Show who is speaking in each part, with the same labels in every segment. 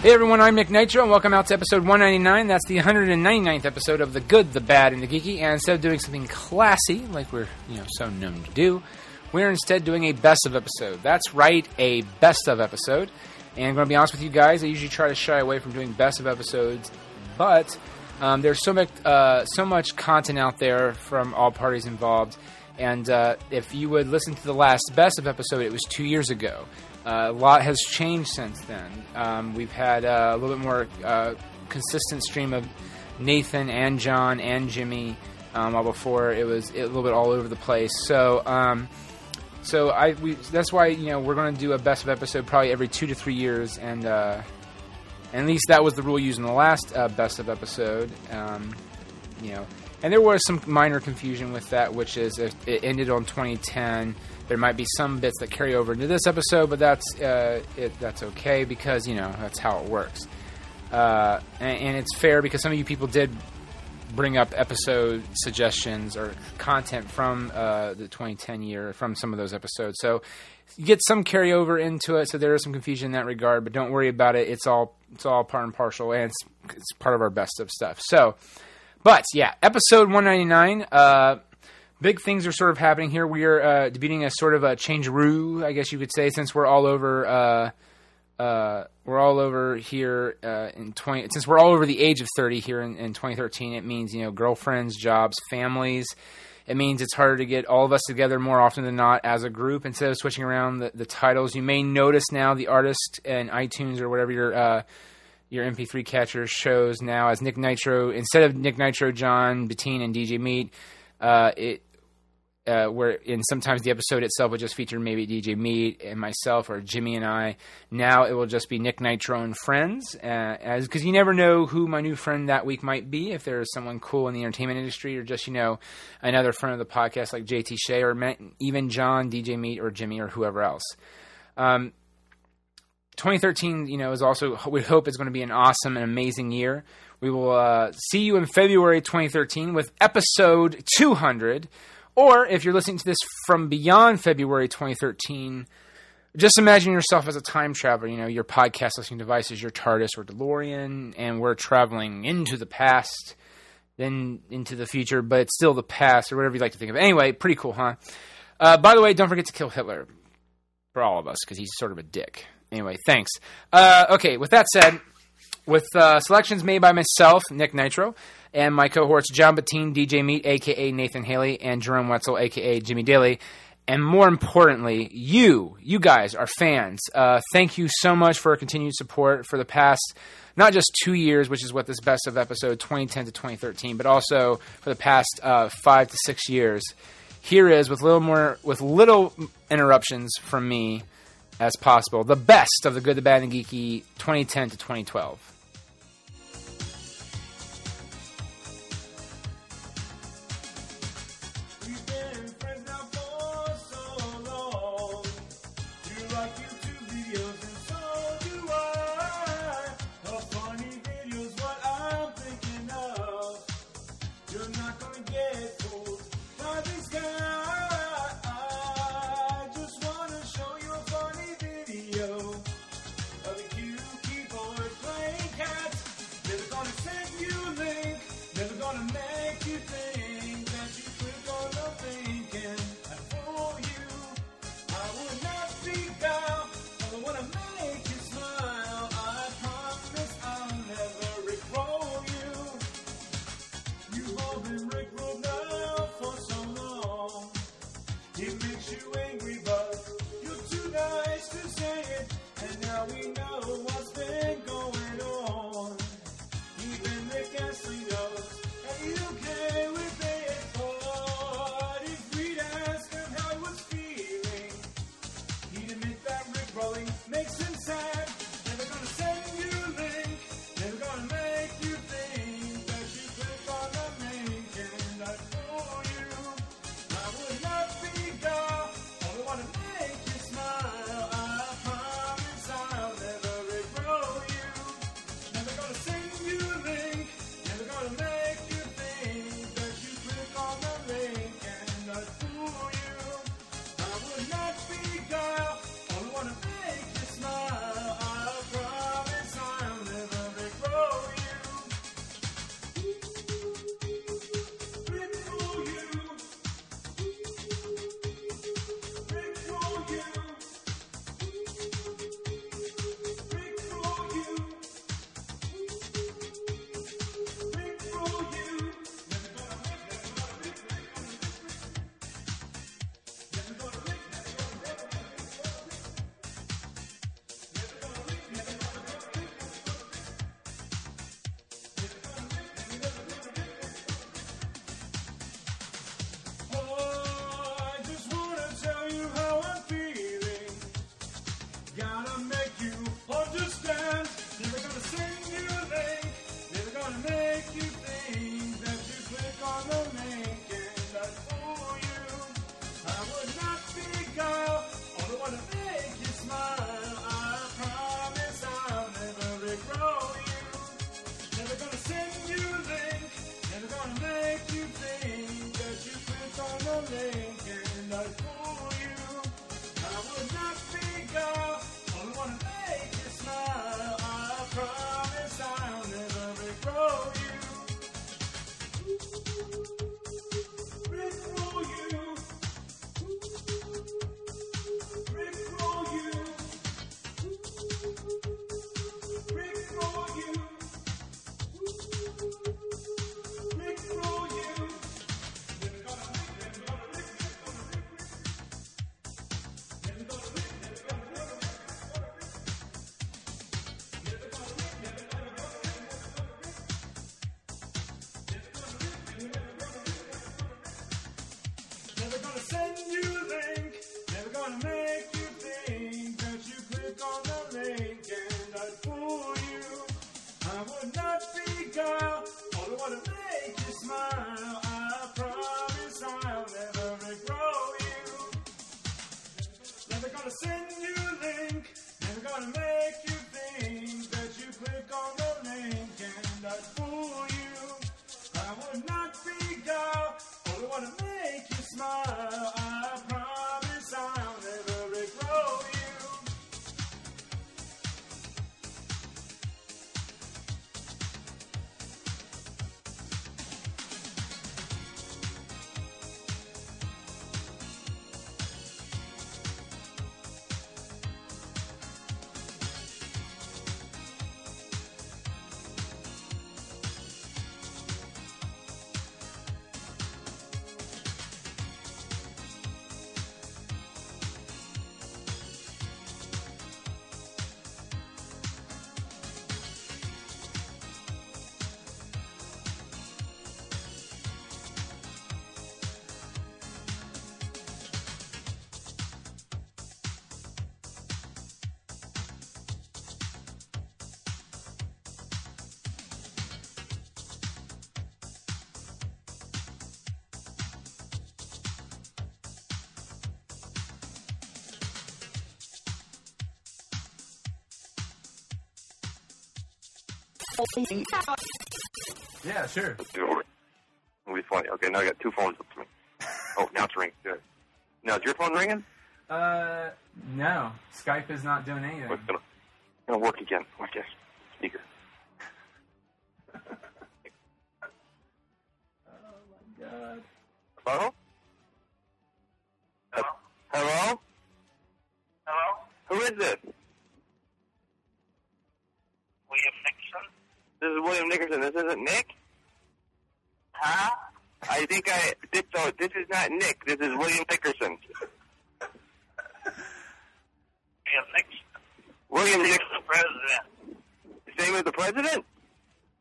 Speaker 1: Hey everyone, I'm Nick Nitro, and welcome out to episode 199. That's the 199th episode of The Good, the Bad, and the Geeky. And instead of doing something classy, like we're you know so known to do, we're instead doing a best of episode. That's right, a best of episode. And I'm going to be honest with you guys, I usually try to shy away from doing best of episodes, but um, there's so much uh, so much content out there from all parties involved. And uh, if you would listen to the last best of episode, it was two years ago. Uh, a lot has changed since then. Um, we've had uh, a little bit more uh, consistent stream of Nathan and John and Jimmy. Um, while before it was a little bit all over the place. So. Um, so I we, that's why you know we're going to do a best of episode probably every two to three years, and uh, and at least that was the rule used in the last uh, best of episode. Um, you know, and there was some minor confusion with that, which is if it ended on 2010. There might be some bits that carry over into this episode, but that's uh, it, that's okay because you know that's how it works, uh, and, and it's fair because some of you people did bring up episode suggestions or content from uh, the 2010 year from some of those episodes. So you get some carryover into it. So there is some confusion in that regard, but don't worry about it. It's all it's all part and parcel, and it's it's part of our best of stuff. So, but yeah, episode 199. Uh, big things are sort of happening here. We are uh, debating a sort of a change rule, I guess you could say, since we're all over. Uh, uh, we're all over here uh, in 20 since we're all over the age of 30 here in, in 2013 it means you know girlfriends jobs families it means it's harder to get all of us together more often than not as a group instead of switching around the, the titles you may notice now the artist and itunes or whatever your uh, your mp3 catcher shows now as nick nitro instead of nick nitro john bettine and dj meat uh, it uh, where in sometimes the episode itself would just feature maybe DJ Meat and myself or Jimmy and I. Now it will just be Nick Nitro and friends, uh, as because you never know who my new friend that week might be. If there is someone cool in the entertainment industry, or just you know another friend of the podcast like JT Shea or ma- even John, DJ Meat or Jimmy or whoever else. Um, 2013, you know, is also we hope is going to be an awesome and amazing year. We will uh, see you in February 2013 with episode 200. Or if you're listening to this from beyond February 2013, just imagine yourself as a time traveler. You know, your podcast listening device is your TARDIS or DeLorean, and we're traveling into the past, then into the future, but it's still the past or whatever you like to think of. Anyway, pretty cool, huh? Uh, by the way, don't forget to kill Hitler for all of us because he's sort of a dick. Anyway, thanks. Uh, okay, with that said, with uh, selections made by myself, Nick Nitro, and my cohorts John Bettine, DJ Meat, aka Nathan Haley, and Jerome Wetzel, aka Jimmy Daly. And more importantly, you, you guys, our fans, uh, thank you so much for your continued support for the past not just two years, which is what this best of episode 2010 to 2013, but also for the past uh, five to six years. Here is with little more with little interruptions from me as possible. The best of the good, the bad, and geeky 2010 to 2012.
Speaker 2: We've been friends now for so long. You like YouTube videos and so do I. A funny video's what I'm thinking of. You're not gonna get fooled by this guy. I just wanna show you a funny video of a cute keyboard playing Oh, to not be guile. All I wanna make you smile. I promise I'll never regret you. Never gonna send you a link. Never gonna make you think that you click on the link and I fool you. I would not be dull. Only wanna make you smile. I promise I'll never regret you.
Speaker 1: Yeah, sure.
Speaker 3: It'll be funny. Okay, now I got two phones up to me. Oh, now it's ringing. Good. Now is your phone ringing?
Speaker 1: Uh, no. Skype is not doing anything.
Speaker 3: It's gonna, gonna work again. Watch this. Speaker. oh my god. Hello? Hello?
Speaker 4: Hello,
Speaker 3: Who is this?
Speaker 4: William Nixon.
Speaker 3: This is William Nickerson. This isn't Nick?
Speaker 4: Huh?
Speaker 3: I think I this oh, this is not Nick, this is William Nickerson.
Speaker 4: William Nixon.
Speaker 3: William
Speaker 4: He's
Speaker 3: Nick
Speaker 4: the president.
Speaker 3: same as the president?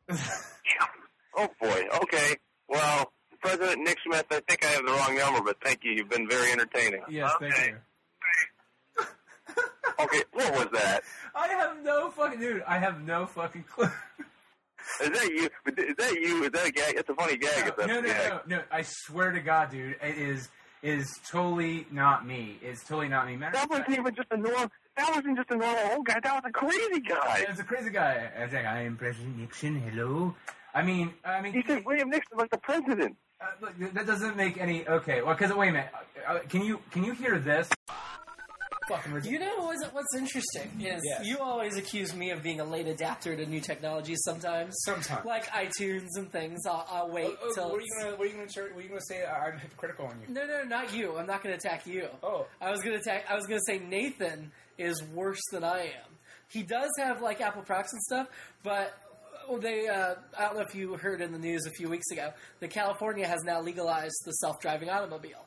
Speaker 4: Yeah.
Speaker 3: Oh boy. Okay. Well, President Nick Smith, I think I have the wrong number, but thank you. You've been very entertaining.
Speaker 1: Yes, thank
Speaker 4: Okay.
Speaker 1: you.
Speaker 3: Okay, what was that?
Speaker 1: I have no fucking dude. I have no fucking clue.
Speaker 3: Is that you? Is that you? Is that a gag? That's a funny gag. if
Speaker 1: no,
Speaker 3: that's
Speaker 1: no,
Speaker 3: a
Speaker 1: no,
Speaker 3: gag.
Speaker 1: no, no. I swear to God, dude, it is it is totally not me. It's totally not me. Matter of
Speaker 3: That
Speaker 1: fact,
Speaker 3: wasn't even just a normal. That wasn't just a normal old guy. That was a crazy guy.
Speaker 1: it was a crazy guy. I was like, I am President Nixon. Hello. I mean, I mean,
Speaker 3: He said William Nixon was the president.
Speaker 1: Uh, look, that doesn't make any okay. Well, because wait a minute, Uh, uh, can you can you hear this? Fucking ridiculous.
Speaker 5: You know what's, what's interesting is
Speaker 1: Yes.
Speaker 5: you always accuse me of being a late adapter to new technologies sometimes.
Speaker 1: Sometimes.
Speaker 5: Like iTunes and things. I'll, I'll wait
Speaker 1: Oh,
Speaker 5: till.
Speaker 1: what are you gonna what are you gonna try- what are you gonna say? I- I'm hypocritical on you.
Speaker 5: no, no, not you. I'm not going to attack you.
Speaker 1: Oh,
Speaker 5: I was gonna attack. I was gonna say Nathan is worse than I am. He does have like Apple products and stuff, but uh, they. Uh, I don't know if you heard in the news a few weeks ago that California has now legalized the self-driving automobile.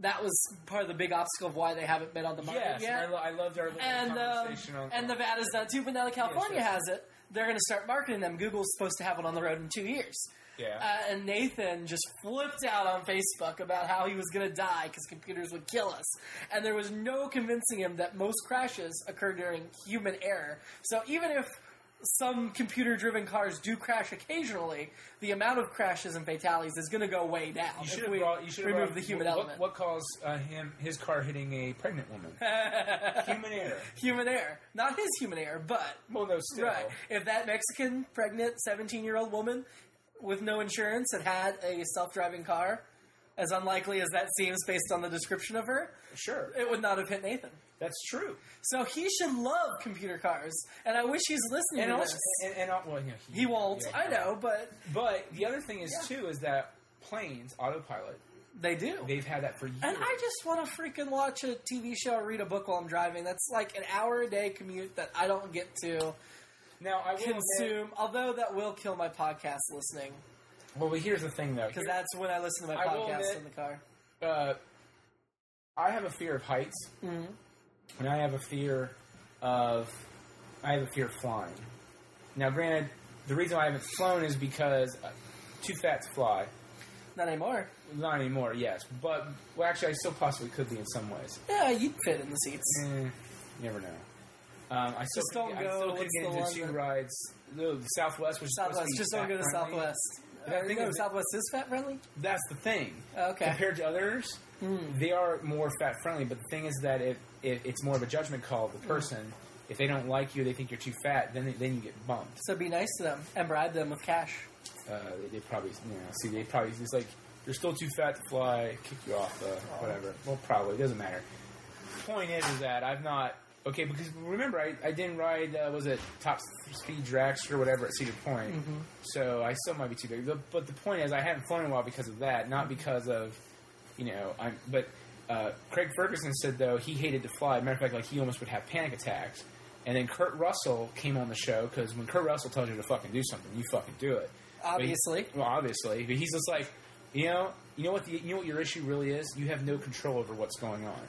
Speaker 5: That was part of the big obstacle of why they haven't been on the market
Speaker 1: yes.
Speaker 5: yet.
Speaker 1: I, lo- I loved our little
Speaker 5: and um,
Speaker 1: conversation on
Speaker 5: and Nevada's done it too, but now that California
Speaker 1: Yes,
Speaker 5: has it, they're going to start marketing them. Google's supposed to have it on the road in two years.
Speaker 1: yeah.
Speaker 5: Uh, and Nathan just flipped out on Facebook about how he was going to die because computers would kill us. And there was no convincing him that most crashes occur during human error. So even if some computer driven cars do crash occasionally, the amount of crashes and fatalities is going to go way down.
Speaker 1: you
Speaker 5: if
Speaker 1: should have
Speaker 5: we
Speaker 1: brought. You should have
Speaker 5: remove
Speaker 1: brought-
Speaker 5: the human
Speaker 1: what,
Speaker 5: element.
Speaker 1: What, what caused uh, him his car hitting a pregnant woman? Human error.
Speaker 5: human error. Not his human error, but
Speaker 1: Well, no, still.
Speaker 5: Right. If that Mexican pregnant 17 year old woman with no insurance had had a self driving car, as unlikely as that seems based on the description of her,
Speaker 1: Sure,
Speaker 5: it would not have hit Nathan.
Speaker 1: that's true.
Speaker 5: So he should love computer cars, and I wish he's listening
Speaker 1: And
Speaker 5: to
Speaker 1: also,
Speaker 5: this.
Speaker 1: and, and al- well, yeah,
Speaker 5: He won't.
Speaker 1: yeah,
Speaker 5: I
Speaker 1: he
Speaker 5: know,
Speaker 1: won't.
Speaker 5: but
Speaker 1: But the other thing is
Speaker 5: Yeah.
Speaker 1: too is that planes autopilot.
Speaker 5: they do.
Speaker 1: They've had that for years.
Speaker 5: and I just want to freaking watch a TV show or read a book while I'm driving. That's like an hour a day commute that I don't get to
Speaker 1: now I will admit-
Speaker 5: consume. Although that will kill my podcast listening
Speaker 1: Well, but here's the thing, though.
Speaker 5: because that's when I listen to my
Speaker 1: I will
Speaker 5: podcast
Speaker 1: admit-
Speaker 5: in the car.
Speaker 1: uh, I have a fear of heights, and I have a fear of I have a fear of flying. Now, granted, the reason why I haven't flown is because uh, too fat to fly.
Speaker 5: Not anymore.
Speaker 1: Not anymore, yes, but well, actually, I still possibly could be in some ways.
Speaker 5: Yeah, you'd fit in the seats.
Speaker 1: Eh, never know. Um, I still
Speaker 5: Just
Speaker 1: couldn't
Speaker 5: don't
Speaker 1: get- I
Speaker 5: go-
Speaker 1: still could
Speaker 5: what's
Speaker 1: get
Speaker 5: the
Speaker 1: into
Speaker 5: one
Speaker 1: two
Speaker 5: that-
Speaker 1: rides. No, the Southwest, which
Speaker 5: Southwest.
Speaker 1: is
Speaker 5: Just don't go to Southwest.
Speaker 1: But I
Speaker 5: Uh,
Speaker 1: think
Speaker 5: no,
Speaker 1: it's-
Speaker 5: Southwest is fat friendly.
Speaker 1: That's the thing.
Speaker 5: Okay. Hmm.
Speaker 1: Compared to others, they are more fat friendly. But the thing is that if, if it's more of a judgment call of
Speaker 5: Hmm.
Speaker 1: the person, if they don't like you, they think you're too fat, then then you get bumped.
Speaker 5: So be nice to them and bribe them with cash.
Speaker 1: Uh, they, they probably you know, see they probably it's like you're still too fat to fly, kick you off,
Speaker 5: Oh.
Speaker 1: uh, whatever. Well, probably it doesn't matter. Point is, is that I've not okay because remember I, I didn't ride uh, was it top speed dragster or whatever at Cedar Point, so I still might be too big. The, but the point is I haven't flown in a while because of that, not because of you know I'm but. Uh, Craig Ferguson said though he hated to fly. Matter of fact, like he almost would have panic attacks. And then Kurt Russell came on the show because when Kurt Russell tells you to fucking do something, you fucking do it. But he-
Speaker 5: Obviously.
Speaker 1: well, obviously, but he's just like, you know, you know what the, you know what your issue really is. You have no control over what's going on.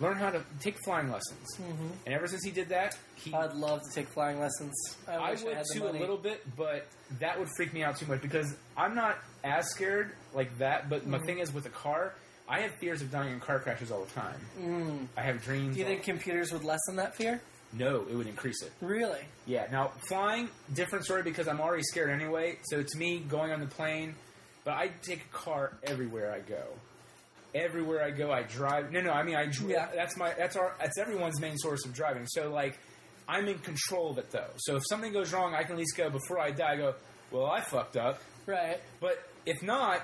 Speaker 1: Learn how to take flying lessons. And ever since he did that, he
Speaker 5: Mm-hmm. I'd love to take flying lessons. I,
Speaker 1: I
Speaker 5: wish I
Speaker 1: would
Speaker 5: had the
Speaker 1: too a
Speaker 5: money.
Speaker 1: little bit, but that would freak me out too much because I'm not as scared like that. But
Speaker 5: Mm-hmm.
Speaker 1: my thing is with a car, I have fears of dying in car crashes all the time.
Speaker 4: Mm-hmm.
Speaker 6: Mm-hmm.
Speaker 1: I have dreams.
Speaker 5: Mm. Do you
Speaker 1: all-
Speaker 5: think computers would lessen that fear?
Speaker 1: no, it would increase it.
Speaker 5: Really?
Speaker 1: Yeah. Now flying, different story because I'm already scared anyway. So to me, going on the plane, but I take a car everywhere I go. Everywhere I go, I drive. No, no, I mean I. Dri-
Speaker 5: Yeah.
Speaker 1: That's my. That's our. That's everyone's main source of driving. So like, I'm in control of it though. So if something goes wrong, I can at least go before I die. I go. Well, I fucked up.
Speaker 5: Right.
Speaker 1: But if not,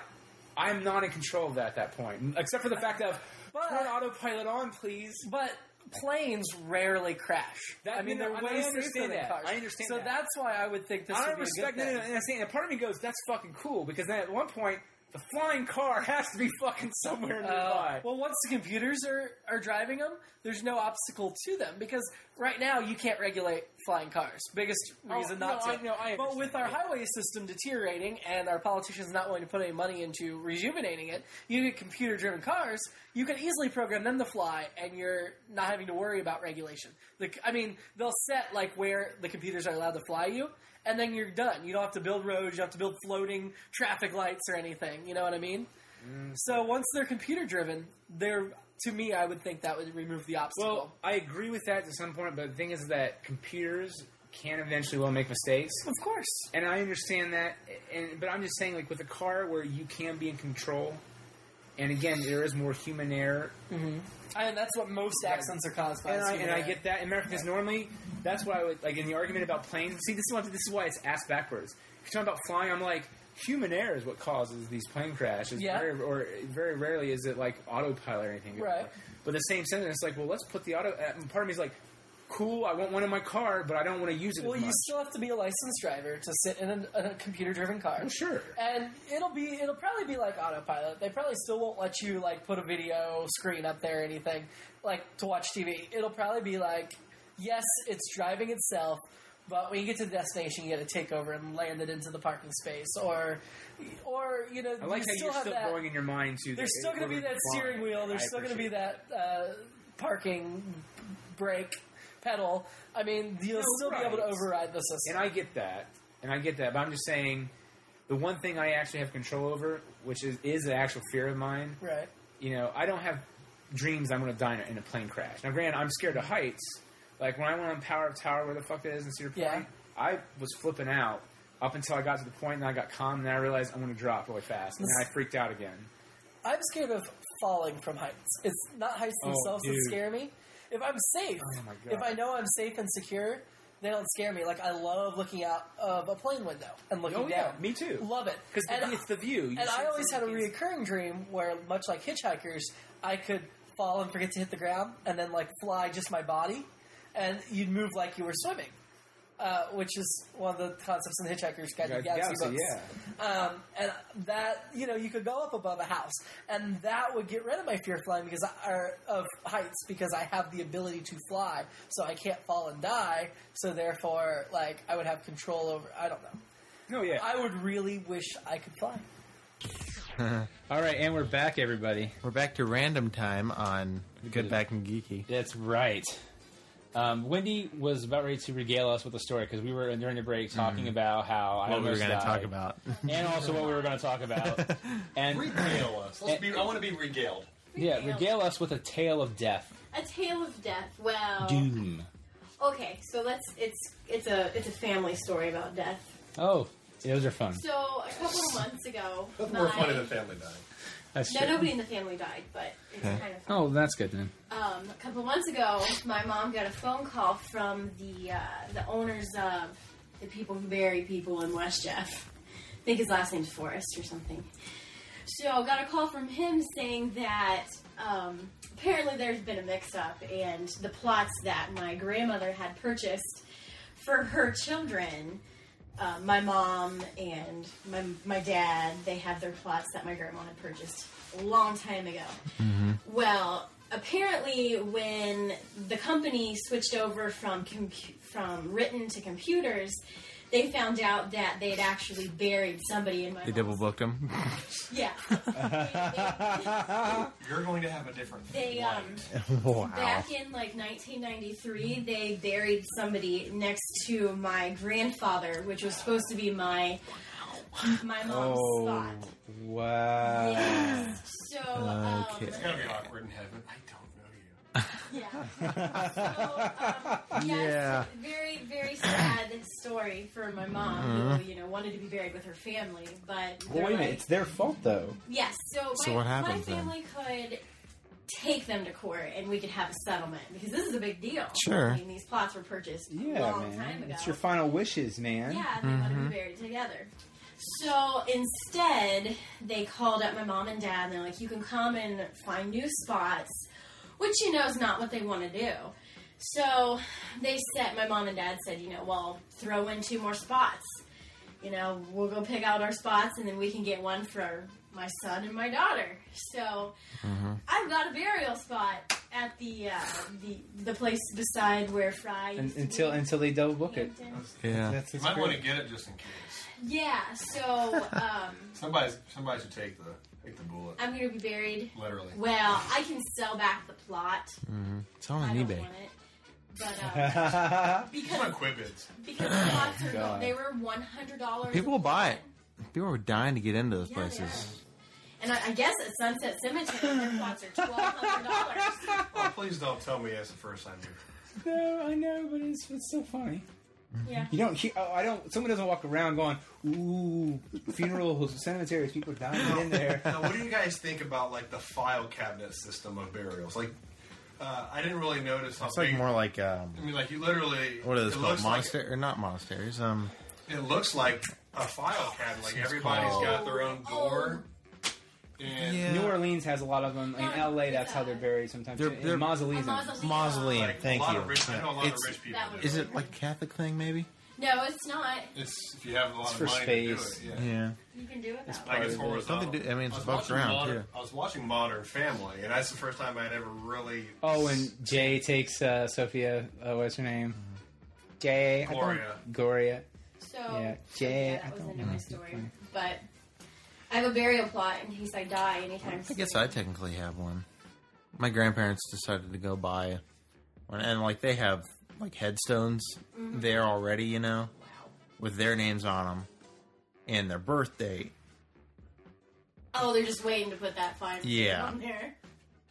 Speaker 1: I'm not in control of that at that point, except for the fact of
Speaker 5: But-
Speaker 1: turn autopilot on, please.
Speaker 5: But planes rarely crash.
Speaker 1: That-
Speaker 5: I mean,
Speaker 1: no, no,
Speaker 5: they're
Speaker 1: I
Speaker 5: way
Speaker 1: understand
Speaker 5: safer than
Speaker 1: that.
Speaker 5: cars.
Speaker 1: I understand
Speaker 5: So
Speaker 1: that.
Speaker 5: that's why I would think this
Speaker 1: I
Speaker 5: would be a
Speaker 1: respect that.
Speaker 5: good
Speaker 1: And
Speaker 5: thing.
Speaker 1: and I see, and part of me goes, "That's fucking cool," because then at one point, the flying car has to be fucking somewhere
Speaker 5: Uh,
Speaker 1: nearby.
Speaker 5: well, once the computers are, are driving them, there's no obstacle to them because right now you can't regulate flying cars. Biggest reason
Speaker 1: Oh, no,
Speaker 5: not
Speaker 1: I-
Speaker 5: to.
Speaker 1: no, I
Speaker 5: but with
Speaker 1: understand.
Speaker 5: our highway system deteriorating and our politicians not willing to put any money into rejuvenating it, you get computer driven cars. You can easily program them to fly, and you're not having to worry about regulation. The, I mean, they'll set like where the computers are allowed to fly you. And then you're done. You don't have to build roads. You don't have to build floating traffic lights or anything. You know what I mean?
Speaker 1: Mm.
Speaker 5: So once they're computer driven, they're to me, I would think that would remove the obstacle.
Speaker 1: well, I agree with that to some point, but the thing is that computers can eventually will make mistakes,
Speaker 5: of course,
Speaker 1: and I understand that. And but I'm just saying, like with a car where you can be in control, and again, there is more human error
Speaker 5: I mean that's what most accidents are caused by.
Speaker 1: and
Speaker 5: is
Speaker 1: I,
Speaker 5: human
Speaker 1: and I
Speaker 5: error.
Speaker 1: get that. And Americans normally, that's why I would like in the argument about planes. See, this is why this is why it's ass backwards. If you're talking about flying, I'm like human error is what causes these plane crashes.
Speaker 5: Yeah.
Speaker 1: Very, or very rarely is it like autopilot or anything.
Speaker 5: Right.
Speaker 1: But the same sentence, it's like, well, let's put the auto. uh, Part of me is like, cool, I want one in my car, but I don't want to use it.
Speaker 5: Well,
Speaker 1: as
Speaker 5: you
Speaker 1: much.
Speaker 5: still have to be a licensed driver to sit in a, in a computer driven car.
Speaker 1: Well, sure.
Speaker 5: And it'll be it'll probably be like autopilot. They probably still won't let you like put a video screen up there or anything like to watch TV. It'll probably be like yes, it's driving itself, but when you get to the destination, you got to take over and land it into the parking space or or you know
Speaker 1: I like
Speaker 5: you
Speaker 1: how
Speaker 5: still
Speaker 1: you're
Speaker 5: have
Speaker 1: still
Speaker 5: that.
Speaker 1: going in your mind to.
Speaker 5: There's still going to be that steering wheel. There's still going to be that uh, parking brake pedal. I mean, you'll
Speaker 1: No,
Speaker 5: still be able to
Speaker 1: right.
Speaker 5: override the system.
Speaker 1: And I get that, and I get that, but I'm just saying, the one thing I actually have control over, which is is an actual fear of mine,
Speaker 5: Right.
Speaker 1: you know, I don't have dreams I'm going to die in a, in a plane crash. Now, granted, I'm scared of heights. Like when I went on Power Up Tower, where the fuck it is in Cedar Point,
Speaker 5: Yeah.
Speaker 1: I was flipping out up until I got to the point and I got calm and then I realized I'm going to drop really fast and then I freaked out again.
Speaker 5: I'm scared of falling from heights. It's not heights
Speaker 1: Oh,
Speaker 5: themselves that
Speaker 1: dude.
Speaker 5: scare me. If I'm safe,
Speaker 1: Oh, my God.
Speaker 5: if I know I'm safe and secure, they don't scare me. Like I love looking out of a plane window and looking
Speaker 1: Oh, yeah,
Speaker 5: down.
Speaker 1: me too.
Speaker 5: Love it
Speaker 1: Because
Speaker 5: And-
Speaker 1: it's the view. You
Speaker 5: and
Speaker 1: see
Speaker 5: I always had a
Speaker 1: something-
Speaker 5: recurring dream where, much like hitchhikers, I could fall and forget to hit the ground, and then like fly just my body, and you'd move like you were swimming, uh, which is one of the concepts in the Hitchhiker's Guide to the Galaxy,
Speaker 1: Galaxy,
Speaker 5: books.
Speaker 1: yeah.
Speaker 5: Um, and that you know you could go up above a house, and that would get rid of my fear of flying because I, or of heights because I have the ability to fly, so I can't fall and die. So therefore, like I would have control over. I don't know.
Speaker 1: No, Oh, yeah.
Speaker 5: I would really wish I could fly.
Speaker 1: All right, and we're back, everybody.
Speaker 7: We're back to random time on Good Back and Geeky.
Speaker 1: That's right. Um, Wendy was about ready to regale us with a story because we were uh, during the break talking about how I
Speaker 7: Mm-hmm. What we were
Speaker 1: almost
Speaker 7: going to talk
Speaker 1: died.
Speaker 7: about.
Speaker 1: and also what we were going to talk about. And
Speaker 8: Regale us. Let's be, I want to be regaled.
Speaker 1: yeah, regale us with a tale of death.
Speaker 8: Uh,
Speaker 9: A tale of death. Well,
Speaker 1: Doom.
Speaker 9: Okay, so let's. It's it's a it's a family story about death.
Speaker 1: Oh, those are fun.
Speaker 9: So a couple of months ago,
Speaker 8: Nothing
Speaker 9: my,
Speaker 8: more funny than family dying.
Speaker 1: That's
Speaker 9: no,
Speaker 1: true.
Speaker 9: nobody in the family died, but it's kind of fun.
Speaker 1: Oh, that's good then.
Speaker 9: Um, a couple of months ago, my mom got a phone call from the uh, the owners of the people who bury people in West Jeff. I think his last name's Forrest or something. So got a call from him saying that um, apparently there's been a mix-up and the plots that my grandmother had purchased for her children. Uh, my mom and my, my dad, they had their plots that my grandma had purchased a long time ago.
Speaker 4: Mm-hmm.
Speaker 9: Well, apparently, when the company switched over from com- from written to computers, they found out that they'd actually buried somebody in my.
Speaker 1: They
Speaker 9: mom's-
Speaker 1: double booked them.
Speaker 9: Yeah. They-
Speaker 8: You're going to have a different
Speaker 9: They, they,
Speaker 8: life.
Speaker 9: um,
Speaker 1: wow.
Speaker 9: back in like 1993, they buried somebody next to my grandfather, which was supposed to be my my mom's
Speaker 10: Oh.
Speaker 6: Oh,
Speaker 9: spot.
Speaker 1: wow.
Speaker 9: Yes. So um,
Speaker 1: Okay.
Speaker 8: It's gotta be awkward in heaven. I don't know you.
Speaker 9: Yeah. So, um,
Speaker 1: Yeah.
Speaker 9: yeah. it's a Very, very sad story for my mom, who, you know, wanted to be buried with her family, but
Speaker 10: Well, Mm-hmm. wait a
Speaker 9: they're
Speaker 10: minute.
Speaker 9: like-
Speaker 10: It's their fault, though.
Speaker 9: Yes. So,
Speaker 10: So
Speaker 9: my,
Speaker 10: what happened
Speaker 9: my
Speaker 10: then?
Speaker 9: family could take them to court, and we could have a settlement because this is a big deal.
Speaker 10: Sure.
Speaker 9: I mean, these plots were purchased a
Speaker 10: Yeah,
Speaker 9: long time
Speaker 10: man.
Speaker 9: ago.
Speaker 10: It's your final wishes, man.
Speaker 9: Yeah,
Speaker 11: Mm-hmm.
Speaker 9: they want to be buried together. So instead, they called up my mom and dad, and they're like, "You can come and find new spots," which you know is not what they want to do. So they said, my mom and dad said, "You know, well, throw in two more spots. You know, we'll go pick out our spots, and then we can get one for my son and my daughter." So
Speaker 6: Mm-hmm.
Speaker 9: I've got a burial spot at the uh, the the place beside where Fry
Speaker 10: Un-
Speaker 9: used to
Speaker 10: until
Speaker 9: be.
Speaker 10: until they double book it.
Speaker 9: Hampton.
Speaker 10: Yeah.
Speaker 8: You might want to get it just in case.
Speaker 9: Yeah, so um,
Speaker 8: Somebody's somebody should take the take the bullet.
Speaker 9: I'm gonna be buried.
Speaker 8: Literally.
Speaker 9: Well, I can sell back the plot.
Speaker 1: It's all
Speaker 9: I
Speaker 1: on
Speaker 9: don't
Speaker 1: eBay.
Speaker 9: want it, but um,
Speaker 8: Come on,
Speaker 9: because
Speaker 8: Quibbits.
Speaker 9: because the plots are
Speaker 10: God.
Speaker 9: they were one hundred dollars.
Speaker 6: People will buy it. People are dying to get into those
Speaker 9: Yeah, they
Speaker 6: places.
Speaker 9: And I, I guess at Sunset Cemetery, their plots are twelve hundred dollars.
Speaker 8: Oh, please don't tell me that's the first time you've
Speaker 10: No, I know, but it's, it's so funny.
Speaker 9: Yeah.
Speaker 10: You don't. He, oh, I don't. Someone doesn't walk around going, "Ooh, funeral cemeteries, people dying in there."
Speaker 8: Now, what do you guys think about like the file cabinet system of burials? Like, uh, I didn't really notice how
Speaker 6: It's like
Speaker 8: big-
Speaker 6: more like um,
Speaker 8: I mean, like you literally.
Speaker 6: what are those
Speaker 8: it
Speaker 6: called?
Speaker 8: looks like-
Speaker 6: Monastery or not monasteries? Um,
Speaker 8: it looks like a file cabinet. Like everybody's
Speaker 6: called-
Speaker 8: got their own door. And
Speaker 10: New Orleans has a lot of them. In
Speaker 9: No,
Speaker 10: L.A., that's how
Speaker 9: it's, uh,
Speaker 10: they're buried sometimes.
Speaker 6: They're-
Speaker 10: In
Speaker 6: they're-
Speaker 10: mausoleums.
Speaker 9: A mausoleum.
Speaker 6: mausoleum.
Speaker 8: like
Speaker 6: Thank
Speaker 8: a lot
Speaker 6: you.
Speaker 8: of rich. I know a lot
Speaker 6: It's-
Speaker 8: of rich people.
Speaker 9: That would
Speaker 8: do
Speaker 6: is it like a Catholic thing? Maybe.
Speaker 9: No, it's not.
Speaker 8: It's if you have a lot
Speaker 10: for
Speaker 8: of money
Speaker 10: space.
Speaker 8: to do it. Yeah.
Speaker 6: Yeah.
Speaker 9: You can do it that way.
Speaker 8: Like it's
Speaker 10: Probably.
Speaker 8: horizontal.
Speaker 6: Something to- I mean, it's
Speaker 8: was
Speaker 6: bumped
Speaker 8: watching
Speaker 6: around,
Speaker 8: Modern,
Speaker 6: too.
Speaker 8: I was watching Modern Family, and that's the first time I'd ever really.
Speaker 10: Oh, and Jay takes uh, Sophia. Uh, what's her name?
Speaker 6: Mm-hmm.
Speaker 10: Jay. I don't-
Speaker 8: Gloria.
Speaker 10: Gloria.
Speaker 9: So
Speaker 10: Yeah, Jay,
Speaker 9: yeah,
Speaker 10: I
Speaker 9: that was
Speaker 10: don't
Speaker 9: the end of
Speaker 6: Mm-hmm.
Speaker 9: my story. But I have a burial plot in case I die anytime.
Speaker 6: I
Speaker 9: soon.
Speaker 6: guess I technically have one. My grandparents decided to go buy one, and like they have like headstones
Speaker 9: Mm-hmm.
Speaker 6: there already, you know, with their names on them and their birth date.
Speaker 9: Oh, they're just waiting to put that fine
Speaker 6: Yeah.
Speaker 9: on there.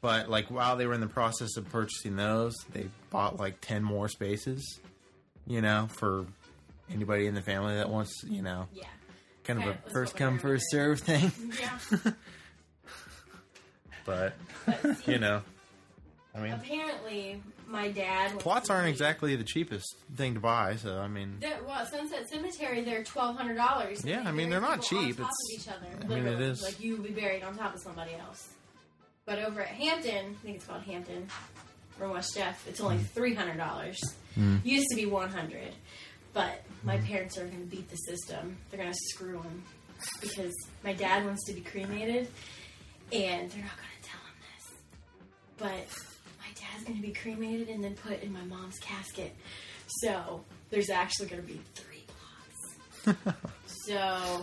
Speaker 6: But like while they were in the process of purchasing those, they bought like ten more spaces, you know, for anybody in the family that wants, you know,
Speaker 9: Yeah.
Speaker 6: kind of
Speaker 9: Okay,
Speaker 6: a
Speaker 9: let's
Speaker 6: first
Speaker 9: go with
Speaker 6: come
Speaker 9: that.
Speaker 6: first serve thing.
Speaker 9: Yeah.
Speaker 6: But
Speaker 9: But see,
Speaker 6: you know, I mean,
Speaker 9: apparently my dad was
Speaker 6: plots aren't
Speaker 9: really-
Speaker 6: exactly the cheapest thing to buy, so I mean,
Speaker 9: That, well, Sunset Cemetery, they're twelve hundred dollars.
Speaker 6: Yeah, I mean, they're not cheap.
Speaker 9: On top
Speaker 6: It's-
Speaker 9: of each other,
Speaker 6: I mean, it
Speaker 9: literally.
Speaker 6: is.
Speaker 9: like you would be buried on top of somebody else. But over at Hampton, I think it's called Hampton or West Jeff, it's
Speaker 6: Hmm.
Speaker 9: only three hundred dollars. Used to be one hundred, but my parents are going to beat the system. They're going to screw him because my dad wants to be cremated, and they're not going to tell him this. But my dad's going to be cremated and then put in my mom's casket. So there's actually going to be three plots. so, yeah.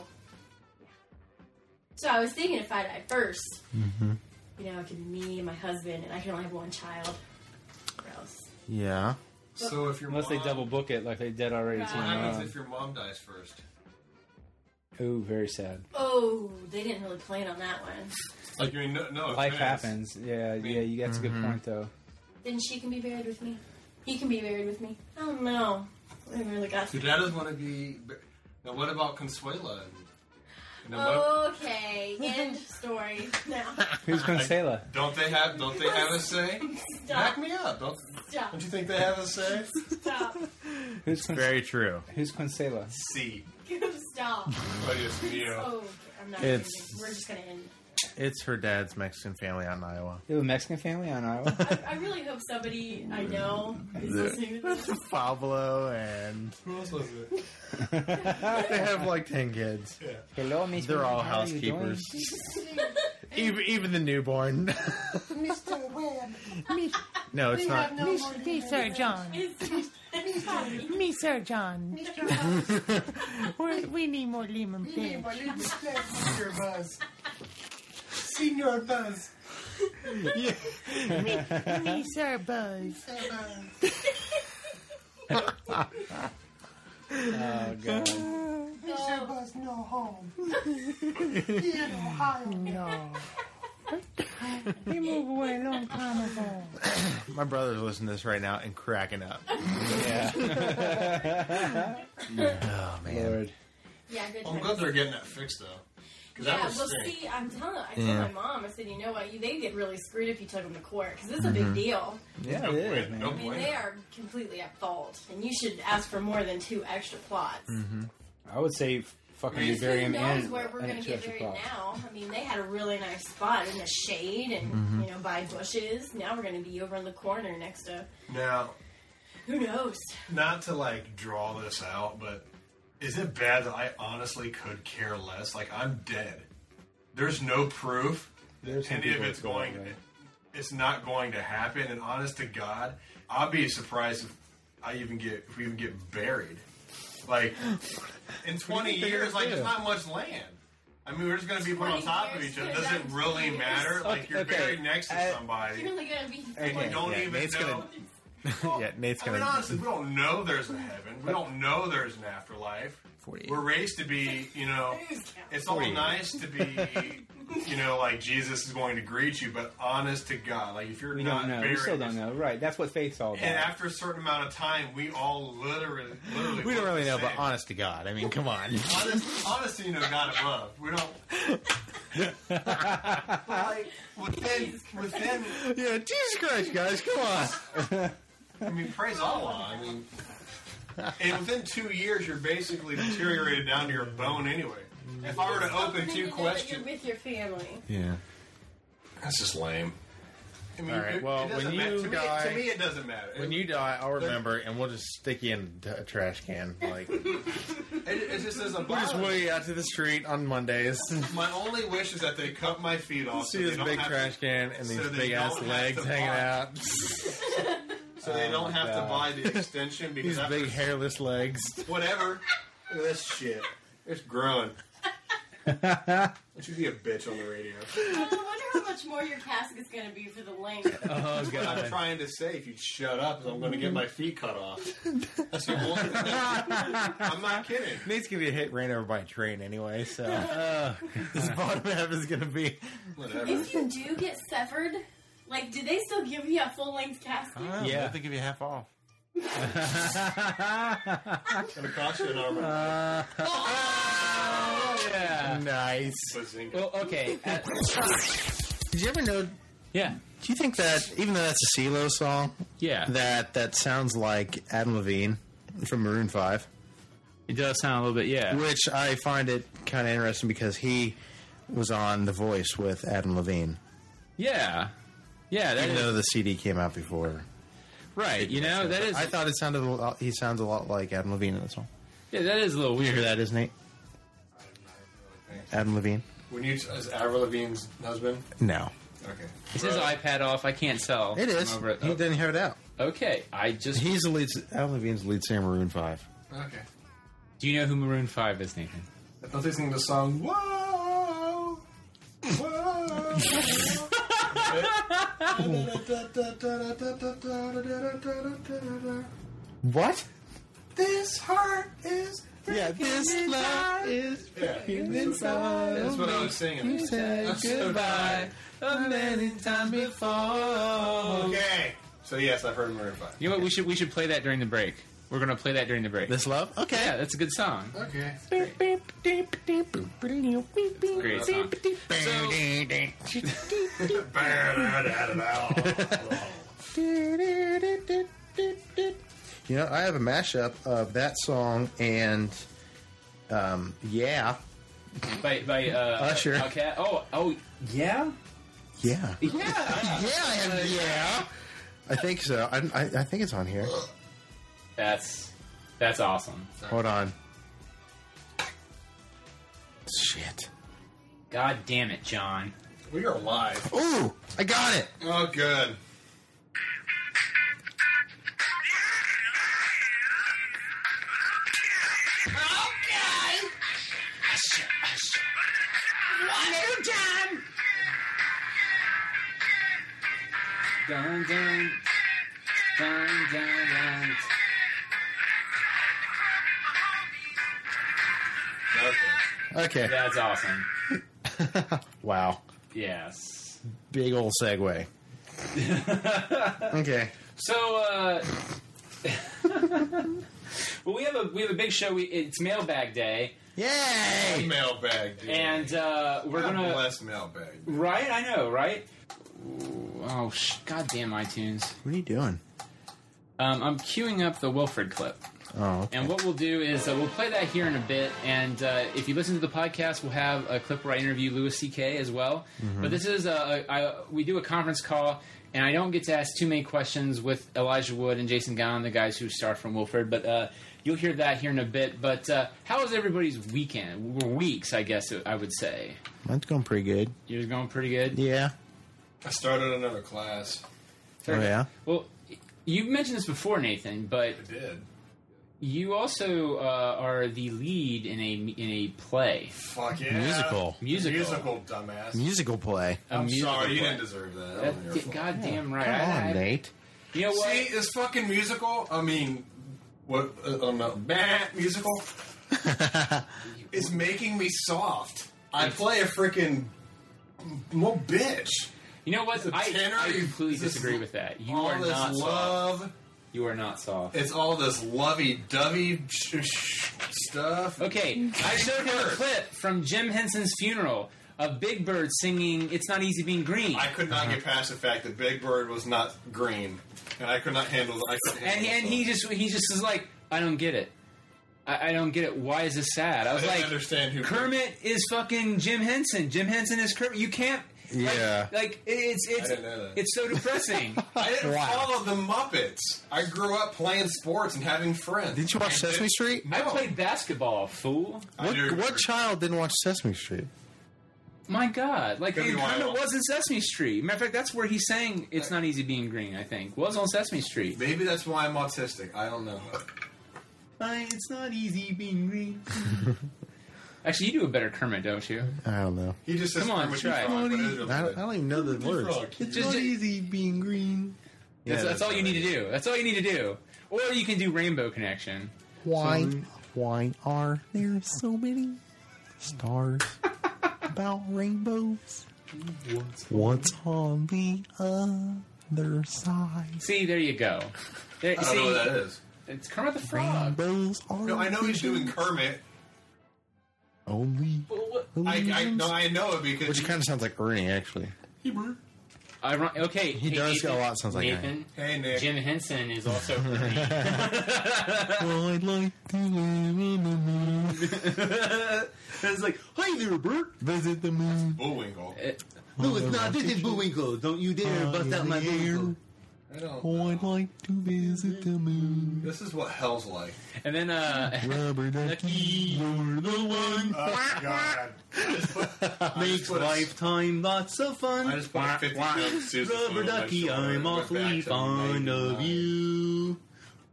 Speaker 9: so I was thinking if I died 1st
Speaker 6: Mm-hmm.
Speaker 9: you know, it could be me and my husband, and I can only have one child. Gross.
Speaker 6: yeah.
Speaker 8: So if your
Speaker 10: Unless they
Speaker 8: mom-
Speaker 10: double book it, like they did already.
Speaker 9: Right.
Speaker 10: to
Speaker 8: What happens
Speaker 10: Mom.
Speaker 8: if your mom dies first?
Speaker 10: Ooh, very sad.
Speaker 9: Oh, they didn't really plan on that one.
Speaker 8: Like, I mean, no, no
Speaker 10: Life
Speaker 8: offense.
Speaker 10: happens. Yeah,
Speaker 8: mean-
Speaker 6: Mm-hmm.
Speaker 10: yeah. You, that's a good point, though.
Speaker 9: Then she can be buried with me. He can be buried with me. I don't know. I really got
Speaker 8: Your dad doesn't want to be. Now, what about Consuela? And, and then
Speaker 9: Oh,
Speaker 8: what-
Speaker 9: Okay, end story. Now,
Speaker 10: Who's Consuela?
Speaker 8: Don't they have? Don't they have a say? Back me up. Don't,
Speaker 9: Stop.
Speaker 8: don't you think they have a say?
Speaker 9: stop.
Speaker 10: Who's Cons-
Speaker 6: Very true.
Speaker 10: Who's Consuela?
Speaker 8: C.
Speaker 9: Stop.
Speaker 8: Oh, yes, Neo.
Speaker 9: Oh, I'm not.
Speaker 6: It's-
Speaker 9: gonna do- We're just gonna end.
Speaker 6: It's her dad's Mexican family out in Iowa.
Speaker 10: You have a Mexican family on Iowa?
Speaker 9: I, I really hope somebody I know is listening to this.
Speaker 6: Pablo and
Speaker 8: Who else was it?
Speaker 6: they have like ten kids.
Speaker 8: Yeah.
Speaker 10: Hello, Miss.
Speaker 6: They're all
Speaker 10: How are you doing?
Speaker 6: housekeepers. Even even the newborn. no, it's not.
Speaker 12: Me, Sir John. Me, Sir John. we we need more lemon pig.
Speaker 8: Senior Buzz. Senior Buzz.
Speaker 12: Me, Sir Buzz.
Speaker 10: Oh god.
Speaker 9: Go.
Speaker 8: Buzz, no home.
Speaker 12: No. he moved away a long time ago.
Speaker 6: My brother's listening to this right now and cracking up.
Speaker 10: Yeah.
Speaker 6: Oh man.
Speaker 10: Lord.
Speaker 9: Yeah, good.
Speaker 8: I'm
Speaker 9: times.
Speaker 8: glad they're getting that fixed though. Because
Speaker 9: Yeah,
Speaker 8: that
Speaker 9: well,
Speaker 8: was strange.
Speaker 9: see, I'm telling. I told
Speaker 6: Yeah.
Speaker 9: my mom. I said, you know what? You, they get really screwed if you took them to court because this is a big deal.
Speaker 10: Mm-hmm. Yeah,
Speaker 8: no
Speaker 10: it is,
Speaker 8: point.
Speaker 10: man.
Speaker 8: No
Speaker 9: I mean,
Speaker 8: point.
Speaker 9: they are completely at fault, and you should ask for more than two extra plots.
Speaker 10: Mm-hmm. I would say fucking
Speaker 8: Who
Speaker 10: you bury
Speaker 9: Who
Speaker 10: him
Speaker 9: knows
Speaker 10: and
Speaker 9: where we're
Speaker 10: and
Speaker 9: going
Speaker 10: it's
Speaker 9: to get
Speaker 10: just your
Speaker 9: buried
Speaker 10: plot.
Speaker 9: now? I mean, they had a really nice spot in the shade and
Speaker 10: Mm-hmm.
Speaker 9: you know by bushes. Now we're going to be over in the corner next to
Speaker 8: Now,
Speaker 9: who knows.
Speaker 8: not to like draw this out, but is it bad that I honestly could care less? Like I'm dead. There's no proof
Speaker 10: There's
Speaker 8: that
Speaker 10: some
Speaker 8: any of
Speaker 10: people
Speaker 8: it's
Speaker 10: that feel
Speaker 8: going.
Speaker 10: that way.
Speaker 8: It's not going to happen. And honest to God, I'll be surprised if I even get if we even get buried. Like in 20
Speaker 6: they're
Speaker 8: years,
Speaker 6: gonna
Speaker 8: like it's
Speaker 6: do?
Speaker 8: not much land. I mean, we're just going to be put on
Speaker 9: 20
Speaker 8: top of
Speaker 9: years,
Speaker 8: each other.
Speaker 9: yeah,
Speaker 8: Does it
Speaker 9: that's
Speaker 8: really
Speaker 9: 20
Speaker 8: matter?
Speaker 9: years.
Speaker 8: Like you're
Speaker 10: Okay,
Speaker 8: buried next to
Speaker 10: I-
Speaker 8: somebody.
Speaker 9: You're really going to be.
Speaker 8: We
Speaker 10: Okay.
Speaker 8: don't
Speaker 6: Yeah,
Speaker 8: even
Speaker 6: Nate's
Speaker 8: know.
Speaker 6: gonna- yeah, Nate's
Speaker 8: I
Speaker 6: gonna.
Speaker 8: mean, honestly, we don't know there's a heaven. We don't know there's an afterlife.
Speaker 6: 48.
Speaker 8: We're raised to be, you know, it's all
Speaker 6: 48.
Speaker 8: nice to be, you know, like Jesus is going to greet you, but honest to God, like if you're
Speaker 10: We
Speaker 8: not
Speaker 10: don't know.
Speaker 8: buried,
Speaker 10: We still don't know. Right. That's what faith's all about.
Speaker 8: And after a certain amount of time, we all literally, literally,
Speaker 6: we don't
Speaker 8: look
Speaker 6: really
Speaker 8: the
Speaker 6: know, but
Speaker 8: same.
Speaker 6: honest to God, I mean, come on.
Speaker 8: honest, honestly, you know, God above, we don't. but like within, within,
Speaker 6: yeah, Jesus Christ, guys, come on.
Speaker 8: I mean, praise Allah. I mean, and within two years, you're basically deteriorated down to your bone anyway. If I were to open two
Speaker 9: You're
Speaker 8: questions,
Speaker 9: with your family.
Speaker 6: Yeah.
Speaker 8: that's just lame. I mean,
Speaker 6: All right,
Speaker 8: it-
Speaker 6: well,
Speaker 8: it doesn't
Speaker 6: when
Speaker 8: matter.
Speaker 6: you
Speaker 8: to me,
Speaker 6: die-
Speaker 8: to me, it doesn't matter.
Speaker 6: When you die, I'll remember, and we'll just stick you in a trash can. Like, we'll
Speaker 8: it, it just
Speaker 6: just
Speaker 8: doesn't bother.
Speaker 6: wheel
Speaker 8: me.
Speaker 6: you out to the street on Mondays.
Speaker 8: My only wish is that they cut my feet off.
Speaker 6: See
Speaker 8: so they
Speaker 6: this
Speaker 8: don't
Speaker 6: big
Speaker 8: have to-
Speaker 6: trash can and
Speaker 8: so
Speaker 6: these
Speaker 8: they
Speaker 6: big ass
Speaker 8: don't have
Speaker 6: legs
Speaker 8: to
Speaker 6: hanging
Speaker 8: buy-
Speaker 6: out.
Speaker 8: so they don't have to
Speaker 10: God.
Speaker 8: buy the extension because
Speaker 6: These
Speaker 8: after
Speaker 6: big hairless legs.
Speaker 8: whatever. Look at This shit, it's growing. Don't you be a bitch on the radio.
Speaker 6: Oh,
Speaker 9: I wonder how much more your casket's going to be for the length.
Speaker 6: Oh
Speaker 8: I'm trying to say if you shut up, is I'm going to get my feet cut off. That's what I'm- I'm not kidding.
Speaker 6: Nate's gonna get hit ran over by a train anyway, so uh, this bottom half is gonna be.
Speaker 8: Whatever.
Speaker 9: if you do get severed, like, do they still give you a full length casket?
Speaker 6: yeah,
Speaker 10: Yeah.
Speaker 6: I think give you half off.
Speaker 8: It's going to cost you an arm. and a
Speaker 10: yeah.
Speaker 6: Nice.
Speaker 8: leg. Bazinga.
Speaker 10: Well, okay. Uh,
Speaker 6: Did you ever know?
Speaker 1: Yeah.
Speaker 6: Do you think that even though that's a CeeLo song,
Speaker 1: Yeah.
Speaker 6: that that sounds like Adam Levine from Maroon Five?
Speaker 1: It does sound a little bit, yeah.
Speaker 6: which I find it kind of interesting because he was on The Voice with Adam Levine,
Speaker 1: Yeah. Yeah, that
Speaker 6: even
Speaker 1: is
Speaker 6: though the CD came out before.
Speaker 1: right. You know, that is
Speaker 6: I thought it sounded. A lot, he sounds a lot like Adam Levine in the song.
Speaker 1: yeah, that is a little
Speaker 6: Who
Speaker 1: weird.
Speaker 6: that is, Nate? Adam Levine?
Speaker 8: When you is Avril Levine's husband?
Speaker 6: No,
Speaker 8: Okay.
Speaker 1: Is his iPad off? I can't tell.
Speaker 6: it is.
Speaker 1: I'm over it. Oh.
Speaker 6: He didn't have it out.
Speaker 1: Okay, I just.
Speaker 6: He's the lead. Adam Levine's the lead singer, of Maroon Five.
Speaker 8: Okay.
Speaker 1: Do you know who Maroon Five is, Nathan?
Speaker 8: I thought they sing the song. Whoa. Whoa.
Speaker 6: What?
Speaker 8: this heart is
Speaker 6: Yeah, this love is
Speaker 8: Yeah. That's what I was singing.
Speaker 6: Say
Speaker 8: goodbye
Speaker 6: a million times before.
Speaker 8: Okay. So yes, I've heard Maroon Five.
Speaker 1: You know what? We should we should play that during the break. We're gonna play that during the break. This
Speaker 6: love? Okay.
Speaker 1: Yeah, that's a good song.
Speaker 8: Okay.
Speaker 1: Great song.
Speaker 6: You know, I have a mashup of that song and um, yeah,
Speaker 1: By by uh,
Speaker 6: Usher.
Speaker 1: Outkast. Oh oh yeah
Speaker 6: yeah.
Speaker 1: yeah yeah I
Speaker 6: have, yeah. I think so. I, I, I think it's on here.
Speaker 1: That's that's awesome.
Speaker 6: Hold on. Shit.
Speaker 1: God damn it, John.
Speaker 8: We are live.
Speaker 6: Ooh, I got it.
Speaker 8: Oh, good.
Speaker 2: Okay. Usher, usher. New time.
Speaker 1: Dun, dun, dun, dun, dun.
Speaker 6: Okay.
Speaker 1: That's awesome.
Speaker 6: Wow.
Speaker 1: Yes.
Speaker 6: Big old segue. okay.
Speaker 1: So, uh, well, we have a we have a big show. We, it's Mailbag Day.
Speaker 6: Yay!
Speaker 8: Mailbag, dude.
Speaker 1: And uh, we're
Speaker 8: God
Speaker 1: gonna
Speaker 8: bless mailbag.
Speaker 1: right. I know, right? Ooh, Oh, sh- goddamn iTunes.
Speaker 6: What are you doing?
Speaker 1: Um, I'm queuing up the Wilfred clip.
Speaker 6: Oh,
Speaker 1: And what we'll do is uh, we'll play that here in a bit. And uh, if you listen to the podcast, we'll have a clip where I interview Louis C.K. as well.
Speaker 6: Mhm.
Speaker 1: But this is uh, a, a, I, we do a conference call, and I don't get to ask too many questions with Elijah Wood and Jason Gowan, the guys who start from Wilford. But uh, you'll hear that here in a bit. But uh, how was everybody's weekend? Or weeks, I guess I would say.
Speaker 6: Mine's going pretty good.
Speaker 1: Yours going pretty good.
Speaker 6: Yeah.
Speaker 8: I started another class.
Speaker 6: Oh yeah.
Speaker 1: Well, you mentioned this before, Nathan, but
Speaker 8: I did.
Speaker 1: You also uh, are the lead in a in a play.
Speaker 8: Fuck yeah.
Speaker 6: Musical.
Speaker 1: Musical.
Speaker 8: Musical, dumbass.
Speaker 6: Musical play.
Speaker 1: A
Speaker 8: I'm
Speaker 1: musical
Speaker 8: sorry, you
Speaker 1: play.
Speaker 8: didn't deserve that.
Speaker 1: That-
Speaker 8: That wasn't your fault.
Speaker 1: goddamn right.
Speaker 6: Come
Speaker 1: I-
Speaker 6: on,
Speaker 1: I-
Speaker 6: Nate.
Speaker 1: You know what?
Speaker 8: See, it's fucking musical. I mean, what? Uh, oh no, bah, musical. it's making me soft. I play a freaking well, bitch.
Speaker 1: You know what?
Speaker 8: The
Speaker 1: I,
Speaker 8: tenor
Speaker 1: I
Speaker 8: is-
Speaker 1: completely
Speaker 8: this-
Speaker 1: disagree with that. You
Speaker 8: all
Speaker 1: are
Speaker 8: this
Speaker 1: not
Speaker 8: love.
Speaker 1: soft. You are not soft.
Speaker 8: It's all this lovey-dovey sh- sh- stuff.
Speaker 1: Okay, I showed him a clip from Jim Henson's funeral of Big Bird singing "It's Not Easy Being Green."
Speaker 8: I could not get past the fact that Big Bird was not green, and I could not handle. I couldn't
Speaker 1: Uh-huh. and
Speaker 8: handle
Speaker 1: he, and he just he just is like, I don't get it. I, I don't get it. Why is this sad? I was
Speaker 8: didn't
Speaker 1: like,
Speaker 8: understand who-
Speaker 1: Kermit is fucking Jim Henson. Jim Henson is Kermit. You can't.
Speaker 6: Yeah.
Speaker 1: Like it- it's it's
Speaker 8: didn't know that.
Speaker 1: it's so depressing.
Speaker 8: I didn't follow the Muppets. I grew up playing sports and having friends.
Speaker 6: Didn't you watch Sesame Street?
Speaker 1: I played basketball, fool.
Speaker 6: What, what child didn't watch Sesame Street?
Speaker 1: My God, like
Speaker 8: Could
Speaker 1: it
Speaker 8: be why I
Speaker 1: kind of
Speaker 8: lost.
Speaker 1: was in Sesame Street. Matter of fact, that's where he sang "It's Not Easy Being Green." I think was on Sesame Street.
Speaker 8: Maybe that's why I'm autistic. I don't know.
Speaker 1: It's not easy being green. Actually, you do a better Kermit, don't you?
Speaker 6: I don't know.
Speaker 8: He just says
Speaker 1: Come on,
Speaker 8: Kermit the
Speaker 1: try it.
Speaker 8: Frog, but
Speaker 6: I
Speaker 8: it
Speaker 6: don't,
Speaker 8: doesn't-
Speaker 6: I don't even know the words.
Speaker 8: Frog.
Speaker 6: It's
Speaker 1: Just-
Speaker 6: not easy being green.
Speaker 1: That's,
Speaker 6: Yeah,
Speaker 1: that's all you need to do. That's all you need to do. Or you can do Rainbow Connection.
Speaker 6: Why? Why are there so many stars about rainbows? What's on the other side?
Speaker 1: See, there you go. There,
Speaker 8: I don't
Speaker 1: see,
Speaker 8: know what that is.
Speaker 1: It's Kermit the Frog.
Speaker 6: Rainbows are.
Speaker 8: No, I know he's doing Kermit.
Speaker 6: only.
Speaker 8: I, I no, I know it because
Speaker 6: Which kind of sounds like Ernie, actually.
Speaker 8: Hebrew.
Speaker 1: I run, okay, he
Speaker 6: does got a lot sounds like that.
Speaker 1: Nathan.
Speaker 8: Hey Nick,
Speaker 1: Jim Henson is also.
Speaker 6: well, I'd like to live in the moon.
Speaker 1: it's like, hi there, Bert.
Speaker 6: Visit the moon.
Speaker 13: Uh,
Speaker 8: Bullwinkle.
Speaker 11: No, it's not. This is Bullwinkle. Don't you dare
Speaker 10: Oh,
Speaker 11: bust out my Bullwinkle.
Speaker 8: I don't.
Speaker 6: Oh, I'd like to visit the moon.
Speaker 8: This is what hell's like.
Speaker 1: And then, uh,
Speaker 6: Rubber ducky, you're the one.
Speaker 10: Uh,
Speaker 8: Oh God!
Speaker 11: Makes
Speaker 8: put a-
Speaker 11: lifetime lots of
Speaker 8: I
Speaker 11: fun.
Speaker 8: just put a fifty pound Susan
Speaker 11: Rubber
Speaker 8: spoon on my
Speaker 11: ducky,
Speaker 8: shoulder and
Speaker 11: I'm
Speaker 8: went back
Speaker 11: awfully
Speaker 8: to my
Speaker 11: fond of you.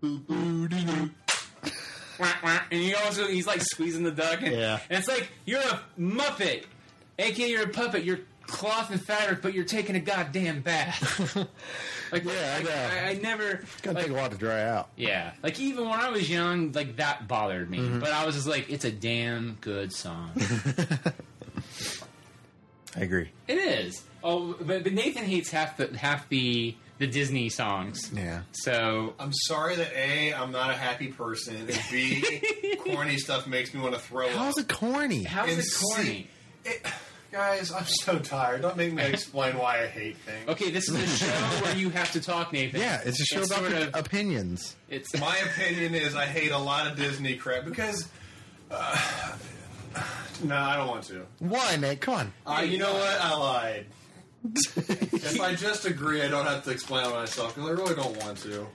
Speaker 11: Boop, boop, dee, doo.
Speaker 1: wah, wah, and he also he's like squeezing the duck, and,
Speaker 6: Yeah.
Speaker 1: and it's like you're a muppet, aka you're a puppet. You're cloth and fabric, but you're taking a goddamn bath. like,
Speaker 6: Yeah, I
Speaker 1: like,
Speaker 6: know.
Speaker 1: I, I never.
Speaker 6: Gonna
Speaker 1: like,
Speaker 6: take a while to dry out.
Speaker 1: Yeah, like even when I was young, like that bothered me.
Speaker 6: Mm-hmm.
Speaker 1: But I was just like, it's a damn good song.
Speaker 6: I agree.
Speaker 1: it is. Oh, but, but Nathan hates half the half the
Speaker 13: the Disney songs.
Speaker 6: Yeah.
Speaker 13: So
Speaker 8: I'm sorry that A, I'm not a happy person, and B, corny stuff makes me want to throw up.
Speaker 6: How's it corny?
Speaker 8: And C, it- guys, I'm so tired. Don't make me explain why I hate things.
Speaker 13: Okay, this is a show where you have to talk, Nathan.
Speaker 6: Yeah, it's a show about
Speaker 13: sort of-
Speaker 6: opinions.
Speaker 13: It's
Speaker 8: my opinion is I hate a lot of Disney crap because. Uh, no, I don't want to.
Speaker 6: Why, Nate? Come on.
Speaker 8: Uh, you know what? I lied. if I just agree, I don't have to explain myself because I really don't want to.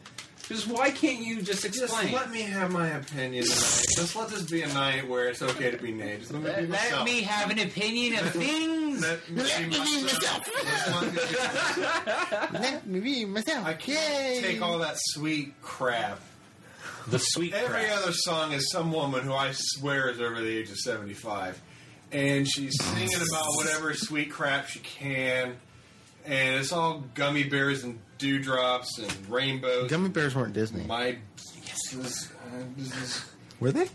Speaker 13: Just why can't you just
Speaker 8: Just
Speaker 13: explain?
Speaker 8: let me have my opinion tonight. Just let this be a night where it's okay to be Nate. Just let me be myself.
Speaker 13: have an opinion of things.
Speaker 8: Let me be myself.
Speaker 6: Let me be myself.
Speaker 8: I can't take all that sweet crap.
Speaker 13: The sweet
Speaker 8: Every other song is some woman who I swear is over the age of 75. And she's singing about whatever sweet crap she can. And it's all gummy bears and dewdrops and rainbows.
Speaker 6: Gummy bears weren't Disney.
Speaker 8: My. Yes, it was. uh, it was-
Speaker 6: Were they?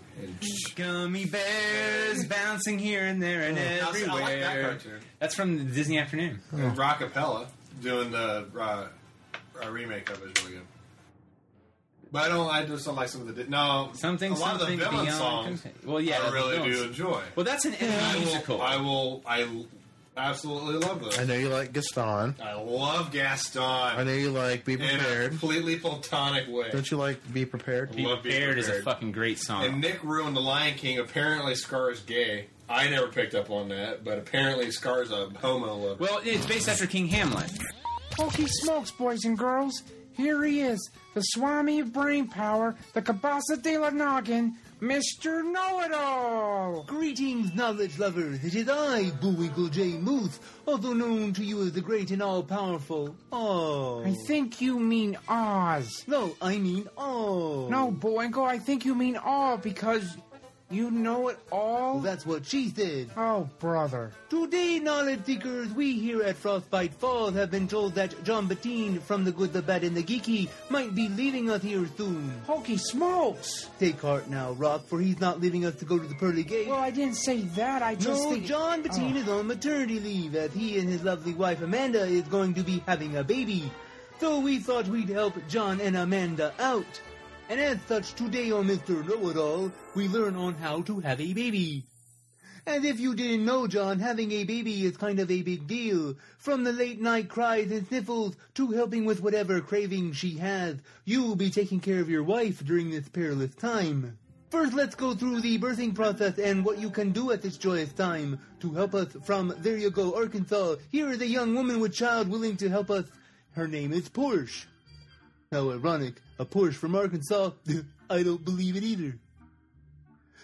Speaker 13: Gummy bears bouncing here and there and
Speaker 1: Mm.
Speaker 8: I like that
Speaker 13: everywhere.
Speaker 8: cartoon.
Speaker 13: That's from the Disney Afternoon.
Speaker 8: and Rockapella doing the uh, uh, remake of it is really good. But I don't. I just don't like some of the no.
Speaker 13: Something,
Speaker 8: a lot
Speaker 13: something
Speaker 8: of the villain
Speaker 13: beyond
Speaker 8: songs.
Speaker 13: content. Well, yeah,
Speaker 8: I
Speaker 13: the
Speaker 8: really do
Speaker 13: villains.
Speaker 8: enjoy.
Speaker 13: Well, that's an
Speaker 8: And I will-
Speaker 13: musical.
Speaker 8: I will. I l- absolutely love those.
Speaker 6: I know you like Gaston.
Speaker 8: I love Gaston. I
Speaker 6: know you like Be
Speaker 8: in a
Speaker 6: Prepared.
Speaker 8: completely platonic way.
Speaker 6: Don't you like Be Prepared?
Speaker 8: Be Love Be Prepared is a Prepared.
Speaker 13: fucking great song.
Speaker 8: And Nick ruined the Lion King. Apparently, Scar is gay. I never picked up on that, but apparently, Scar's a homo lover.
Speaker 13: Well, it's based after King Hamlet.
Speaker 14: Pokey smokes, boys and girls. Here he is, the Swami of Brain Power, the Kabasa de la Noggin, Mr. Know It All.
Speaker 11: Greetings, knowledge lovers. It is I, Bullwinkle J. Moose, also known to you as the great and all powerful. Oh.
Speaker 14: I think you mean Oz.
Speaker 11: No, I mean all.
Speaker 14: No, Boingo, I think you mean all because you know it all.
Speaker 11: That's what she said.
Speaker 14: Oh, brother.
Speaker 11: Today, knowledge seekers, we here at Frostbite Falls have been told that John Bettine from The Good, the Bad, and the Geeky might be leaving us here soon.
Speaker 14: Hokey smokes!
Speaker 11: Take heart now, Rock, for he's not leaving us to go to the pearly gate.
Speaker 14: Well, I didn't say that. I just
Speaker 11: No,
Speaker 14: think
Speaker 11: John Bettine
Speaker 14: Oh.
Speaker 11: is on maternity leave as he and his lovely wife Amanda is going to be having a baby. So we thought we'd help John and Amanda out. And as such, today on Mr. Know It All, we learn on how to have a baby. As if you didn't know, John, having a baby is kind of a big deal. From the late night cries and sniffles to helping with whatever craving she has, you will be taking care of your wife during this perilous time. First, let's go through the birthing process and what you can do at this joyous time. To help us from There You Go, Arkansas, here is a young woman with child willing to help us. Her name is Porsche. How ironic. A Porsche from Arkansas? I don't believe it either.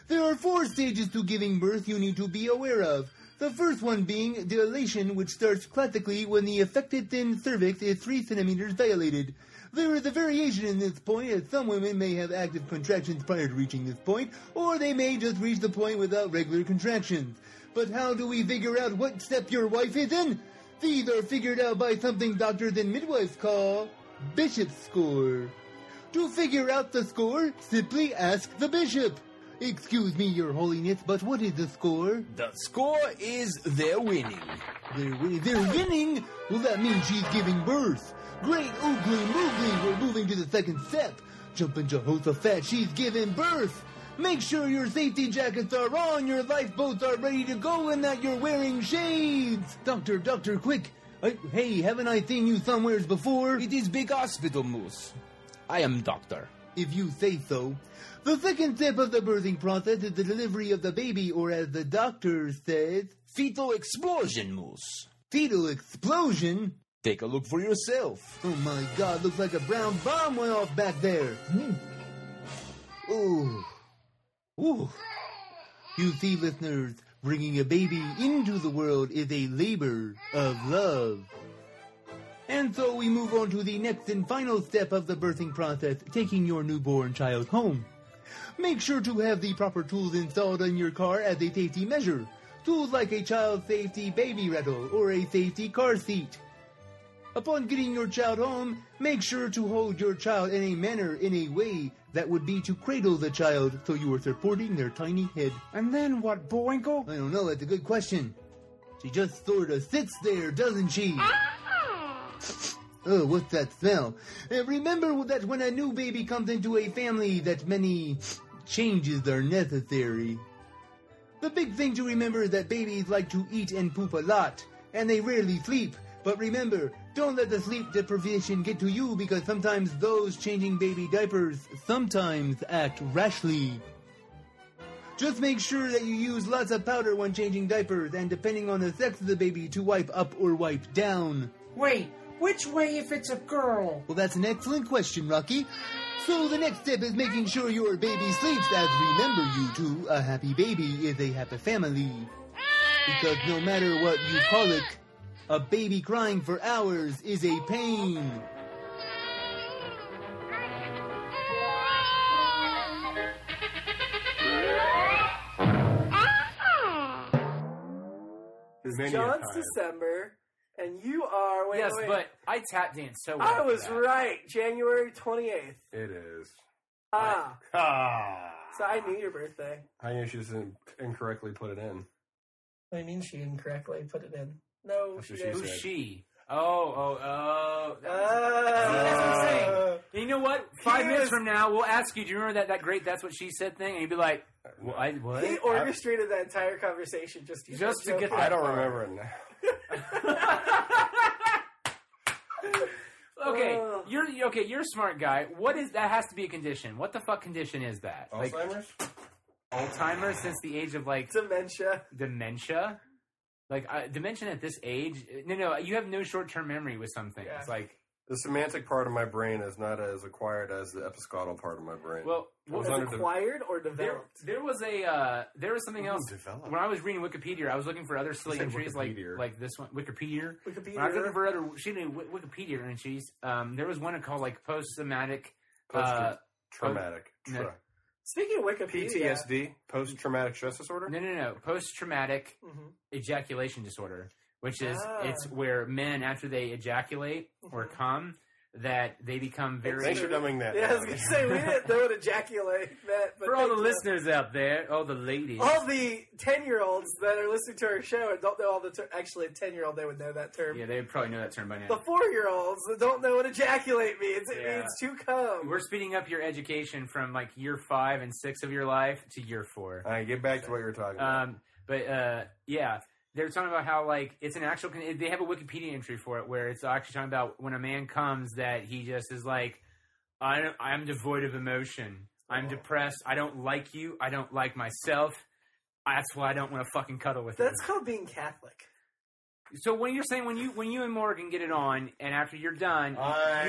Speaker 11: There are four stages to giving birth you need to be aware of. The first one being the elation, which starts classically when the affected thin cervix is 3 centimeters dilated. There is a variation in this point, as some women may have active contractions prior to reaching this point, or they may just reach the point without regular contractions. But how do we figure out what step your wife is in? These are figured out by something doctors and midwives call Bishop's score. To figure out the score, simply ask the bishop. Excuse me, your holiness, but what is the score?
Speaker 15: The score is they're winning.
Speaker 11: They're, wi- they're winning? Well, that means she's giving birth. Great oogly moogly, we're moving to the second step. Jumping Jehoshaphat, she's giving birth. Make sure your safety jackets are on, your lifeboats are ready to go, and that you're wearing shades. Doctor, doctor, quick. I, hey, haven't I seen you somewheres before?
Speaker 15: It is Big Hospital Moose. I am doctor.
Speaker 11: if you say so. The second step of the birthing process is the delivery of the baby, or as the doctor says,
Speaker 15: fetal explosion, Moose.
Speaker 11: Fetal explosion?
Speaker 15: Take a look for yourself.
Speaker 11: Oh my god, looks like a brown bomb went off back there.
Speaker 15: Hmm.
Speaker 11: Ooh. Ooh. You see, listeners, bringing a baby into the world is a labor of love. And so we move on to the next and final step of the birthing process, taking your newborn child home. Make sure to have the proper tools installed on your car as a safety measure. Tools like a child safety baby rattle or a safety car seat. Upon getting your child home, make sure to hold your child in a manner, in a way that would be to cradle the child so you are supporting their tiny head.
Speaker 14: And then what, Boinkle?
Speaker 11: I don't know, that's a good question. She just sort of sits there, doesn't she? Oh, what's that smell? Uh, remember that when a new baby comes into a family, that many changes are necessary. The big thing to remember is that babies like to eat and poop a lot, and they rarely sleep. But remember, don't let the sleep deprivation get to you because sometimes those changing baby diapers sometimes act rashly. Just make sure that you use lots of powder when changing diapers and depending on the sex of the baby to wipe up or wipe down.
Speaker 14: Wait, which way if it's a girl?
Speaker 11: Well, that's an excellent question, Rocky. So the next step is making sure your baby sleeps as remember you two, a happy baby is a happy family. Because no matter what you call it, a baby crying for hours is a pain.
Speaker 5: It's John's December, and you are. Wait,
Speaker 1: yes,
Speaker 5: wait.
Speaker 1: but I tap dance so well.
Speaker 5: I
Speaker 1: for
Speaker 5: was
Speaker 1: that.
Speaker 5: right. January twenty eighth.
Speaker 16: It is.
Speaker 5: Ah,
Speaker 16: Ah.
Speaker 5: so I knew your birthday.
Speaker 16: I knew she just in- incorrectly put it in.
Speaker 5: I mean, she incorrectly put it in. No,
Speaker 16: That's
Speaker 5: she
Speaker 16: what
Speaker 5: didn't.
Speaker 16: she said.
Speaker 1: she? Oh, oh, oh. That was-
Speaker 5: Uh,
Speaker 1: See, that's what I'm saying. You know what? Five
Speaker 5: Ah. He
Speaker 1: minutes
Speaker 5: was-
Speaker 1: from now, we'll ask you, do you remember that, that great That's What She Said thing? And you'd be like, well, I, what?
Speaker 5: He orchestrated that entire conversation just to
Speaker 1: Just to
Speaker 5: Joe
Speaker 1: get
Speaker 5: Biden.
Speaker 1: that
Speaker 16: I don't remember it now.
Speaker 1: Okay,
Speaker 5: Ugh.
Speaker 1: you're okay. You're a smart guy. What is that? Has to be a condition. What the fuck condition is that?
Speaker 16: Alzheimer's.
Speaker 1: Alzheimer's since the age of like
Speaker 5: dementia.
Speaker 1: Dementia. Like uh, dementia at this age. No, no, you have no short term memory with some things.
Speaker 5: Yeah.
Speaker 1: Like,
Speaker 16: The semantic part of my brain is not as acquired as the episcodal part of my brain.
Speaker 1: well,
Speaker 16: It
Speaker 1: what
Speaker 16: was
Speaker 1: was
Speaker 16: under
Speaker 1: it?
Speaker 16: the-
Speaker 5: Acquired or
Speaker 1: There,
Speaker 5: developed?
Speaker 1: there was a uh, there was something
Speaker 16: Ooh,
Speaker 1: else.
Speaker 16: developed.
Speaker 1: When I was reading Wikipedia, I was looking for other silly
Speaker 16: said
Speaker 1: entries like
Speaker 16: Wikipedia.
Speaker 1: like this one, Wikipedia.
Speaker 5: Wikipedia.
Speaker 1: When I was looking for other she did Wi- Wikipedia entries. Um, there was one called like post somatic, uh,
Speaker 16: Traumatic.
Speaker 1: no.
Speaker 16: Tra-
Speaker 5: Speaking of Wikipedia,
Speaker 16: PTSD, post traumatic stress disorder.
Speaker 1: No, no, no. Post traumatic
Speaker 5: Mhm.
Speaker 1: ejaculation disorder, which is
Speaker 5: Ah.
Speaker 1: it's where men after they ejaculate or come that they become very.
Speaker 16: Thanks for dumbing that
Speaker 5: Yeah, I was
Speaker 16: down.
Speaker 5: gonna say we didn't know to ejaculate that. But
Speaker 1: For all the
Speaker 5: thank you.
Speaker 1: listeners out there, all the ladies,
Speaker 5: all the ten-year-olds that are listening to our show and don't know all the ter- actually a ten-year-old they would know that term.
Speaker 1: yeah, they probably know that term by
Speaker 5: The
Speaker 1: now.
Speaker 5: four-year-olds that don't know what ejaculate means. It
Speaker 1: Yeah.
Speaker 5: means to come.
Speaker 1: Oh, We're speeding up your education from like year five and six of your life to year four.
Speaker 16: All right, get back to what you were talking about.
Speaker 1: Um, but uh, yeah, they're talking about how like it's an actual. con- They have a Wikipedia entry for it where it's actually talking about when a man comes that he just is like, I don't- I'm devoid of emotion.
Speaker 16: Oh.
Speaker 1: I'm depressed. I don't like you. I don't like myself. That's why I don't want to fucking cuddle with
Speaker 5: That's
Speaker 1: you.
Speaker 5: called being Catholic.
Speaker 1: So when you're saying when you when you and Morgan get it on, and after you're done,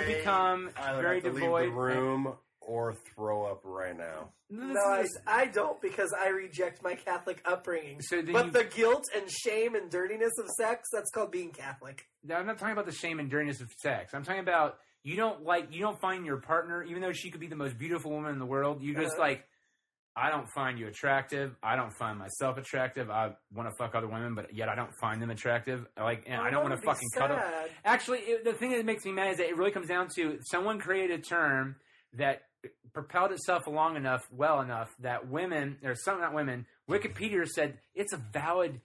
Speaker 1: you become
Speaker 16: I would
Speaker 1: very
Speaker 16: have to
Speaker 1: devoid.
Speaker 16: Leave the room or throw up right now.
Speaker 5: No, I, I don't because I reject my Catholic upbringing.
Speaker 1: So then
Speaker 5: but
Speaker 1: you-
Speaker 5: the guilt and shame and dirtiness of sex—that's called being Catholic.
Speaker 1: Now, I'm not talking about the shame and dirtiness of sex. I'm talking about you don't like you don't find your partner, even though she could be the most beautiful woman in the world. You just
Speaker 5: Uh-huh.
Speaker 1: like, I don't find you attractive. I don't find myself attractive. I want to fuck other women, but yet I don't find them attractive. Like, and I don't want to
Speaker 5: Oh, be
Speaker 1: fucking cuddle.
Speaker 5: sad.
Speaker 1: Actually, it, the thing that makes me mad is that it really comes down to someone created a term that propelled itself along enough, well enough that women or some not women, Wikipedia said it's a valid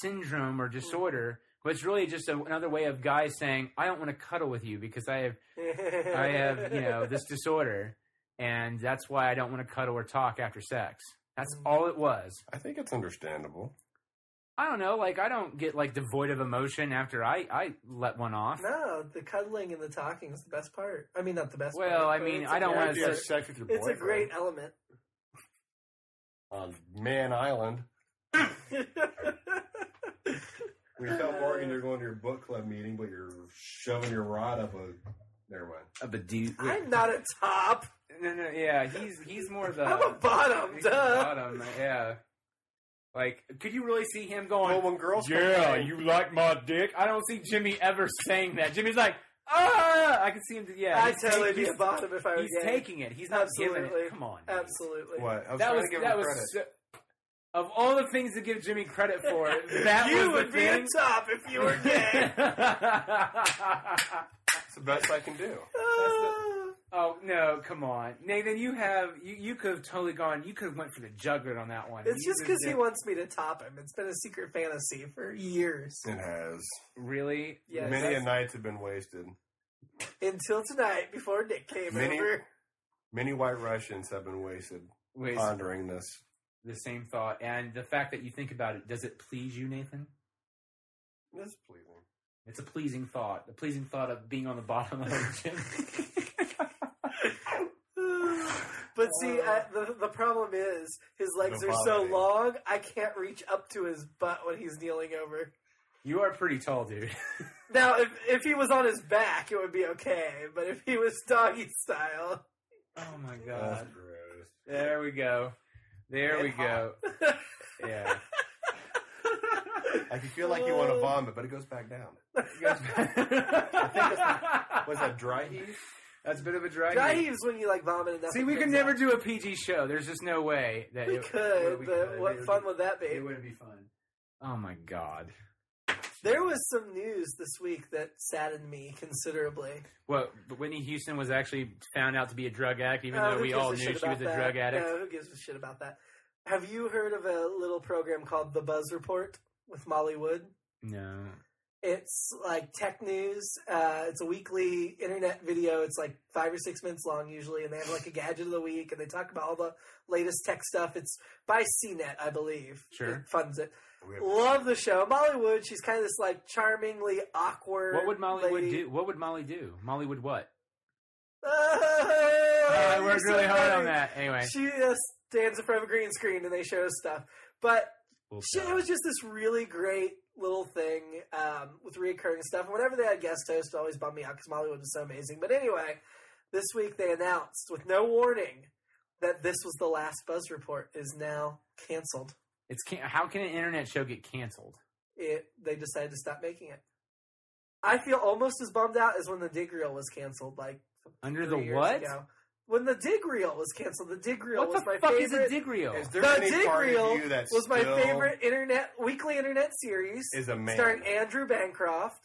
Speaker 1: syndrome or disorder, but it's really just a, another way of guys saying I don't want to cuddle with you because I have I have you know this disorder, and that's why I don't want to cuddle or talk after sex. That's
Speaker 5: Mm.
Speaker 1: all it was.
Speaker 16: I think it's understandable.
Speaker 1: I don't know, like I don't get like devoid of emotion after I I let one off.
Speaker 5: No, the cuddling and the talking is the best part. I mean, not the best.
Speaker 1: Well,
Speaker 5: part,
Speaker 1: I
Speaker 5: but
Speaker 1: mean,
Speaker 5: it's
Speaker 1: I
Speaker 5: a
Speaker 1: don't
Speaker 5: great-
Speaker 1: wanna
Speaker 16: have sex with your
Speaker 5: It's a
Speaker 16: boyfriend.
Speaker 5: great element.
Speaker 16: on Man Island. we tell Morgan you're going to your book club meeting, but you're shoving your rod up a. Never mind.
Speaker 1: Of a deep.
Speaker 5: I'm not a top.
Speaker 1: No, no, yeah, he's he's more the.
Speaker 5: I'm a bottom,
Speaker 1: he's the
Speaker 5: duh.
Speaker 1: Bottom, yeah. Like, could you really see him going?
Speaker 16: Well, when girls
Speaker 1: yeah,
Speaker 16: complain-
Speaker 1: you like my dick. I don't see Jimmy ever saying that. Jimmy's like, ah, I can see him. Yeah,
Speaker 5: I'd
Speaker 1: he's
Speaker 5: totally
Speaker 1: taking-
Speaker 5: be a
Speaker 1: he's-
Speaker 5: bottom if I was
Speaker 1: He's
Speaker 5: gay.
Speaker 1: taking it. He's not giving
Speaker 5: Absolutely.
Speaker 1: it. Come on.
Speaker 5: Absolutely.
Speaker 16: What? I was
Speaker 1: that
Speaker 16: trying
Speaker 1: was
Speaker 16: to give
Speaker 1: that
Speaker 16: him
Speaker 1: was.
Speaker 16: credit.
Speaker 1: So, of all the things to give Jimmy credit for, that
Speaker 5: you
Speaker 1: was the
Speaker 5: would be
Speaker 1: thing.
Speaker 5: a top if you were gay.
Speaker 16: It's the best I can do.
Speaker 1: Oh no! Come on, Nathan. You have you. You could have totally gone. You could have went for the jugular on that one.
Speaker 5: it's
Speaker 1: You
Speaker 5: just
Speaker 1: could've
Speaker 5: because he
Speaker 1: done-
Speaker 5: wants me to top him. It's been a secret fantasy for years.
Speaker 16: It has.
Speaker 1: Really?
Speaker 5: Yes.
Speaker 16: Many a
Speaker 5: That's-
Speaker 16: nights have been wasted.
Speaker 5: Until tonight, before Nick came
Speaker 8: Many-
Speaker 5: over.
Speaker 8: Many white Russians have been wasted
Speaker 1: Wasted.
Speaker 8: pondering this.
Speaker 1: The same thought, and the fact that you think about it, does it please you, Nathan?
Speaker 8: That's pleasing.
Speaker 1: It's a pleasing thought. The pleasing thought of being on the bottom of the gym.
Speaker 5: But see,
Speaker 1: Uh.
Speaker 5: I, the, the problem is his legs
Speaker 1: No
Speaker 5: are so
Speaker 1: bother.
Speaker 5: long, I can't reach up to his butt when he's kneeling over.
Speaker 1: you are pretty tall, dude.
Speaker 5: Now, if, if he was on his back, it would be okay. But if he was doggy style,
Speaker 1: Oh my god. There we go. There we go. Yeah.
Speaker 8: I can feel like you want to vomit, but it goes back down. Was that dry heave?
Speaker 1: That's a bit of a dry,
Speaker 5: dry
Speaker 1: heave.
Speaker 5: heaves when you like vomit enough.
Speaker 1: See,
Speaker 5: it
Speaker 1: we could
Speaker 5: comes
Speaker 1: never do a PG show. There's just no way that
Speaker 5: out. We
Speaker 1: it-
Speaker 5: could,
Speaker 1: we
Speaker 5: but
Speaker 1: could. It
Speaker 5: what
Speaker 1: would
Speaker 5: fun
Speaker 1: be-
Speaker 5: would that be?
Speaker 1: It wouldn't be fun. Oh my god.
Speaker 5: There was some news this week that saddened me considerably.
Speaker 1: Well, but Whitney Houston was actually found out to be a drug addict, even
Speaker 5: Uh,
Speaker 1: though
Speaker 5: who
Speaker 1: we
Speaker 5: gives
Speaker 1: all
Speaker 5: a
Speaker 1: knew she
Speaker 5: shit
Speaker 1: was
Speaker 5: about
Speaker 1: a
Speaker 5: that?
Speaker 1: drug addict.
Speaker 5: No, who gives a shit about that? Have you heard of a little program called The Buzz Report with Molly Wood?
Speaker 1: No.
Speaker 5: It's like tech news. Uh, it's a weekly internet video. It's like five or six minutes long usually, and they have like a gadget of the week, and they talk about all the latest tech stuff. It's by CNET, I believe.
Speaker 1: Sure.
Speaker 5: It funds it. Love the show. Molly Wood. She's kind of this like charmingly awkward.
Speaker 1: What would Molly Wood
Speaker 5: lady.
Speaker 1: do? What would Molly do? Molly would what?
Speaker 5: I
Speaker 1: I worked really hard on that. Anyway.
Speaker 5: She uh, stands in front of a green screen and they show us stuff. But
Speaker 1: Wolf
Speaker 5: she, it was just this really great little thing um, with reoccurring stuff. And whenever they had guest hosts, it always bummed me out because Mollywood was so amazing. But anyway, this week they announced with no warning that this was the last Buzz Report is now canceled.
Speaker 1: It's can- how can an internet show get canceled?
Speaker 5: It they decided to stop making it. I feel almost as bummed out as when the Dig Reel was canceled. Like
Speaker 1: Under
Speaker 5: three
Speaker 1: the
Speaker 5: years
Speaker 1: what?
Speaker 5: ago. When the dig reel was canceled, the dig reel
Speaker 1: What
Speaker 5: was
Speaker 1: the
Speaker 5: my
Speaker 1: fuck is a
Speaker 5: favorite.
Speaker 1: dig reel? Is there
Speaker 5: the
Speaker 1: any
Speaker 5: dig
Speaker 1: part of
Speaker 5: reel
Speaker 1: you that
Speaker 5: was my
Speaker 1: still
Speaker 5: favorite internet weekly internet series.
Speaker 8: is a man?
Speaker 5: starring Andrew Bancroft,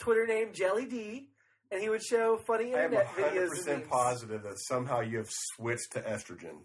Speaker 5: Twitter name Jelly D, and he would show funny
Speaker 8: I am
Speaker 5: internet videos. and
Speaker 8: 100%
Speaker 5: memes.
Speaker 8: positive that somehow you have switched to estrogen.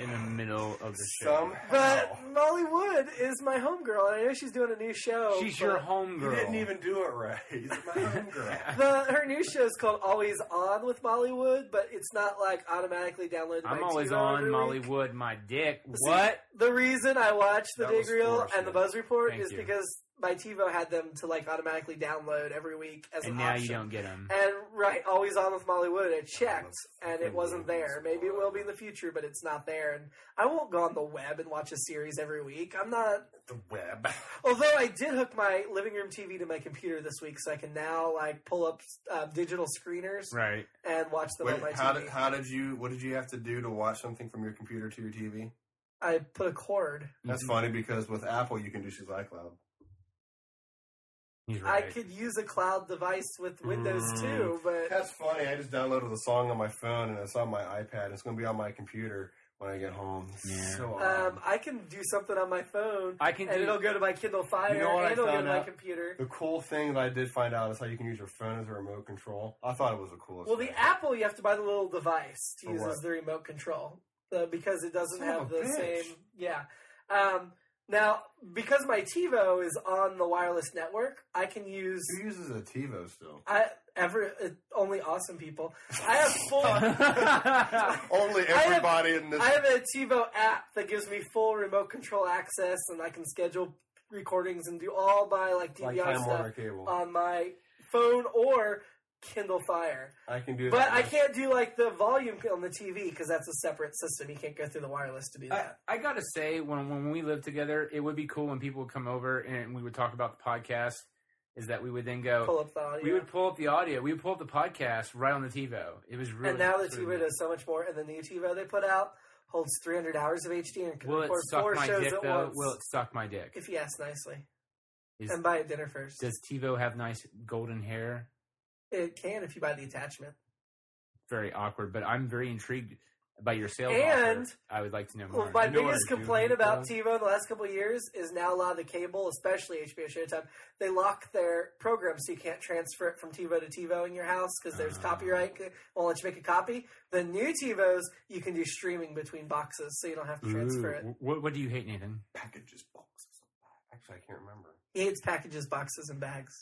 Speaker 1: In the middle of the
Speaker 8: show.
Speaker 5: But Molly Wood is my homegirl, and I know she's doing a new show.
Speaker 1: She's your
Speaker 5: oh, but-
Speaker 1: homegirl.
Speaker 8: You didn't even do it right. He's my homegirl.
Speaker 5: The, her new show is called Always On with Molly Wood, but it's not like automatically downloaded. by
Speaker 1: I'm always
Speaker 5: Tino
Speaker 1: on
Speaker 5: every
Speaker 1: Molly
Speaker 5: week.
Speaker 1: Wood, my dick.
Speaker 5: See,
Speaker 1: What?
Speaker 5: the reason I watch the
Speaker 1: That
Speaker 5: Dig
Speaker 1: was
Speaker 5: Reel
Speaker 1: forced,
Speaker 5: and the
Speaker 1: man.
Speaker 5: Buzz Report
Speaker 1: Thank
Speaker 5: is
Speaker 1: you.
Speaker 5: because my TiVo had them to like automatically download every week as
Speaker 1: And
Speaker 5: an
Speaker 1: now
Speaker 5: option.
Speaker 1: you don't get them.
Speaker 5: And right, always on with Molly Wood. I checked, and it wasn't there. Maybe it will be in the future, but it's not there. And I won't go on the web and watch a series every week. I'm not
Speaker 8: the web.
Speaker 5: Although I did hook my living room TV to my computer this week, so I can now like pull up uh, digital screeners
Speaker 1: Right.
Speaker 5: and watch them on my
Speaker 8: Wait, how
Speaker 5: TV.
Speaker 8: did, how did you? What did you have to do to watch something from your computer to your TV?
Speaker 5: I put a cord.
Speaker 8: That's
Speaker 1: Mm-hmm.
Speaker 8: funny because with Apple you can do she's iCloud.
Speaker 1: He's
Speaker 5: I could use a cloud device with Windows
Speaker 8: Mm.
Speaker 5: too, but
Speaker 8: That's funny. I just downloaded a song on my phone and it's on my iPad. It's going to be on my computer when I get home. So odd.
Speaker 5: Um, I can do something on my phone.
Speaker 8: I can
Speaker 5: and
Speaker 8: do-
Speaker 5: it'll go to my Kindle Fire.
Speaker 8: You know what
Speaker 5: and
Speaker 8: I
Speaker 5: it'll go to
Speaker 8: found
Speaker 5: my
Speaker 8: out?
Speaker 5: computer.
Speaker 8: The cool thing that I did find out is how you can use your phone as a remote control. I thought it was the coolest.
Speaker 5: Well, the Apple, you have to buy the little device to
Speaker 8: For
Speaker 5: use
Speaker 8: what?
Speaker 5: as the remote control uh, because it doesn't
Speaker 8: Son of
Speaker 5: have
Speaker 8: a
Speaker 5: the
Speaker 8: bitch.
Speaker 5: same. Yeah. Um, now, because my TiVo is on the wireless network, I can use.
Speaker 8: Who uses a TiVo still?
Speaker 5: I ever uh, only awesome people. I have full
Speaker 8: only
Speaker 5: everybody
Speaker 8: in this.
Speaker 5: I have a TiVo app that gives me full remote control access, and I can schedule recordings and do all my like DVR
Speaker 8: Like Time Warner
Speaker 5: stuff
Speaker 8: Cable.
Speaker 5: on my phone or Kindle Fire.
Speaker 8: I can do
Speaker 5: But
Speaker 8: that.
Speaker 5: I can't do like the volume on the TV because that's a separate system. You can't go through the wireless to do
Speaker 1: I,
Speaker 5: that.
Speaker 1: I gotta say, when when we lived together, it would be cool when people would come over and we would talk about the podcast. Is that we would then go
Speaker 5: Pull up the audio.
Speaker 1: We would pull up the audio. We would pull up the podcast right on the TiVo. It was really
Speaker 5: and now the
Speaker 1: it's really
Speaker 5: TiVo does so much more, and the new TiVo they put out holds 300 hours of HD and can
Speaker 1: Will it
Speaker 5: record
Speaker 1: suck
Speaker 5: four
Speaker 1: my
Speaker 5: shows
Speaker 1: dick
Speaker 5: at
Speaker 1: though?
Speaker 5: once.
Speaker 1: Will it suck my dick?
Speaker 5: If you ask nicely,
Speaker 1: Is-
Speaker 5: and buy a dinner first.
Speaker 1: Does TiVo have nice golden hair?
Speaker 5: It can if you buy the attachment.
Speaker 1: Very awkward, but I'm very intrigued by your sales
Speaker 5: And-
Speaker 1: offer. I would like to know more.
Speaker 5: Well, my
Speaker 1: You know what
Speaker 5: biggest
Speaker 1: I do
Speaker 5: complaint
Speaker 1: like,
Speaker 5: about
Speaker 1: though?
Speaker 5: TiVo in the last couple of years is now a lot of the cable, especially HBO Showtime, they lock their program so you can't transfer it from TiVo to TiVo in your house because
Speaker 1: Ah.
Speaker 5: there's copyright. It Won't let you make a copy. The new TiVos you can do streaming between boxes, so you don't have to transfer it.
Speaker 1: Ooh, What, what do you hate, Nathan?
Speaker 8: Packages, boxes. Actually, I can't remember.
Speaker 5: He hates packages, boxes, and bags.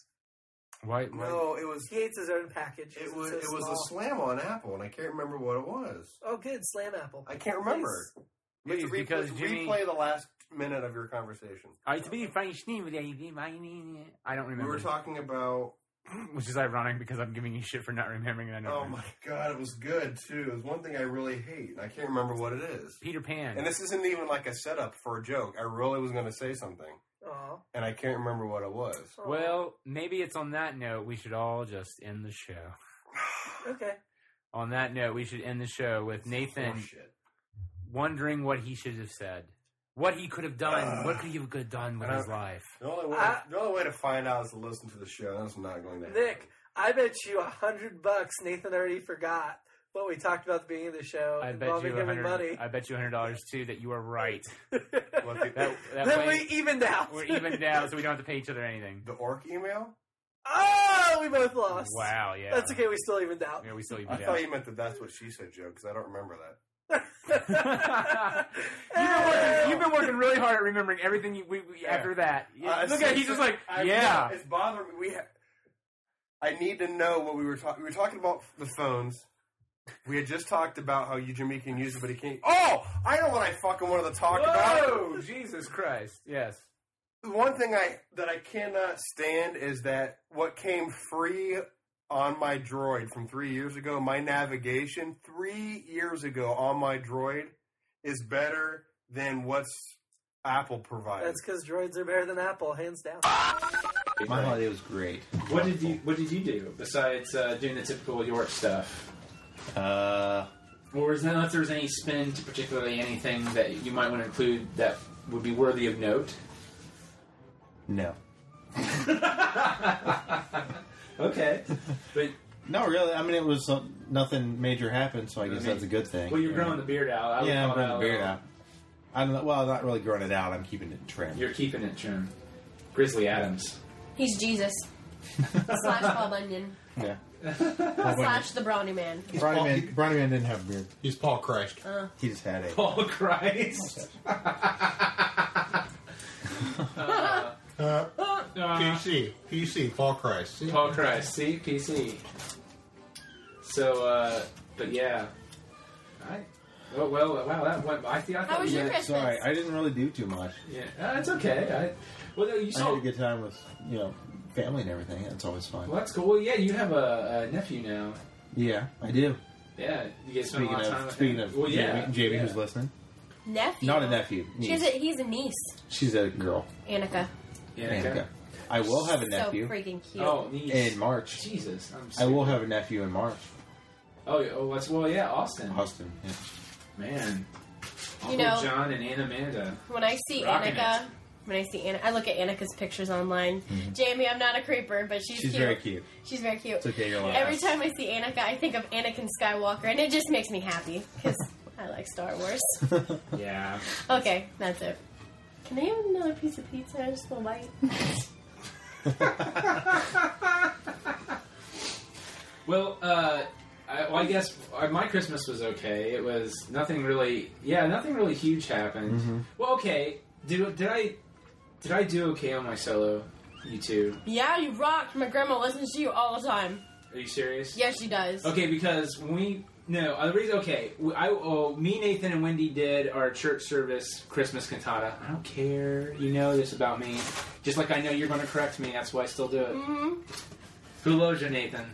Speaker 4: Why?
Speaker 8: No, it was.
Speaker 5: He hates his own package.
Speaker 8: It was it was a slam on Apple, and I can't remember what it was.
Speaker 5: Oh, good slam apple.
Speaker 8: I can't remember.
Speaker 4: Maybe
Speaker 8: Let's
Speaker 4: it's because
Speaker 8: let's
Speaker 4: Jimmy-
Speaker 8: replay the last minute of your conversation.
Speaker 4: I to be funny with you, my name. I don't remember.
Speaker 8: We were talking about.
Speaker 4: Which is ironic because I'm giving you shit for not remembering it. I know.
Speaker 8: Oh my god, it was good too. It was one thing I really hate, and I can't remember what it is.
Speaker 4: Peter Pan.
Speaker 8: And this isn't even like a setup for a joke. I really was going to say something,
Speaker 5: Oh,
Speaker 8: and I can't remember what it was.
Speaker 4: Well, maybe it's on that note we should all just end the show.
Speaker 5: okay.
Speaker 4: On that note, we should end the show with Nathan wondering what he should have said, what he could have done, what could he have good done with
Speaker 8: Uh, I
Speaker 4: his
Speaker 8: don't-
Speaker 4: life.
Speaker 8: The only way the only way to find out is to listen to the show. That's not going to happen.
Speaker 5: Nick, I bet you a hundred bucks Nathan already forgot what we talked about at the beginning of the show
Speaker 4: I bet
Speaker 5: involving
Speaker 4: you
Speaker 5: him and
Speaker 4: 100
Speaker 5: money.
Speaker 4: I bet you hundred dollars too that you are right. that
Speaker 5: then
Speaker 4: way-
Speaker 5: we evened out.
Speaker 4: We're even down, so we don't have to pay each other anything.
Speaker 8: The orc email?
Speaker 5: Oh, we both lost.
Speaker 4: Wow, yeah.
Speaker 5: That's okay. We still evened out.
Speaker 4: Yeah, we still
Speaker 8: I
Speaker 4: even
Speaker 8: thought
Speaker 4: down.
Speaker 8: you meant that that's what she said joke because I don't remember that.
Speaker 4: Oh, You've been working really hard at remembering everything you, we, we, after that.
Speaker 8: Uh,
Speaker 4: Look
Speaker 8: so-
Speaker 4: at he's just like,
Speaker 8: I-
Speaker 4: yeah.
Speaker 8: It's bothering me. We ha- I need to know what we were talking. We were talking about the phones. We had just talked about how you Jimmy can use it, but he can't. Oh, I know what I fucking wanted to talk
Speaker 4: Whoa,
Speaker 8: about.
Speaker 4: Jesus Christ! Yes.
Speaker 8: The One thing I that I cannot stand is that what came free on my droid from three years ago, my navigation three years ago on my droid is better than what's Apple provides.
Speaker 5: That's because droids are better than Apple, hands down.
Speaker 1: My holiday was great. What did you What did you do besides uh, doing the typical York stuff? Uh, well, was not if there was any spin to particularly anything that you might want to include that would be worthy of note.
Speaker 6: No.
Speaker 1: Okay, but
Speaker 6: no, really. I mean, it was uh, nothing major happened, so I guess
Speaker 1: mean,
Speaker 6: that's a good thing.
Speaker 1: Well, you're growing the beard out. I would
Speaker 6: yeah, I'm
Speaker 1: call
Speaker 6: growing
Speaker 1: that
Speaker 6: the
Speaker 1: a
Speaker 6: beard
Speaker 1: little-
Speaker 6: out. I'm not- well, I'm not really growing it out. I'm keeping it trim.
Speaker 1: You're keeping it trim. Grizzly Adams.
Speaker 9: He's Jesus. slash Bob Onion.
Speaker 6: Yeah.
Speaker 9: slash the Brownie Man.
Speaker 6: Brownie Man, Brownie Man didn't have a beard.
Speaker 8: He's Paul Christ.
Speaker 9: Uh,
Speaker 6: He just had a.
Speaker 1: Paul Christ.
Speaker 17: Uh, PC. PC. Paul Christ. See?
Speaker 1: Paul Christ. See PC. So, uh, but yeah. I, well, well, wow, that went. I, thi- I thought we
Speaker 6: Yeah,
Speaker 1: had-
Speaker 6: Sorry, I didn't really do too much.
Speaker 1: Yeah, that's okay. I, well, you
Speaker 6: I
Speaker 1: saw.
Speaker 6: had a good time with you know family and everything. That's always fun.
Speaker 1: Well, that's cool. Well, yeah, you have a, a nephew now.
Speaker 6: Yeah, I do.
Speaker 1: Yeah, you get to spend a
Speaker 6: Speaking
Speaker 1: lot of
Speaker 6: of
Speaker 1: time with
Speaker 6: speaking
Speaker 1: him.
Speaker 6: of
Speaker 1: well, yeah,
Speaker 6: Jamie, Jamie
Speaker 1: yeah.
Speaker 6: who's listening,
Speaker 9: nephew.
Speaker 6: not a nephew.
Speaker 9: She's
Speaker 6: niece.
Speaker 9: a, he's a niece.
Speaker 6: She's a girl.
Speaker 9: Annika.
Speaker 6: Annika. I will have a nephew.
Speaker 9: So freaking cute.
Speaker 6: in March.
Speaker 1: Oh, Jesus, I'm
Speaker 6: I will have a nephew in March.
Speaker 1: Oh, yeah, oh, that's well, yeah, Austin.
Speaker 6: Austin. Yeah.
Speaker 1: Man, Uncle
Speaker 9: You know-
Speaker 1: John and Aunt Amanda.
Speaker 9: When I see
Speaker 1: Rocking
Speaker 9: Annika, when I see Anna, I look at Annika's pictures online. Jamie, I'm not a creeper, but she's,
Speaker 6: Mm-hmm. She's
Speaker 9: cute.
Speaker 6: very cute.
Speaker 9: She's very cute.
Speaker 6: It's okay, you're allowed.
Speaker 9: Every time I see Annika, I think of Anakin Skywalker, and it just makes me happy because I like Star Wars.
Speaker 1: Yeah.
Speaker 9: Okay, that's it. Can I have another piece of pizza? I just want bite.
Speaker 1: Well, uh, I, well, I guess uh, my Christmas was okay. It was nothing really. Yeah, nothing really huge happened.
Speaker 6: Mhm.
Speaker 1: Well, okay. Did did I did I do okay on my solo? You two?
Speaker 9: Yeah, you rock. My grandma listens to you all the time.
Speaker 1: Are you serious?
Speaker 9: Yes, she does.
Speaker 1: Okay, because when we no uh, the reason okay, w- I oh, me Nathan and Wendy did our church service Christmas cantata. I don't care, you know this about me. Just like I know you're going to correct me, that's why I still do it.
Speaker 6: Mm-hmm.
Speaker 9: hmm
Speaker 1: Who loves you, Nathan?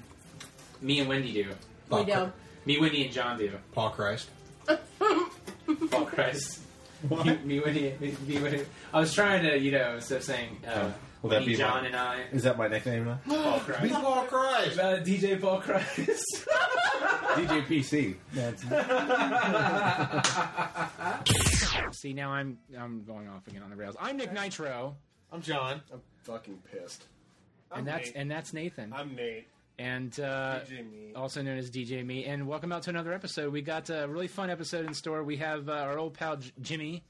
Speaker 1: Me and Wendy do.
Speaker 9: We do.
Speaker 1: Me, Wendy, and John do.
Speaker 17: Paul Christ.
Speaker 1: Paul Christ. Me, me, Wendy, me, me, Wendy. I was trying to, you know, instead of saying uh,
Speaker 6: Will that
Speaker 1: me,
Speaker 6: be
Speaker 1: John,
Speaker 6: my-
Speaker 1: and I.
Speaker 6: Is that my nickname now?
Speaker 1: Paul Christ.
Speaker 17: Me, Paul Christ.
Speaker 1: Uh, DJ Paul Christ.
Speaker 6: DJ PC. That's
Speaker 4: See, now I'm I'm going off again on the rails. I'm Nick Nitro,
Speaker 17: I'm John. I'm fucking pissed.
Speaker 4: and that's and that's Nathan,
Speaker 17: I'm Nate.
Speaker 4: and uh, also known as DJ Me. And welcome out to another episode. We got a really fun episode in store. We have uh, our old pal J- Jimmy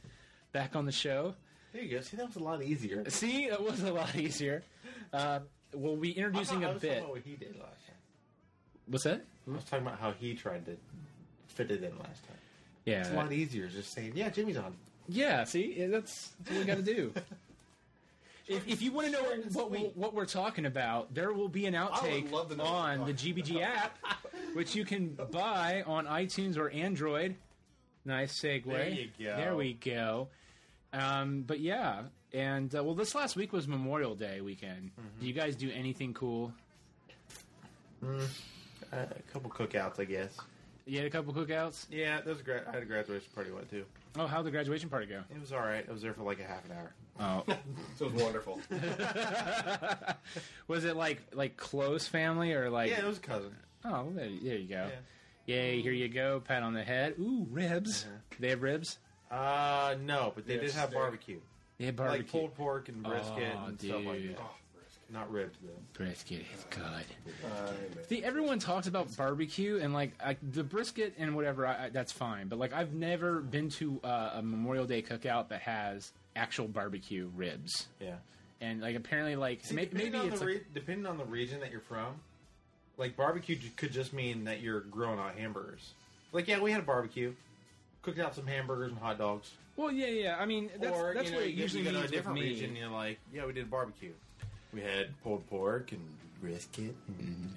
Speaker 4: back on the show.
Speaker 6: There you go. See, that was a lot easier.
Speaker 4: See, it was a lot easier. Uh, we'll be introducing a bit.
Speaker 17: what he did last time.
Speaker 4: What's that?
Speaker 17: I was talking about how he tried to fit it in last time.
Speaker 4: Yeah,
Speaker 17: It's a lot easier just saying, yeah, Jimmy's on.
Speaker 4: yeah. See, that's, that's what we got to do.
Speaker 1: If, if you want to know what, what, we- what we're talking about, there will be an outtake on the GBG app, which you can buy on iTunes or Android. Nice segue.
Speaker 6: There you go.
Speaker 1: There we go. Um, but yeah, and uh, well, this last week was Memorial Day weekend. Do you guys do anything cool?
Speaker 6: Mm-hmm. Mm, uh, a couple cookouts, I guess.
Speaker 1: You had a couple cookouts.
Speaker 6: Yeah, those gra- I had a graduation party one too.
Speaker 1: Oh, how'd the graduation party go?
Speaker 6: It was all right. I was there for like a half an hour.
Speaker 1: Oh,
Speaker 6: so it was wonderful.
Speaker 1: was it like like close family or like?
Speaker 6: Yeah, it was a cousin.
Speaker 1: Oh, well, there, there you go. Yay! Here you go. Pat on the head. Ooh, ribs. They have ribs.
Speaker 6: Uh-huh. Uh, no, but they
Speaker 1: Yes,
Speaker 6: did have
Speaker 1: they-
Speaker 6: barbecue.
Speaker 1: They had barbecue.
Speaker 6: like pulled pork and brisket
Speaker 1: Oh,
Speaker 6: and stuff like
Speaker 1: dude.
Speaker 6: that. Not ribs though.
Speaker 1: Brisket is good.
Speaker 17: Uh,
Speaker 1: See, everyone talks about barbecue and like I, the brisket and whatever. I, I, that's fine, but like I've never been to uh, a Memorial Day cookout that has actual barbecue ribs.
Speaker 6: Yeah.
Speaker 1: and like apparently, like
Speaker 6: See,
Speaker 1: may-
Speaker 6: depending
Speaker 1: maybe
Speaker 6: on
Speaker 1: it's
Speaker 6: the
Speaker 1: like,
Speaker 6: re- depending on the region that you're from, like barbecue j- could just mean that you're grilling out hamburgers. Like, yeah, we had a barbecue, cooked out some hamburgers and hot dogs.
Speaker 1: well, yeah, yeah. I mean, that's,
Speaker 6: or
Speaker 1: that's
Speaker 6: you know,
Speaker 1: what it
Speaker 6: if you
Speaker 1: usually
Speaker 6: go to
Speaker 1: means
Speaker 6: a different
Speaker 1: with me.
Speaker 6: region. You're like, yeah, we did a barbecue. We had pulled pork and brisket. And
Speaker 8: Mm-hmm.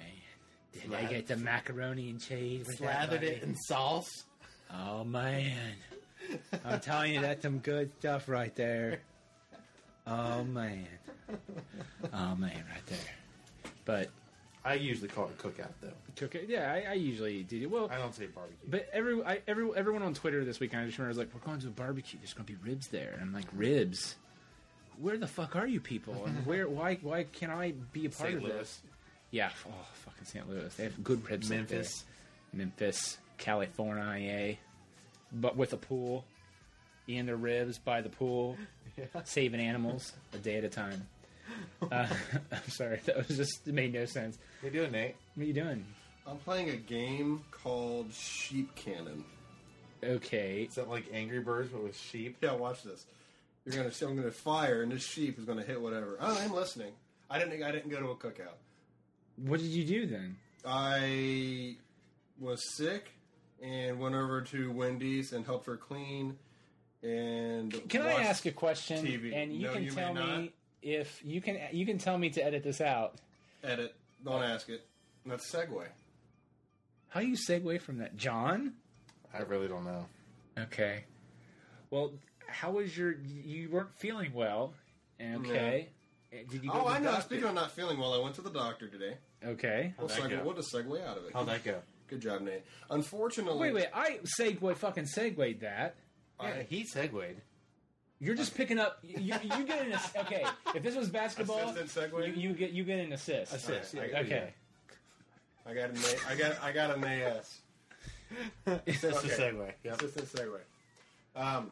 Speaker 1: Did I get the macaroni and cheese? with that,
Speaker 6: Slathered
Speaker 1: buddy?
Speaker 6: it in sauce.
Speaker 1: Oh man, I'm telling you, that's some good stuff right there. Oh man, oh man, right there. But
Speaker 6: I usually call it a cookout though.
Speaker 1: cookout. Yeah, I, I usually do. Well, I
Speaker 6: don't say barbecue.
Speaker 1: But every, I, every everyone on Twitter this weekend, I just remember was like, "We're going to a barbecue. There's going to be ribs there," and I'm like, "Ribs? Where the fuck are you people? And where? Why? Why can't I be a part
Speaker 6: St.
Speaker 1: of this?" Yeah. Oh, fucking St. Louis. They have good ribs. up
Speaker 6: Memphis.
Speaker 1: there. Memphis, California, but with a pool. Eating their ribs by the pool, saving animals a day at a time. Uh, I'm sorry, that was just it made no sense.
Speaker 6: What you doing, Nate?
Speaker 1: What you doing?
Speaker 8: I'm playing a game called Sheep Cannon.
Speaker 1: Okay.
Speaker 6: Is that like Angry Birds but with sheep?
Speaker 8: Yeah, watch this. You're gonna I'm gonna fire and this sheep is gonna hit whatever. Oh, I'm listening. I didn't I didn't go to a cookout.
Speaker 1: What did you do then?
Speaker 8: I was sick and went over to Wendy's and helped her clean. And
Speaker 1: Can I
Speaker 8: watched
Speaker 1: ask a question?
Speaker 8: TV.
Speaker 1: And you
Speaker 8: No,
Speaker 1: can
Speaker 8: may
Speaker 1: tell
Speaker 8: not.
Speaker 1: me if you can you can tell me to edit this out.
Speaker 8: Edit. Don't ask it. That's segue.
Speaker 1: How do you segue from that, John?
Speaker 6: I really don't know.
Speaker 1: Okay. Well, how was your? You weren't feeling well. Okay. Eh, Did you? Go
Speaker 8: oh,
Speaker 1: to the
Speaker 8: I know.
Speaker 1: doctor?
Speaker 8: Speaking of not feeling well, I went to the doctor today.
Speaker 1: Okay.
Speaker 8: We'll, segue, we'll just segue out of it.
Speaker 1: How'd that
Speaker 6: go?
Speaker 8: Good job, Nate. Unfortunately,
Speaker 1: Wait, wait. I segue fucking segued that.
Speaker 8: Yeah,
Speaker 6: he segued.
Speaker 1: You're just picking up. You, you get an ass- okay. If this was basketball, you, you get you get an assist.
Speaker 8: Assist, yeah,
Speaker 1: okay.
Speaker 8: yeah. I got an A. I got I got an AS.
Speaker 6: It's just a segue, yep.
Speaker 8: It's just a segue. Um,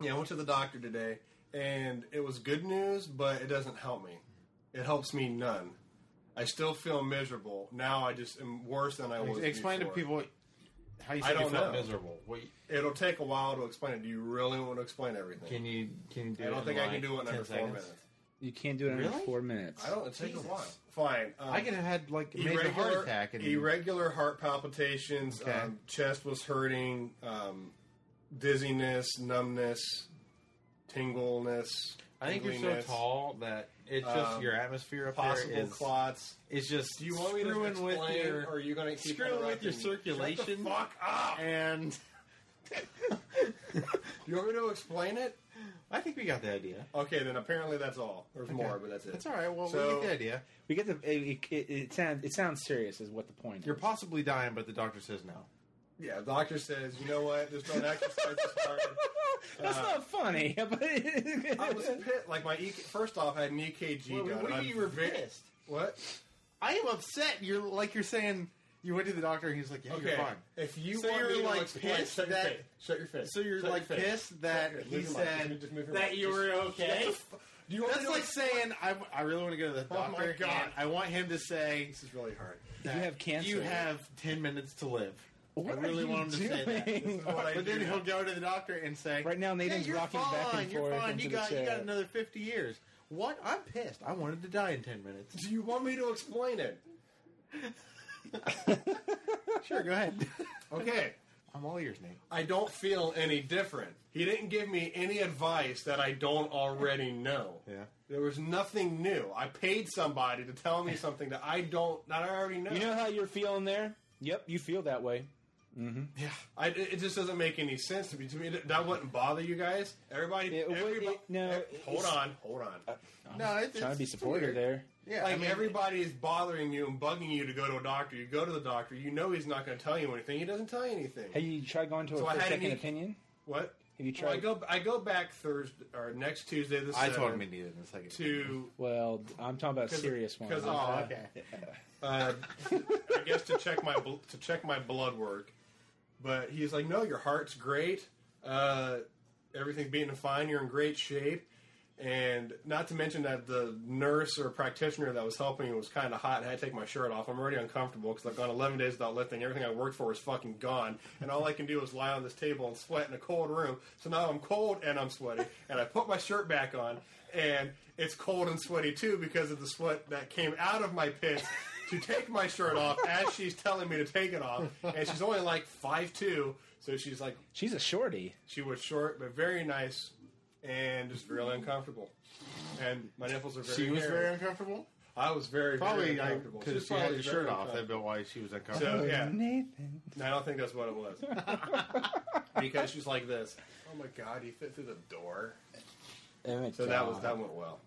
Speaker 8: yeah, I went to the doctor today, and it was good news, but it doesn't help me. It helps me none. I still feel miserable. Now I just am worse than I was.
Speaker 6: Explain to
Speaker 8: before.
Speaker 6: people how you
Speaker 8: I
Speaker 6: said you
Speaker 8: don't
Speaker 6: felt
Speaker 8: know.
Speaker 6: miserable. What you-
Speaker 8: It'll take a while to explain it. Do you really want to explain everything?
Speaker 6: Can you can you do
Speaker 8: I
Speaker 6: it
Speaker 8: don't
Speaker 6: in
Speaker 8: think I can
Speaker 6: like
Speaker 8: do it in
Speaker 6: 10
Speaker 8: under four
Speaker 6: seconds?
Speaker 8: minutes.
Speaker 1: You can't do it in
Speaker 6: Really?
Speaker 1: four minutes.
Speaker 8: I don't. It takes a
Speaker 6: Jesus.
Speaker 8: while. Fine. Um,
Speaker 6: I could have had like major
Speaker 8: irregular,
Speaker 6: heart attack and
Speaker 8: irregular heart palpitations. Um, chest was hurting. Um, dizziness, numbness, tingleness.
Speaker 6: I think you're so
Speaker 8: tingliness.
Speaker 6: tall that it's just
Speaker 8: Um,
Speaker 6: your atmosphere up
Speaker 8: possible
Speaker 6: there is
Speaker 8: clots.
Speaker 6: It's just
Speaker 8: Do you want me to
Speaker 6: screwing
Speaker 8: explain,
Speaker 6: with your
Speaker 8: or are you going to keep
Speaker 6: screwing with your
Speaker 8: interrupting me?
Speaker 6: circulation.
Speaker 8: Shut the fuck up!
Speaker 6: And
Speaker 8: Do you want me to explain it?
Speaker 6: I think we got the idea.
Speaker 8: Okay, then apparently that's all. There's
Speaker 6: Okay.
Speaker 8: more, but that's it.
Speaker 6: That's all right. Well,
Speaker 8: So-
Speaker 6: we get the idea.
Speaker 1: We get the it, it, it sounds it sounds serious is what the point.
Speaker 6: You're possibly dying, but the doctor says no.
Speaker 8: Yeah, doctor says, you know what? There's no exercise.
Speaker 1: That's not funny. But I
Speaker 8: uh, was pissed. Like my EK, first off, I had an EKG
Speaker 6: Wait,
Speaker 8: done.
Speaker 6: what do you
Speaker 8: and I'm
Speaker 6: mean you were
Speaker 8: ve-
Speaker 6: pissed?
Speaker 8: What?
Speaker 6: I am upset. You're like you're saying you went to the doctor and he's like, yeah,
Speaker 8: Okay,
Speaker 6: you're fine.
Speaker 8: if you
Speaker 6: so
Speaker 8: want me
Speaker 6: you're
Speaker 8: to
Speaker 6: like
Speaker 8: explain-
Speaker 6: pissed
Speaker 8: shut your
Speaker 6: that
Speaker 8: face. Shut your face.
Speaker 6: So you're
Speaker 8: Shut your
Speaker 6: like
Speaker 8: face.
Speaker 6: pissed that
Speaker 8: Shut your-
Speaker 6: he
Speaker 8: move your mic.
Speaker 6: said
Speaker 8: Just- just move your
Speaker 6: that
Speaker 8: mic.
Speaker 6: you were
Speaker 8: Just-
Speaker 6: okay.
Speaker 8: Shut the fu- Do you want
Speaker 6: That's
Speaker 8: me to
Speaker 6: like saying I, I really want to go to the
Speaker 8: Oh
Speaker 6: doctor.
Speaker 8: my God.
Speaker 6: and I want him to say this
Speaker 8: is really hard.
Speaker 6: You have
Speaker 1: cancer.
Speaker 6: You have ten minutes to live.
Speaker 1: What
Speaker 6: I really
Speaker 1: are you
Speaker 6: want him to say that.
Speaker 1: doing?
Speaker 6: This is what I but then
Speaker 1: do.
Speaker 6: he'll go to the doctor and say,
Speaker 1: Right now, Nathan's
Speaker 6: yeah, you're
Speaker 1: rocking
Speaker 6: fine.
Speaker 1: back and
Speaker 6: you're
Speaker 1: forth
Speaker 6: fine.
Speaker 1: into
Speaker 6: you
Speaker 1: the
Speaker 6: got you
Speaker 1: chair.
Speaker 6: got another fifty years. What? I'm pissed. I wanted to die in ten minutes.
Speaker 8: Do you want me to explain it?
Speaker 6: sure, go ahead.
Speaker 8: Okay.
Speaker 6: I'm all ears, Nate.
Speaker 8: I don't feel any different. He didn't give me any advice that I don't already know.
Speaker 6: Yeah.
Speaker 8: There was nothing new. I paid somebody to tell me something that I don't, that I already know.
Speaker 18: You know how you're feeling there? Yep, you feel that way.
Speaker 8: Mm-hmm. Yeah, I, it it just doesn't make any sense to me. To me, that- that wouldn't bother you guys. Everybody, everybody eh,
Speaker 18: no,
Speaker 8: hold
Speaker 18: it's- Uh,
Speaker 8: on, hold on. no, it,
Speaker 18: Trying to be supporter there.
Speaker 8: Yeah, like everybody is bothering you and bugging you to go to a doctor. You go to the doctor. You know he's not going to tell you anything. He doesn't tell you anything.
Speaker 1: Have you tried going to
Speaker 8: So
Speaker 1: a
Speaker 8: I
Speaker 1: first
Speaker 8: had
Speaker 1: second
Speaker 8: any-
Speaker 1: opinion?
Speaker 8: What?
Speaker 1: Have you
Speaker 8: Well, I
Speaker 1: tried-
Speaker 8: go. I go back Thursday or next Tuesday. The
Speaker 6: I told
Speaker 8: 7th,
Speaker 6: him he needed a second
Speaker 8: to
Speaker 1: Well, I'm talking about a
Speaker 8: 'Cause-
Speaker 1: serious one.
Speaker 8: 'cause, oh,
Speaker 1: Uh,
Speaker 8: okay. uh, I guess to check my bl- to check my blood work. But he's like, no, your heart's great. Uh, everything's beating fine. You're in great shape. And not to mention that the nurse or practitioner that was helping me was kind of hot and I had to take my shirt off. I'm already uncomfortable because I've gone 11 days without lifting. Everything I worked for is fucking gone. And all I can do is lie on this table and sweat in a cold room. So now I'm cold and I'm sweaty. And I put my shirt back on and it's cold and sweaty too because of the sweat that came out of my pits to take my shirt off as she's telling me to take it off. And she's only like 5'2, so she's like.
Speaker 1: She's a shorty.
Speaker 8: She was short, but very nice and just really uncomfortable. And my nipples are very
Speaker 6: She was
Speaker 8: hairy.
Speaker 6: very uncomfortable?
Speaker 8: I was very,
Speaker 6: Probably
Speaker 8: very
Speaker 6: I-
Speaker 8: uncomfortable.
Speaker 6: 'cause
Speaker 8: was
Speaker 6: she had
Speaker 8: probably
Speaker 6: the
Speaker 8: very
Speaker 6: shirt off. That'd
Speaker 8: uncomfortable.
Speaker 6: be why she was uncomfortable.
Speaker 8: So, yeah.
Speaker 1: Nathan.
Speaker 8: No, I don't think that's what it was. because she's like this. Oh my god, he fit through the door. So that was that went well.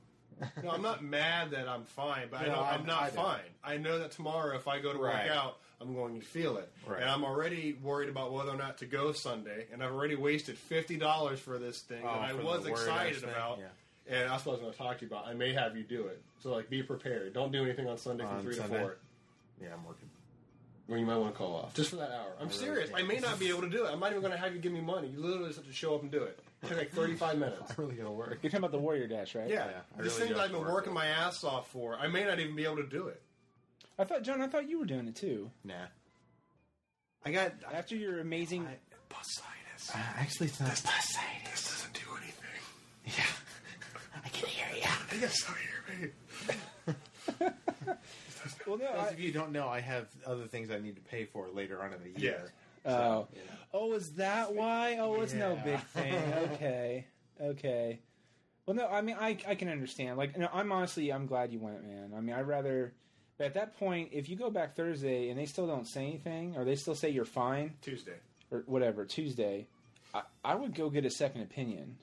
Speaker 8: No, I'm not mad that I'm fine, but I
Speaker 6: No,
Speaker 8: know
Speaker 6: I-
Speaker 8: I'm not
Speaker 6: I know.
Speaker 8: fine. I know that tomorrow if I go to
Speaker 6: Right.
Speaker 8: work out, I'm going to feel it.
Speaker 6: Right.
Speaker 8: And I'm already worried about whether or not to go Sunday, and I've already wasted fifty dollars for this thing
Speaker 6: Oh,
Speaker 8: that I
Speaker 6: for the
Speaker 8: was
Speaker 6: word
Speaker 8: excited
Speaker 6: thing,
Speaker 8: about.
Speaker 6: yeah.
Speaker 8: And that's what I was going to talk to you about. I may have you do it. So like, be prepared. Don't do anything on Sunday from
Speaker 6: On
Speaker 8: three
Speaker 6: Sunday?
Speaker 8: to four.
Speaker 6: Yeah, I'm working.
Speaker 8: Well, you might want to call off just for that hour. I'm
Speaker 6: I really
Speaker 8: serious. I
Speaker 6: can't.
Speaker 8: may not be able to do it. I'm not even going to have you give me money. You literally just have to show up and do it. It took like 35 minutes.
Speaker 6: I'm really gonna work.
Speaker 1: You're talking about the warrior dash, right?
Speaker 8: Yeah, this thing that I've been working my ass off for, I may not even be able to do it.
Speaker 1: I thought, John, I thought you were doing it too.
Speaker 6: Nah.
Speaker 1: I got after your amazing
Speaker 8: bursitis.
Speaker 6: actually, it's not.
Speaker 8: bursitis doesn't do anything. Yeah, I can hear you. I think I saw you,
Speaker 1: well, no,
Speaker 6: Those
Speaker 1: I-
Speaker 6: of you who don't know, I have other things I need to pay for later on in the
Speaker 8: Yeah.
Speaker 6: year.
Speaker 1: Oh, oh, is that why? Oh, it's no
Speaker 6: Yeah.
Speaker 1: big thing. Okay, okay. Well, no, I mean, I I can understand. Like, no, I'm honestly, I'm glad you went, man. I mean, I would rather. But at that point, if you go back Thursday and they still don't say anything, or they still say you're fine
Speaker 8: Tuesday.
Speaker 1: or whatever Tuesday, I, I would go get a second opinion,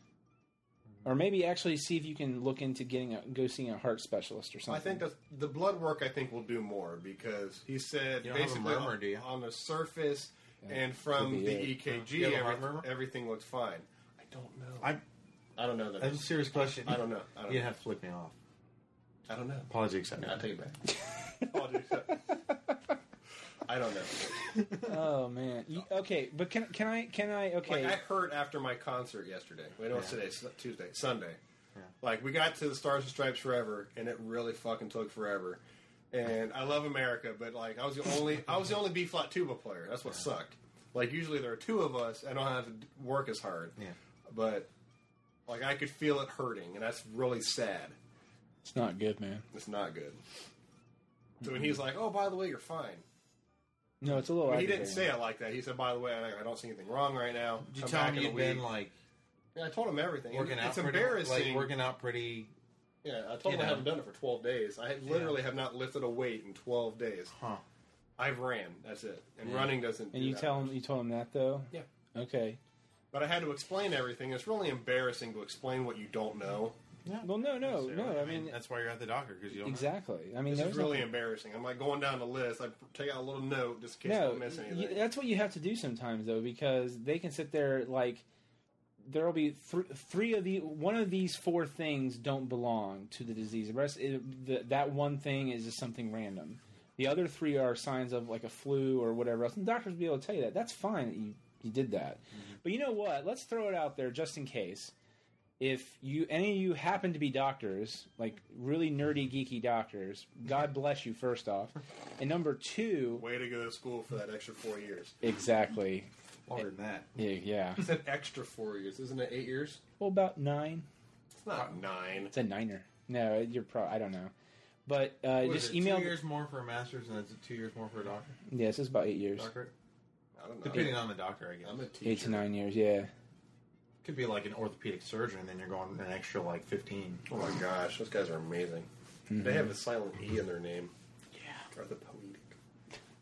Speaker 1: or maybe actually see if you can look into getting a go seeing a heart specialist or
Speaker 8: I
Speaker 1: something.
Speaker 8: think that's, the blood work I think will do more because he said
Speaker 6: You don't have a
Speaker 8: basically
Speaker 6: murmur,
Speaker 8: on- on the surface
Speaker 6: Yeah.
Speaker 8: and
Speaker 6: Could
Speaker 8: from
Speaker 6: be
Speaker 8: the E
Speaker 6: it.
Speaker 8: EKG,
Speaker 6: You have a heart
Speaker 8: everything, everything looks fine. I don't know.
Speaker 6: I
Speaker 8: I
Speaker 1: Oh.
Speaker 8: don't know that.
Speaker 6: That's a serious question.
Speaker 8: I don't know. I don't
Speaker 6: You'd
Speaker 8: know.
Speaker 6: have to flip me off.
Speaker 8: I don't know.
Speaker 6: Apology accepted.
Speaker 8: I'll take it back. I don't know.
Speaker 1: oh man. You- okay, but can can I can I okay?
Speaker 8: Like I hurt after my concert yesterday. Wait, no, it's
Speaker 1: Yeah.
Speaker 8: today, Su- Tuesday, Sunday. Like we got to the Stars and Stripes forever, and it really fucking took forever. And I love America, but like I was the only I was the only B flat tuba player. That's what sucked. Like usually there are two of us, and I don't have to d- work as hard.
Speaker 6: Yeah.
Speaker 8: But like I could feel it hurting, and that's really sad.
Speaker 1: it's not good, man.
Speaker 8: It's not good. So when he's like, "Oh, by the way, you're fine,"
Speaker 1: Mm-hmm. No, it's a little.
Speaker 8: I mean, he didn't
Speaker 1: aggravating.
Speaker 8: say it like that. He said, "By the way, I, I don't see anything wrong right now."
Speaker 6: Did you
Speaker 8: Come
Speaker 6: tell
Speaker 8: back
Speaker 6: him
Speaker 8: in a
Speaker 6: you'd been,
Speaker 8: week."
Speaker 6: like,
Speaker 8: Yeah, I told him everything.
Speaker 6: working out
Speaker 8: it's
Speaker 6: pretty-
Speaker 8: embarrassing.
Speaker 6: Like working out pretty.
Speaker 8: yeah, I told
Speaker 6: you
Speaker 8: him I
Speaker 6: know.
Speaker 8: haven't done it for twelve days. I literally have not lifted a weight in twelve days.
Speaker 6: Huh.
Speaker 8: I've ran. That's it. And
Speaker 1: Yeah.
Speaker 8: running doesn't.
Speaker 1: And
Speaker 8: do
Speaker 1: you
Speaker 8: that.
Speaker 1: tell him you told him that though.
Speaker 8: Yeah.
Speaker 1: Okay.
Speaker 8: But I had to explain everything. It's really embarrassing to explain what you don't know.
Speaker 1: Well, no, no, no. I mean,
Speaker 6: that's why you're at the doctor because you don't.
Speaker 1: exactly. I mean,
Speaker 8: this
Speaker 1: there's
Speaker 8: is really
Speaker 1: nothing-
Speaker 8: embarrassing. I'm like going down the list. I take out a little note just in case I
Speaker 1: no.
Speaker 8: don't miss
Speaker 1: y-
Speaker 8: anything.
Speaker 1: y- that's what you have to do sometimes though, because they can sit there like there'll be th- three of the one of these four things don't belong to the disease. The rest, it, the, that one thing is just something random. The other three are signs of like a flu or whatever else, and doctors will be able to tell you that. That's fine that you you did that,
Speaker 8: Mm-hmm.
Speaker 1: but you know what? Let's throw it out there just in case. if you any of you happen to be doctors, like really nerdy geeky doctors, God bless you first off. And number two
Speaker 8: Way to go to school for that extra four years.
Speaker 1: Exactly.
Speaker 8: Longer than that.
Speaker 1: Yeah, yeah.
Speaker 8: He said extra four years. Isn't it eight years?
Speaker 1: Well about nine.
Speaker 8: It's not nine.
Speaker 1: It's a niner. No, you're pro I don't know. But uh
Speaker 6: What is
Speaker 1: just
Speaker 6: it,
Speaker 1: email
Speaker 6: two years more for a master's and it's two years more for a doctor.
Speaker 1: Yeah, it's just about eight years.
Speaker 6: Doctorate. I don't
Speaker 1: know.
Speaker 6: Depending on the doctor, I guess. I'm a
Speaker 1: Eight to nine years, yeah.
Speaker 6: Could be like an orthopedic surgeon, and then you're going an extra like 15.
Speaker 8: Oh my gosh, those guys are amazing.
Speaker 1: Mhm.
Speaker 8: They have a silent E in their name. Yeah. Or the poetic.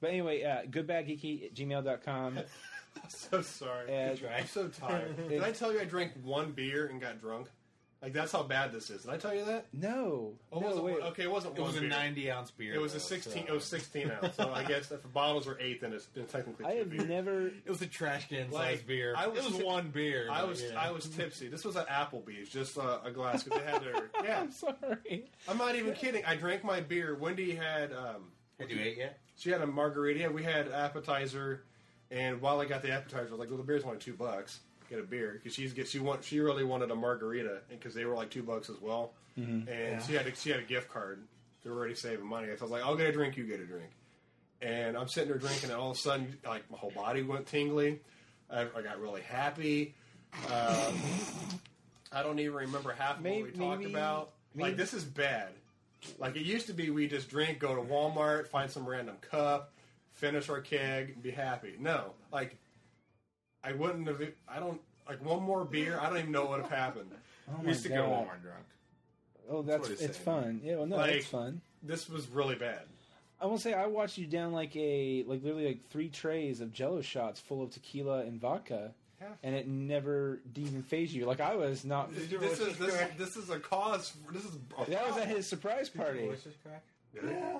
Speaker 1: But anyway, uh, goodbadgeeky at gmail.com.
Speaker 8: so sorry. I'm so tired. Did
Speaker 1: It's-
Speaker 8: I tell you I drank one beer and got drunk? Like that's how bad this is. Did I tell you that?
Speaker 1: No.
Speaker 8: Oh,
Speaker 1: no,
Speaker 8: was it,
Speaker 1: wait.
Speaker 8: okay, it wasn't.
Speaker 6: It
Speaker 8: one
Speaker 6: was a
Speaker 8: beer.
Speaker 6: 90 ounce beer,
Speaker 8: It was
Speaker 6: though,
Speaker 8: a sixteen.
Speaker 6: so-
Speaker 8: It was sixteen ounce. So I guess if the bottles are eight, then it's then technically.
Speaker 1: I
Speaker 8: two
Speaker 1: have
Speaker 8: beers.
Speaker 1: never.
Speaker 6: It was a trash can
Speaker 8: Like,
Speaker 6: size beer.
Speaker 8: I was
Speaker 6: it was
Speaker 8: ti-
Speaker 6: one beer.
Speaker 8: I
Speaker 6: but
Speaker 8: was
Speaker 6: yeah.
Speaker 8: I was tipsy. This was at Applebee's, just uh, a glass because they had their. Yeah, I'm
Speaker 1: sorry.
Speaker 8: I'm not even kidding. I drank my beer. Wendy had. Um,
Speaker 6: Had you ate yet?
Speaker 8: She had a margarita. We had appetizer, and while I got the appetizer, I was like, "Well, the beer's only two bucks. Get a beer because she's get she want she really wanted a margarita because they were like two bucks as well,
Speaker 9: Mhm.
Speaker 1: Mm-hmm.
Speaker 8: and
Speaker 9: Yeah.
Speaker 8: she had a, she had a gift card. They were already saving money. So I was like, "I'll get a drink. You get a drink." And I'm sitting there drinking, and all of a sudden, like my whole body went tingly. I, I got really happy. Um, I don't even remember half of what we talked about. Like this is bad. Like it used to be, we just drink, go to Walmart, find some random cup, finish our keg, and be happy. No, like I wouldn't have. e, I don't like one more beer. I don't even know what would have happened.
Speaker 1: Oh
Speaker 8: we used
Speaker 1: my
Speaker 8: to go
Speaker 1: God.
Speaker 8: Walmart drunk.
Speaker 1: Oh,
Speaker 8: That's
Speaker 1: that's,
Speaker 8: what he's
Speaker 1: it's
Speaker 8: saying.
Speaker 1: fun. Yeah, well, no,
Speaker 8: Like-
Speaker 1: it's fun.
Speaker 8: This was really bad.
Speaker 1: I will say I watched you down like a like literally like three trays of Jello shots full of tequila and vodka,
Speaker 8: Yeah.
Speaker 1: and it never even phased you. Like I was not.
Speaker 8: This is this, is- this is a cause. for- This is a
Speaker 1: that was at his surprise party.
Speaker 8: Yeah.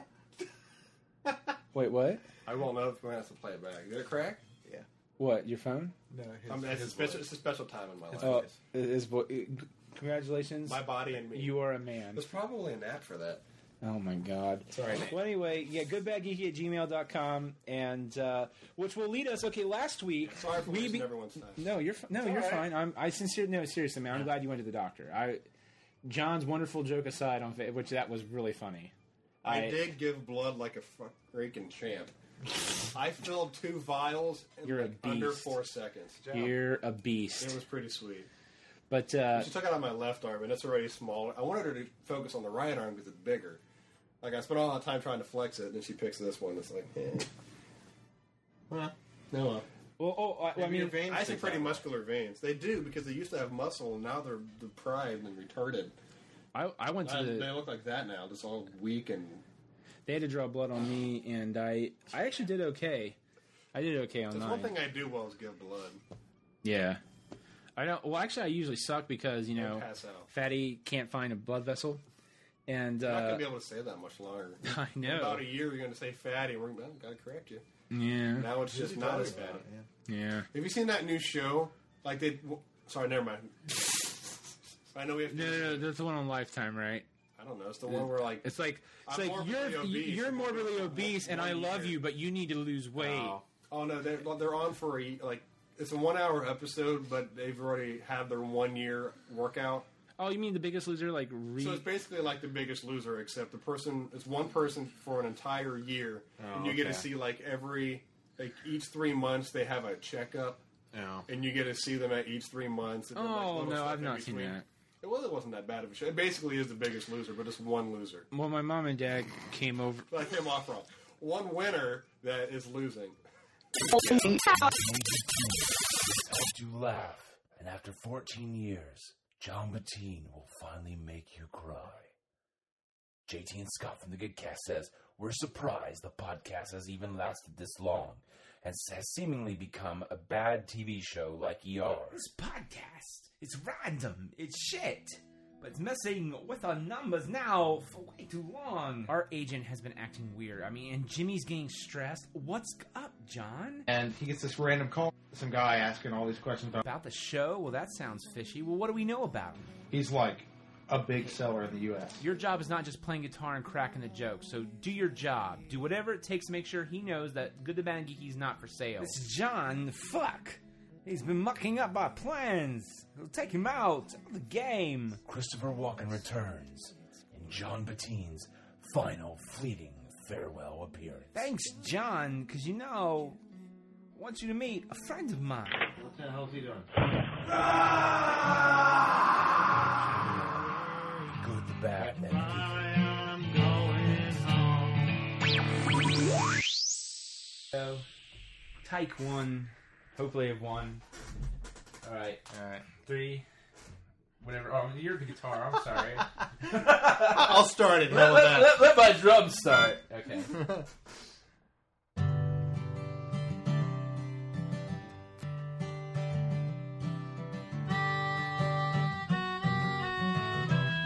Speaker 1: Wait, what?
Speaker 8: I won't know if we have to play it back. Did it crack? Yeah.
Speaker 1: What? Your phone?
Speaker 6: No, his,
Speaker 8: Um, it's, a
Speaker 6: his
Speaker 8: special,
Speaker 6: voice.
Speaker 8: it's a special time in my life.
Speaker 1: Oh, his vo- Congratulations.
Speaker 8: My body and me.
Speaker 1: You are a man.
Speaker 8: There's probably an app for that.
Speaker 1: Oh my god.
Speaker 8: Sorry.
Speaker 1: Well, anyway, yeah, goodbadgeeky at gmail.com, and, uh, which will lead us, okay, last week.
Speaker 8: Sorry for
Speaker 1: we
Speaker 8: wasting everyone's time.
Speaker 1: No, you're, fi- no,
Speaker 8: It's all
Speaker 1: you're
Speaker 8: right.
Speaker 1: fine. I'm, I sincerely, no, seriously, man, I'm glad you went to the doctor. I, John's wonderful joke aside, on fa- which that was really funny.
Speaker 8: I, did give blood like a fuck- freaking champ. I filled two vials in
Speaker 1: You're a
Speaker 8: like under
Speaker 1: beast.
Speaker 8: four seconds.
Speaker 1: You're a beast.
Speaker 8: It was pretty sweet.
Speaker 1: But, uh,
Speaker 8: she took it out of my left arm, and it's already smaller. I wanted her to focus on the right arm because it's bigger. Like I spent all that time trying to flex it, and then she picks this one. It's like, eh.
Speaker 6: Well,
Speaker 8: no. uh,
Speaker 1: Well, oh, I,
Speaker 6: Maybe your veins
Speaker 8: I have some
Speaker 6: stick
Speaker 8: pretty
Speaker 6: out.
Speaker 8: muscular veins. They do because they used to have muscle, and now they're deprived and retarded.
Speaker 1: I, I went to the-
Speaker 8: Uh, They look like that now, just all weak and.
Speaker 1: they had to draw blood on me, and I, I actually did okay. I did okay on
Speaker 8: There's
Speaker 1: mine.
Speaker 8: one thing I do well is give blood.
Speaker 1: Yeah. I don't. Well, actually, I usually suck because you know,
Speaker 8: pass out.
Speaker 1: fatty can't find a blood vessel, and
Speaker 8: You're not
Speaker 1: uh,
Speaker 8: gonna be able to say that much longer.
Speaker 1: I
Speaker 8: In
Speaker 1: know.
Speaker 8: about a year, you're gonna say fatty. We're well, gotta correct you.
Speaker 1: Yeah.
Speaker 8: Now it's just not as fatty.
Speaker 1: yeah.
Speaker 8: Have you seen that new show? Like they. W- Sorry, never mind. I know we have. To,
Speaker 1: No, no, no, that's the one on Lifetime, right?
Speaker 8: I don't know. It's the one where like
Speaker 1: it's like it's
Speaker 8: I'm
Speaker 1: like
Speaker 8: morbidly
Speaker 1: you're
Speaker 8: obese.
Speaker 1: you're morbidly obese, and I
Speaker 8: one
Speaker 1: love you, but you need to lose weight.
Speaker 8: Oh, Oh, no, they're they're on for a like it's a one hour episode, but they've already had their one year workout.
Speaker 1: Oh, you mean the Biggest Loser? Like re-
Speaker 8: so it's basically like the Biggest Loser, except the person it's one person for an entire year,
Speaker 6: Oh,
Speaker 8: and you get to
Speaker 6: okay.
Speaker 8: see like every like each three months they have a checkup,
Speaker 6: No.
Speaker 8: and you get to see them at each three months. and then, like,
Speaker 1: Oh,
Speaker 8: little
Speaker 1: no,
Speaker 8: stuff
Speaker 1: I've
Speaker 8: in
Speaker 1: not seen
Speaker 8: between.
Speaker 1: that.
Speaker 8: It was it wasn't that bad of a show. It basically is the Biggest Loser, but it's one loser.
Speaker 1: Well, my mom and dad came over.
Speaker 8: Like him off wrong. One winner that is losing.
Speaker 2: helped you laugh, and after 14 years, John Mateen will finally make you cry. JT and Scott from The Good Cast says, We're surprised the podcast has even lasted this long and has seemingly become a bad TV show like ER.
Speaker 19: This
Speaker 2: podcast is random, it's shit, but it's messing with our numbers now for way too long.
Speaker 20: Our agent has been acting weird. I mean, and Jimmy's getting stressed. What's up, John?
Speaker 6: And he gets this random call. Some guy asking all these questions about,
Speaker 20: the show. Well, that sounds fishy. Well, what do we know about him?
Speaker 6: He's like a big seller in the U.S.
Speaker 20: Your job is not just playing guitar and cracking the joke. So do your job. Do whatever it takes to make sure he knows that Good, the Bad, and Geeky's not for sale.
Speaker 2: This John, fuck. He's been mucking up our plans. We'll take him out of the game. Christopher Walken returns in John Battine's final fleeting farewell appearance.
Speaker 20: Thanks, John, because you know, I want you to meet a friend of mine.
Speaker 6: What the hell's he doing?
Speaker 2: Good, the bad, and
Speaker 6: I'm going home.
Speaker 20: So,
Speaker 1: take one. Hopefully, have one. All right.
Speaker 21: All right.
Speaker 1: Three. Whatever. Oh, you're the guitar. I'm sorry.
Speaker 4: I'll start it.
Speaker 1: Let,
Speaker 4: Hell with
Speaker 1: let,
Speaker 4: that.
Speaker 1: let, let my drum start. Okay.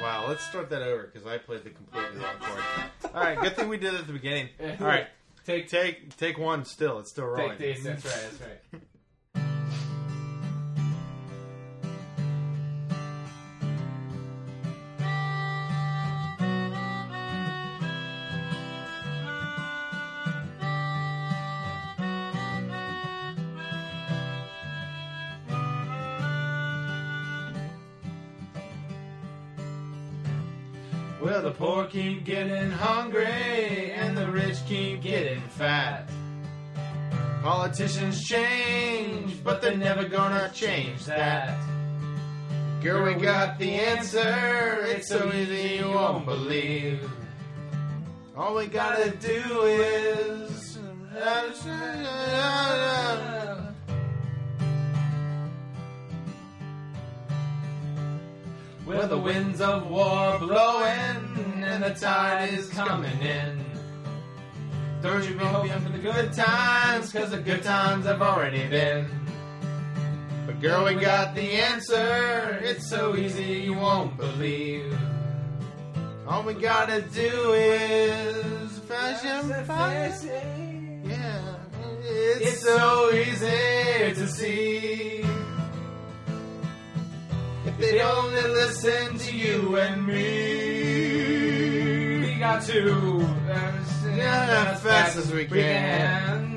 Speaker 4: Wow, let's start that over because I played the completely wrong chord. All right, good thing we did it at the beginning. All right, take take take one. Still, it's still rolling.
Speaker 1: Take this. That's right. That's right.
Speaker 4: Well, the poor keep getting hungry and the rich keep getting fat. Politicians change, but they're never gonna change that. Girl, we got the answer. It's so easy you won't believe. All we gotta do is. Where the winds of war blowing and the tide is coming in. Don't you be hoping for the good times, cause the good times have already been. But girl, we got the answer, it's so easy you won't believe. All we gotta do is fashion fashion. Yeah, it's so easy to see. If they'd only listen to you and me, we got to. Yeah, as fast as we can.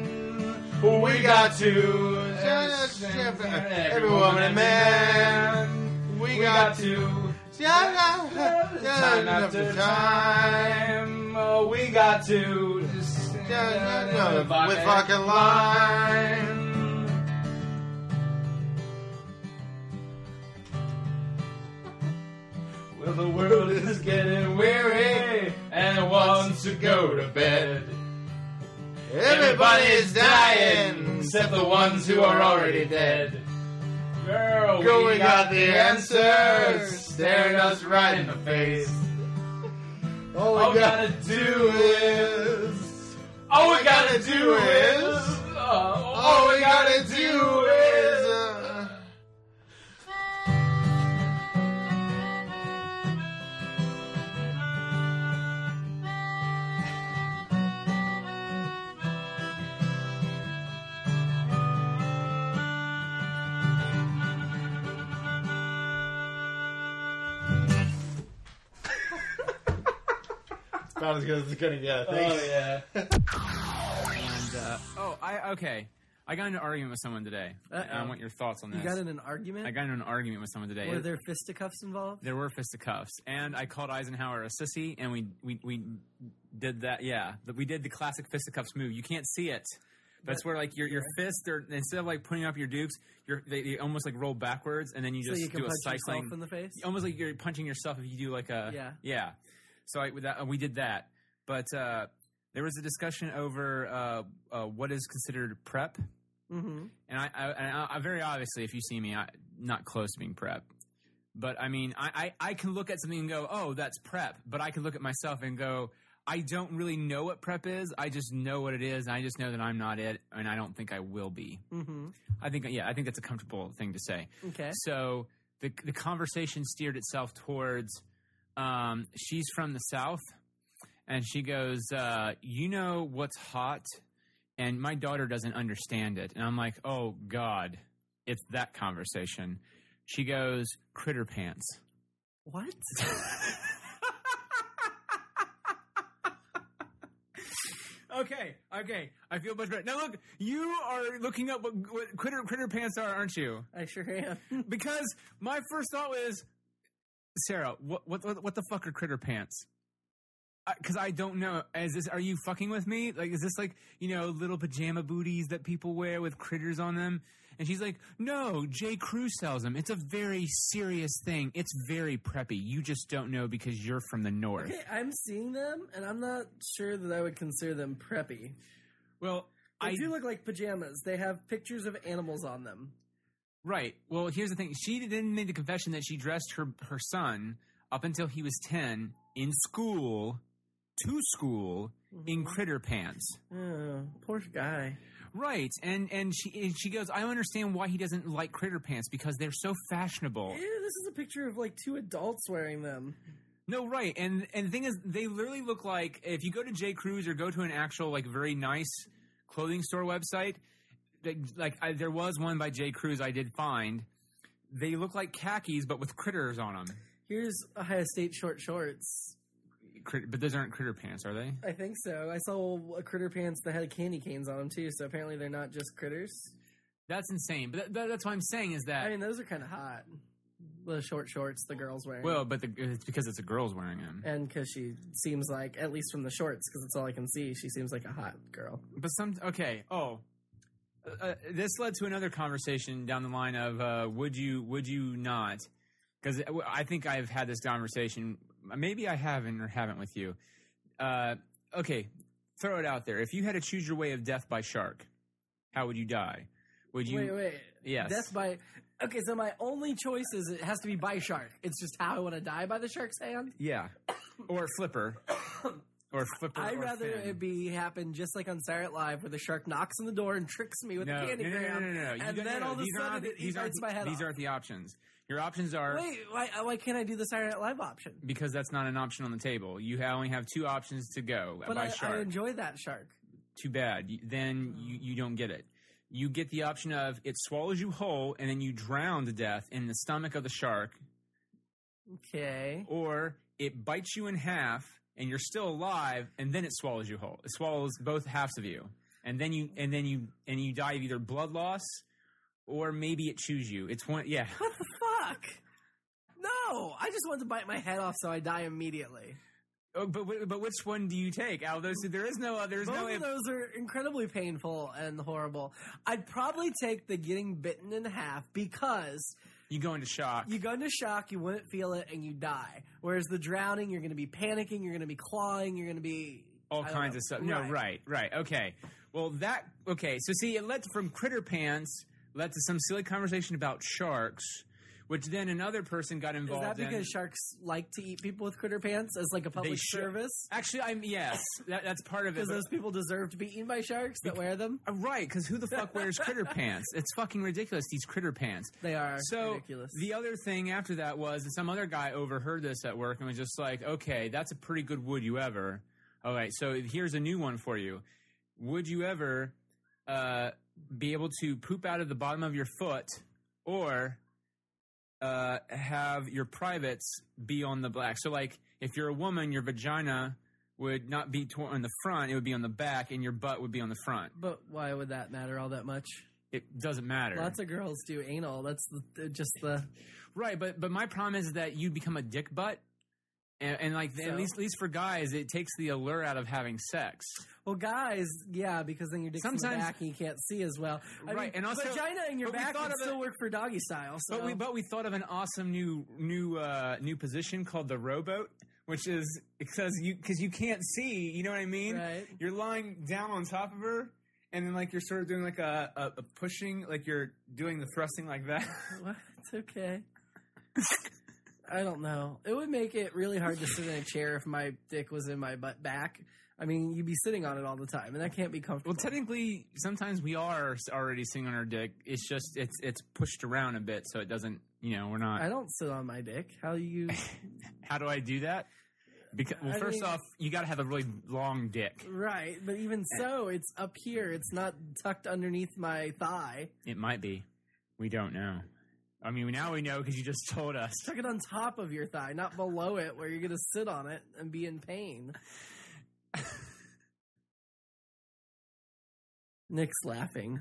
Speaker 4: We got to. Just every woman and man. We got to. Time after time. Oh, we got to. With fucking lime. Well, the world is getting weary and wants to go to bed. Everybody's dying except the ones who are already dead. Girl, we, got, the answers staring us right in the face. All we gotta do is. All we gotta do is. All we gotta do is. uh, It's about as good as it's gonna get. I think.
Speaker 1: Oh yeah. and uh, oh, I okay. I got in an argument with someone today. And I
Speaker 5: Uh-oh.
Speaker 1: want your thoughts on
Speaker 5: You
Speaker 1: this.
Speaker 5: got in an argument?
Speaker 1: I got in an argument with someone today.
Speaker 5: Were
Speaker 1: It-
Speaker 5: there fisticuffs involved?
Speaker 1: there were fisticuffs, and I called Eisenhower a sissy, and we we, we did that. Yeah, But we did the classic fisticuffs move. You can't see it. but That's
Speaker 5: But-
Speaker 1: where like your your fist, or instead of like putting up your dukes, you're, they, they almost like roll backwards, and then you
Speaker 5: So
Speaker 1: just
Speaker 5: you can
Speaker 1: do a
Speaker 5: punch yourself
Speaker 1: cycling
Speaker 5: in the face?
Speaker 1: almost like you're punching yourself if you do like a
Speaker 5: Yeah.
Speaker 1: yeah. So I, with that, we did that, but uh, there was a discussion over uh, uh, what is considered prep,
Speaker 5: Mm-hmm.
Speaker 1: and I, I, and I, I very obviously, if you see me, I not close to being prep. But I mean, I, I, I can look at something and go, oh, that's prep. But I can look at myself and go, I don't really know what prep is. I just know what it is. And I just know that I'm not it, and I don't think I will be.
Speaker 5: Mm-hmm.
Speaker 1: I think, yeah, I think that's a comfortable thing to say.
Speaker 5: Okay.
Speaker 1: So the the conversation steered itself towards um, she's from the south, and she goes, uh, "You know what's hot," and my daughter doesn't understand it, and I'm like, "Oh God, it's that conversation." She goes, "Critter pants."
Speaker 5: What?
Speaker 1: Okay, okay, I feel much better. Now look, you are looking up what, what critter critter pants are, aren't you?
Speaker 5: I sure am.
Speaker 1: because my first thought was, Sarah, what what what, what the fuck are critter pants? Because I don't know. Is this? Are you fucking with me? Like, is this like you know little pajama booties that people wear with critters on them? And she's like, "No, J. Crew sells them. It's a very serious thing. It's very preppy. You just don't know because you're from the north."
Speaker 5: Okay, I'm seeing them, and I'm not sure that I would consider them preppy.
Speaker 1: Well,
Speaker 5: They
Speaker 1: I-
Speaker 5: do look like pajamas. They have pictures of animals on them.
Speaker 1: Right. Well, here's the thing. She didn't make the confession that she dressed her her son up until he was ten in school, to school in critter pants.
Speaker 5: Mm-hmm. Oh, poor guy.
Speaker 1: Right. And and she and she goes, I understand why he doesn't like critter pants because they're so fashionable.
Speaker 5: Ew, this is a picture of like two adults wearing them.
Speaker 1: No, right. And and the thing is, they literally look like if you go to J. Crew's or go to an actual like very nice clothing store website, they, like I, there was one by J. Crew's I did find. They look like khakis, but with critters on them.
Speaker 5: Here's Ohio State short shorts.
Speaker 1: Crit- but those aren't critter pants, are they?
Speaker 5: I think so. I saw a critter pants that had candy canes on them too. So apparently they're not just critters.
Speaker 1: That's insane. But that, that's what I'm saying is that.
Speaker 5: I mean, those are kind of hot. The short shorts the girls wearing.
Speaker 1: Well, but the, it's because it's a girl's wearing them.
Speaker 5: and because she seems like, at least from the shorts, because that's all I can see, she seems like a hot girl.
Speaker 1: But some okay. Oh, uh, uh, this led to another conversation down the line of uh, would you would you not? Because I think I've had this conversation. Maybe I haven't or haven't with you. Uh, okay, throw it out there. If you had to choose your way of death by shark, how would you die? Would you?
Speaker 5: wait, wait.
Speaker 1: Yes.
Speaker 5: Death by. Okay, so my only choice is it has to be by shark. It's just how I want to die by the shark's hand.
Speaker 1: Yeah. Or flipper. or flipper.
Speaker 5: I'd
Speaker 1: or
Speaker 5: rather
Speaker 1: fin.
Speaker 5: it be happen just like on Saturday Night Live, where the shark knocks on the door and tricks me with
Speaker 1: no,
Speaker 5: a candy
Speaker 1: no, no, no,
Speaker 5: gram,
Speaker 1: no, no, You
Speaker 5: and
Speaker 1: don't-
Speaker 5: then
Speaker 1: no,
Speaker 5: all of a
Speaker 1: these aren't
Speaker 5: sudden
Speaker 1: the-
Speaker 5: it
Speaker 1: these
Speaker 5: eats
Speaker 1: aren't-
Speaker 5: my head
Speaker 1: These
Speaker 5: off.
Speaker 1: aren't the options. Your options are
Speaker 5: Wait, why, why can't I do the Saturday Night Live option?
Speaker 1: because that's not an option on the table. You ha- only have two options to go
Speaker 5: But
Speaker 1: by
Speaker 5: I, Oh. I
Speaker 1: shark.
Speaker 5: enjoy that shark.
Speaker 1: Too bad. You- Then you, you don't get it. You get the option of it swallows you whole and then you drown to death in the stomach of the shark,
Speaker 5: Okay.
Speaker 1: or it bites you in half and you're still alive and then it swallows you whole. It swallows both halves of you, and then you and then you and you die of either blood loss or maybe it chews you. It's one. Yeah.
Speaker 5: What the fuck? No, I just want to bite my head off so I die immediately.
Speaker 1: Oh, but wh- but which one do you take out of those? two? There is no other. There's
Speaker 5: Both
Speaker 1: no.
Speaker 5: of
Speaker 1: if-
Speaker 5: those are incredibly painful and horrible. I'd probably take the getting bitten in half because
Speaker 1: you go into shock.
Speaker 5: You go into shock, you wouldn't feel it, and you die. Whereas the drowning, you're going to be panicking, you're going to be clawing, you're going to be
Speaker 1: all
Speaker 5: I don't
Speaker 1: kinds
Speaker 5: know.
Speaker 1: of stuff. No, right, right. Okay. Well, that okay. So see, it led from critter pants led to some silly conversation about sharks, which then another person got
Speaker 5: Is
Speaker 1: involved.
Speaker 5: that because
Speaker 1: in.
Speaker 5: sharks like to eat people with critter pants as like a public
Speaker 1: should.
Speaker 5: service?
Speaker 1: Actually, I'm yes. That, that's part of it.
Speaker 5: Because
Speaker 1: but- uh,
Speaker 5: those people deserve to be eaten by sharks that wear them.
Speaker 1: Right? Because who the fuck wears critter pants? It's fucking ridiculous. These critter pants.
Speaker 5: They are
Speaker 1: so
Speaker 5: ridiculous.
Speaker 1: the other thing after that was that some other guy overheard this at work and was just like, "Okay, that's a pretty good would you ever." All right, so here's a new one for you. Would you ever uh, be able to poop out of the bottom of your foot, or uh, have your privates be on the back? So, like, if you're a woman, your vagina would not be to- on the front; it would be on the back, and your butt would be on the front.
Speaker 5: But why would that matter all that much?
Speaker 1: It doesn't matter.
Speaker 5: Lots of girls do anal. That's the, just the
Speaker 1: Right, but but my problem is that you become a dick butt, and, and like
Speaker 5: So?
Speaker 1: at least at least for guys, it takes the allure out of having sex.
Speaker 5: well, guys, yeah, because then your dick's in
Speaker 1: Sometimes-
Speaker 5: the back and you can't see as well. I
Speaker 1: Right,
Speaker 5: mean,
Speaker 1: and also-
Speaker 5: vagina in your
Speaker 1: but we
Speaker 5: back
Speaker 1: thought
Speaker 5: would
Speaker 1: of it-
Speaker 5: still work for doggy style. So.
Speaker 1: But we but we thought of an awesome new new uh, new position called the rowboat, which is because you because you can't see. You know what I mean?
Speaker 5: Right.
Speaker 1: You're lying down on top of her, and then like you're sort of doing like a, a, a pushing, like you're doing the thrusting like that.
Speaker 5: What? It's okay. I don't know. It would make it really hard to sit in a chair if my dick was in my butt back. I mean, you'd be sitting on it all the time, and that can't be comfortable.
Speaker 1: Well, technically, sometimes we are already sitting on our dick. It's just it's it's pushed around a bit, so it doesn't. You know, we're not.
Speaker 5: I don't sit on my dick. How you?
Speaker 1: How do I do that? Because well,
Speaker 5: I
Speaker 1: first
Speaker 5: mean-
Speaker 1: off, you got to have a really long dick.
Speaker 5: right, but even so, it's up here. It's not tucked underneath my thigh.
Speaker 1: It might be. We don't know. I mean, now we know because you just told us.
Speaker 5: Tuck it on top of your thigh, not below it, where you're gonna sit on it and be in pain. Nick's laughing.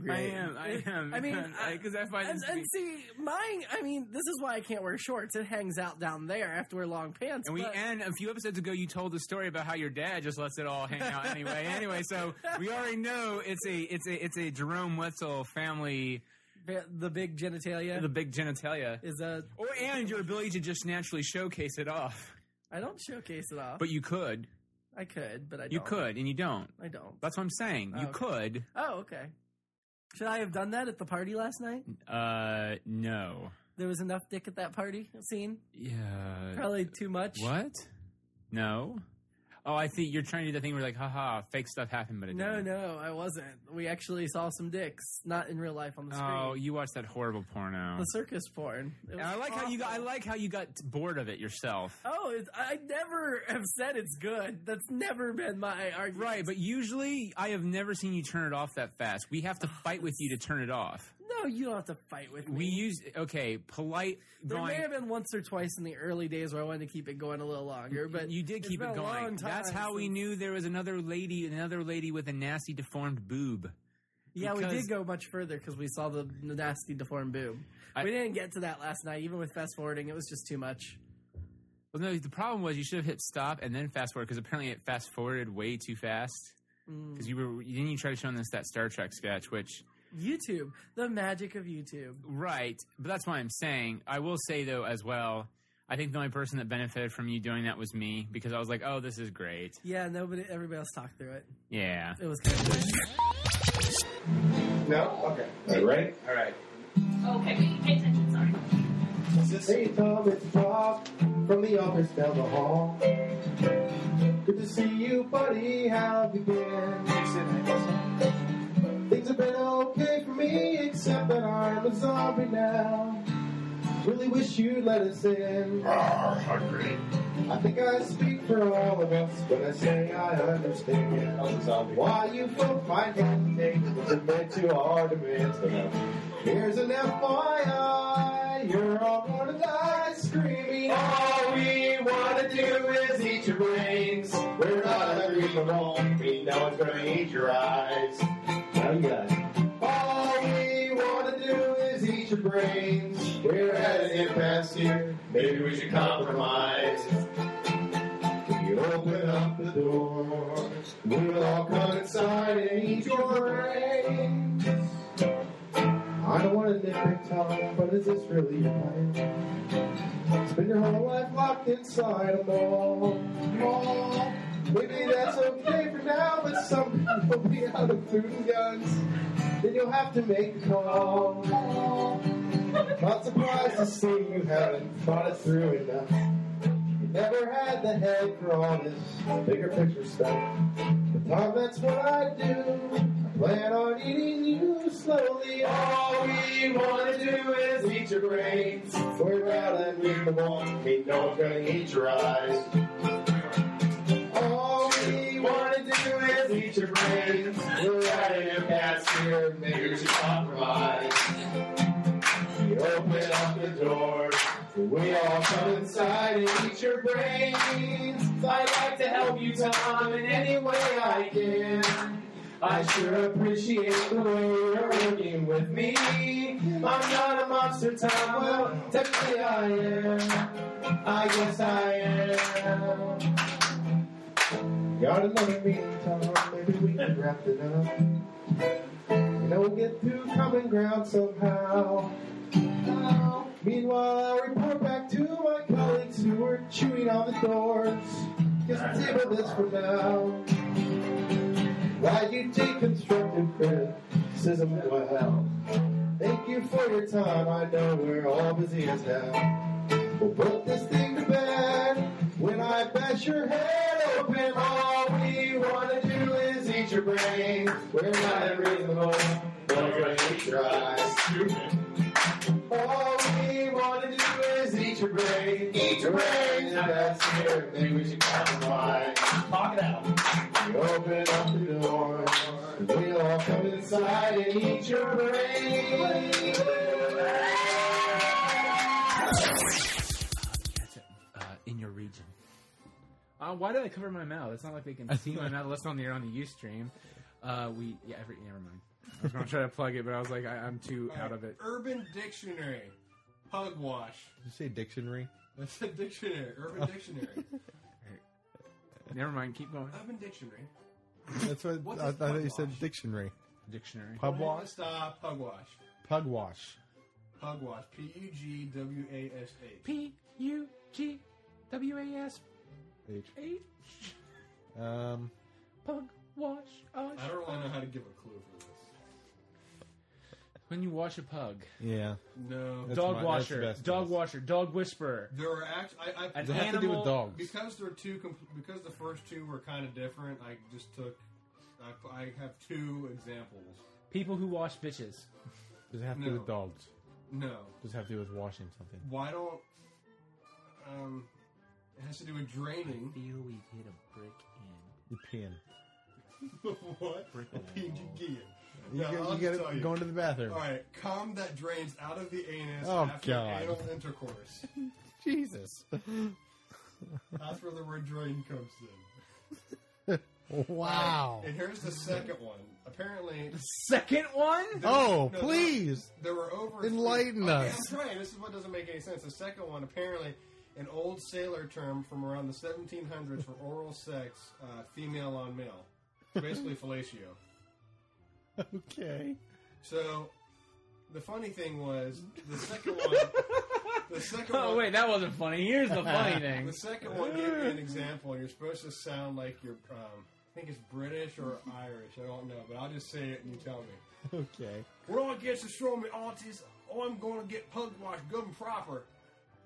Speaker 5: Great.
Speaker 1: I am. I am.
Speaker 5: I mean, uh,
Speaker 1: because I, find
Speaker 5: And,
Speaker 1: this. to
Speaker 5: and
Speaker 1: be-
Speaker 5: see, mine. I mean, this is why I can't wear shorts. It hangs out down there. I have to wear long pants.
Speaker 1: and we
Speaker 5: but-
Speaker 1: and a few episodes ago, you told the story about how your dad just lets it all hang out anyway. anyway, so we already know it's a it's a it's a Jerome Wetzel family.
Speaker 5: The big genitalia.
Speaker 1: The big genitalia
Speaker 5: is a
Speaker 1: or and your ability to just naturally showcase it off.
Speaker 5: I don't showcase it off.
Speaker 1: But you could.
Speaker 5: I could, but I don't.
Speaker 13: You could, and you don't.
Speaker 5: I don't.
Speaker 13: That's what I'm saying.
Speaker 5: Oh,
Speaker 13: you
Speaker 5: okay.
Speaker 13: could.
Speaker 5: Oh, okay. Should I have done that at the party last night?
Speaker 13: Uh, no.
Speaker 5: There was enough dick at that party scene.
Speaker 13: Yeah.
Speaker 5: Probably too much.
Speaker 13: Uh, What? No. Oh, I see. You're trying to do the thing where like, haha, fake stuff happened, but it
Speaker 5: No,
Speaker 13: didn't.
Speaker 5: no, I wasn't. We actually saw some dicks, not in real life on the screen.
Speaker 13: Oh, you watched that horrible porno.
Speaker 5: The circus porn. It
Speaker 13: And
Speaker 5: was
Speaker 13: I like how you got. I
Speaker 5: awful.
Speaker 13: like how you got bored of it yourself.
Speaker 5: Oh, it's, I never have said it's good. That's never been my argument.
Speaker 13: Right, but usually I have never seen you turn it off that fast. We have to fight with you to turn it off.
Speaker 5: No, you don't have to fight with me.
Speaker 13: We use okay, polite
Speaker 5: There may
Speaker 13: going.
Speaker 5: have been once or twice in the early days where I wanted to keep it going a little longer, but you did
Speaker 13: Keep it going. That's how we knew there was another lady, another lady with a nasty deformed boob.
Speaker 5: Yeah, we
Speaker 13: Because-
Speaker 5: did go much further because we saw the nasty deformed boob. we didn't get to that last night, even with fast forwarding. It was just too much.
Speaker 13: Well, no, the problem was you should have hit stop and then fast forward because apparently it fast forwarded way too fast.
Speaker 5: Mm.
Speaker 13: Because you were didn't you try to show them this that Star Trek sketch, which
Speaker 5: YouTube, the magic of YouTube.
Speaker 13: right, but that's why I'm saying I will say though as well. I think the only person that benefited from you doing that was me because I was like, oh, this is great.
Speaker 5: Yeah, nobody, everybody else talked through it.
Speaker 13: Yeah.
Speaker 5: It was kind of.
Speaker 8: No? Oh, Okay. All right. Ready? All right.
Speaker 9: Okay, wait, pay attention, sorry.
Speaker 4: Hey Tom, it's Bob from the office down the hall. Good to see you, buddy. How have you been? Things have been okay for me, except that I'm a zombie now. Really wish you'd let us in. hungry. I think I speak for all of us when I say I understand why you folk might hesitate. It's meant to our demands. But now, Here's an FYI, you're all gonna die screaming. All we wanna do is eat your brains. We're not hungry, but won't be. No one's gonna eat your eyes. Oh, Now you got it. All we wanna do is eat your brains. We're at an impasse here. Maybe we should compromise. We open up the door. We'll all come inside and eat your brains. I don't want to nitpick time, but is this really your plan? Spend your whole life locked inside a mall. mall. Maybe that's okay for now, but someday you'll be out of food and guns. Then you'll have to make a call. Not surprised to see you haven't thought it through enough. You never had the head for all this bigger picture stuff. But Tom, that's what I do. I plan on eating you slowly. All we want to do is eat your brains. We're out and we won't. Ain't no one's gonna eat your eyes. All we want to do is eat your brains. We're out of impasse here. Maybe we should compromise. We open up the door. We all come inside and eat your brains. I'd like to help you, Tom, in any way I can. I sure appreciate the way you're working with me. I'm not a monster, Tom. Well, technically I am. I guess I am. Got another meeting, Tom. Maybe we can wrap it up. You know, we'll get through common ground somehow. Meanwhile, I'll report back to my colleagues who were chewing on the doors. Guess we'll table this for now. While you take constructive criticism well. Thank you for your time. I know we're all busy as hell. We'll put this thing to bed when I bash your head open. All we want to do is eat your brain. We're not unreasonable, but we're going to eat your eyes. All we want to do is eat your brain. Eat your brain. Now that's here. Maybe we should compromise. Talk it out. We open up the door. We all come inside and eat your brain.
Speaker 13: Uh, in your region.
Speaker 1: Uh, why did I cover my mouth? It's not like they can see my mouth unless on the on the UStream. Uh, we yeah, every, never mind. I was gonna try to plug it, but I was like, I, I'm too out of it.
Speaker 8: Urban Dictionary. Pugwash.
Speaker 1: you say dictionary?
Speaker 8: That's a dictionary. Urban Dictionary.
Speaker 1: Never mind. Keep going.
Speaker 8: Urban Dictionary.
Speaker 22: That's what,
Speaker 8: What
Speaker 22: I, I
Speaker 8: is
Speaker 22: thought you said dictionary.
Speaker 1: Dictionary.
Speaker 22: Pugwash?
Speaker 8: Stop. Pugwash.
Speaker 22: Pugwash.
Speaker 8: Pugwash. P U G W A S H.
Speaker 1: P U G W A S
Speaker 22: H.
Speaker 1: H.
Speaker 4: Um,
Speaker 23: Pug wash.
Speaker 1: uh,
Speaker 23: Ush.
Speaker 8: I don't really know how to give a clue for this.
Speaker 1: When you wash a pug.
Speaker 4: yeah.
Speaker 8: No.
Speaker 4: That's
Speaker 1: dog
Speaker 4: my- that's the
Speaker 1: washer.
Speaker 4: best
Speaker 1: Dog washer. Dog whisperer.
Speaker 8: There are actually I, I,
Speaker 1: An Does it have to do with animal- dogs?
Speaker 8: because there are two com- because the first two were kind of different. I just took I, pu- I have two examples.
Speaker 1: People who wash bitches.
Speaker 4: Does it have to do
Speaker 8: No.
Speaker 4: with dogs?
Speaker 8: No.
Speaker 4: Does it have to do with washing something?
Speaker 8: Why don't um it has to do with draining. I feel we hit a brick
Speaker 4: You're peeing.
Speaker 8: what? Did you get?
Speaker 4: You
Speaker 8: Now,
Speaker 4: get-
Speaker 8: I'll
Speaker 4: you get
Speaker 8: just
Speaker 4: it
Speaker 8: tell you.
Speaker 4: going to the bathroom.
Speaker 8: All right, cum that drains out of the anus
Speaker 4: Oh,
Speaker 8: after
Speaker 4: God.
Speaker 8: anal intercourse.
Speaker 4: Jesus.
Speaker 8: That's where the word drain comes in.
Speaker 4: wow.
Speaker 8: And here's the second one. Apparently, the
Speaker 4: second one? Oh, please.
Speaker 8: There were over Oh,
Speaker 4: Enlighten
Speaker 8: Okay,
Speaker 4: us.
Speaker 8: I'm trying. This is what doesn't make any sense. The second one, apparently, an old sailor term from around the 1700s for oral sex, uh, female on male, basically fellatio.
Speaker 4: Okay.
Speaker 8: So, the funny thing was the second one. The second one.
Speaker 1: Oh, wait, that wasn't funny. Here's the funny thing.
Speaker 8: The second one gave me an example, and you're supposed to sound like you're, um, I think it's British or Irish. I don't know, but I'll just say it and you tell me.
Speaker 4: Okay.
Speaker 8: We're all against the show me aunties. Oh, I'm going to get pug washed good and proper.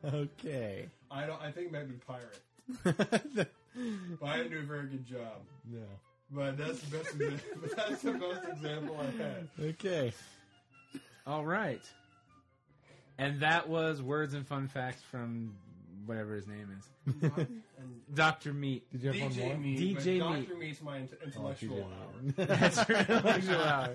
Speaker 4: Okay.
Speaker 8: I don't. I think maybe pirate. but I didn't do a very good job.
Speaker 4: No.
Speaker 8: But that's the best. exa- that's the best example I had.
Speaker 4: Okay.
Speaker 1: All right. And that was words and fun facts from whatever his name is. Dr. Meat.
Speaker 4: Did you have
Speaker 8: DJ
Speaker 4: one more? Oh,
Speaker 8: Meat.
Speaker 1: DJ
Speaker 8: but
Speaker 1: Meat.
Speaker 8: Doctor Meat's my int- intellectual hour.
Speaker 1: That's your intellectual hour.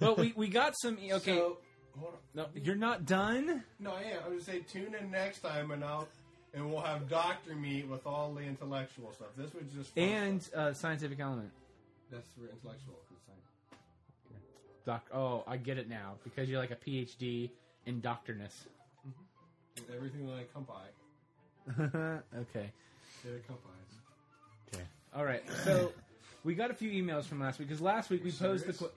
Speaker 1: Well, we, we got some. Okay.
Speaker 8: So, hold on.
Speaker 1: no, you're not done?
Speaker 8: No, I am. I'm just saying, tune in next time, and I'll and we'll have Doctor Meat with all the intellectual stuff. This was just fun.
Speaker 1: And uh, scientific element.
Speaker 8: that's for intellectual. it's like-
Speaker 1: Doc. Oh, I get it now because you're like a PhD in doctorness.
Speaker 8: With Mm-hmm. everything that I come by,
Speaker 1: okay.
Speaker 8: that I come by.
Speaker 1: Okay. All right. So we got a few emails from last week because last week we posed the. Qu-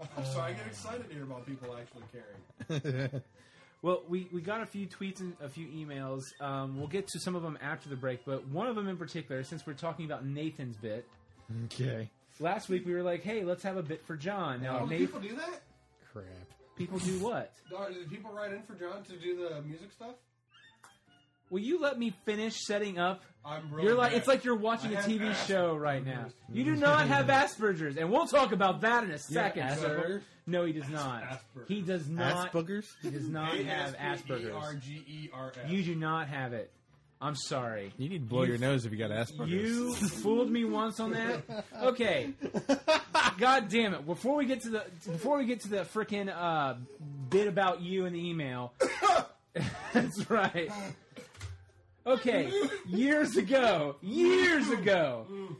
Speaker 1: Mm-hmm.
Speaker 8: I'm sorry, I get excited here about people actually caring.
Speaker 1: well, we, we got a few tweets and a few emails. Um, we'll get to some of them after the break, but one of them in particular, since we're talking about Nathan's bit.
Speaker 4: Okay.
Speaker 1: Last week we were like, "Hey, let's have a bit for John." Now,
Speaker 8: Oh, do
Speaker 1: Nathan,
Speaker 8: people do that?
Speaker 4: Crap.
Speaker 1: people do what?
Speaker 8: Dar- Did people write in for John to do the music stuff?
Speaker 1: Will you let me finish setting up?
Speaker 8: I'm really
Speaker 1: you're like
Speaker 8: bad.
Speaker 1: it's like you're watching
Speaker 8: I
Speaker 1: a
Speaker 8: have
Speaker 1: TV
Speaker 8: Asperger's.
Speaker 1: show right now.
Speaker 4: Mm-hmm.
Speaker 1: You do not have Asperger's, and we'll talk about that in a second.
Speaker 8: Asperger?
Speaker 1: sir. No, he does not. He does not.
Speaker 4: Asperger's?
Speaker 1: He does not have
Speaker 8: E
Speaker 1: Asperger's.
Speaker 8: A-S-P-E-R-G-E-R-S.
Speaker 1: You do not have it. I'm sorry.
Speaker 4: You need to blow your nose if you got Asperger's.
Speaker 1: You fooled me once on that. Okay. God damn it! Before we get to the before we get to the frickin' uh, bit about you and the email. That's right. Okay, years ago, years ago.
Speaker 9: Mm.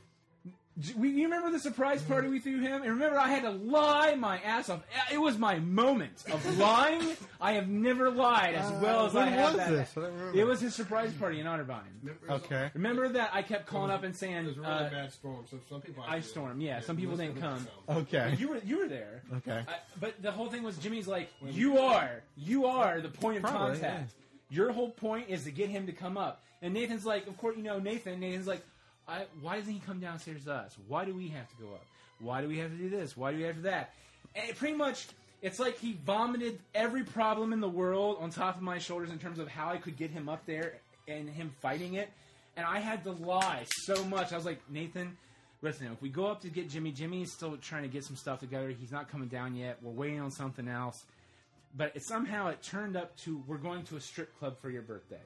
Speaker 1: J- We, you remember the surprise party we threw him? And remember, I had to lie my ass off. Uh, It was my moment of lying. I have never lied as well as
Speaker 4: Uh,
Speaker 1: I
Speaker 4: when
Speaker 1: have
Speaker 4: was
Speaker 1: that.
Speaker 4: this? I don't remember.
Speaker 1: It was his surprise party in Otterbein.
Speaker 4: Okay.
Speaker 1: Remember that I kept calling up and saying,
Speaker 8: It was a really
Speaker 1: uh,
Speaker 8: bad storm, so some people.
Speaker 1: "Ice storm." Yeah, some people didn't come.
Speaker 4: Okay.
Speaker 1: you were you were there.
Speaker 4: Okay.
Speaker 1: I, but the whole thing was Jimmy's like, you are, you are the point of
Speaker 4: Probably,
Speaker 1: contact. Your whole point is to get him to come up. And Nathan's like, of course, you know, Nathan. Nathan's like, I, why doesn't he come downstairs to us? Why do we have to go up? Why do we have to do this? Why do we have to do that? And it pretty much, it's like he vomited every problem in the world on top of my shoulders in terms of how I could get him up there and him fighting it. And I had to lie so much. I was like, Nathan, Listen, if we go up to get Jimmy, Jimmy's still trying to get some stuff together. He's not coming down yet. We're waiting on something else. But it, somehow it turned up to we're going to a strip club for your birthday.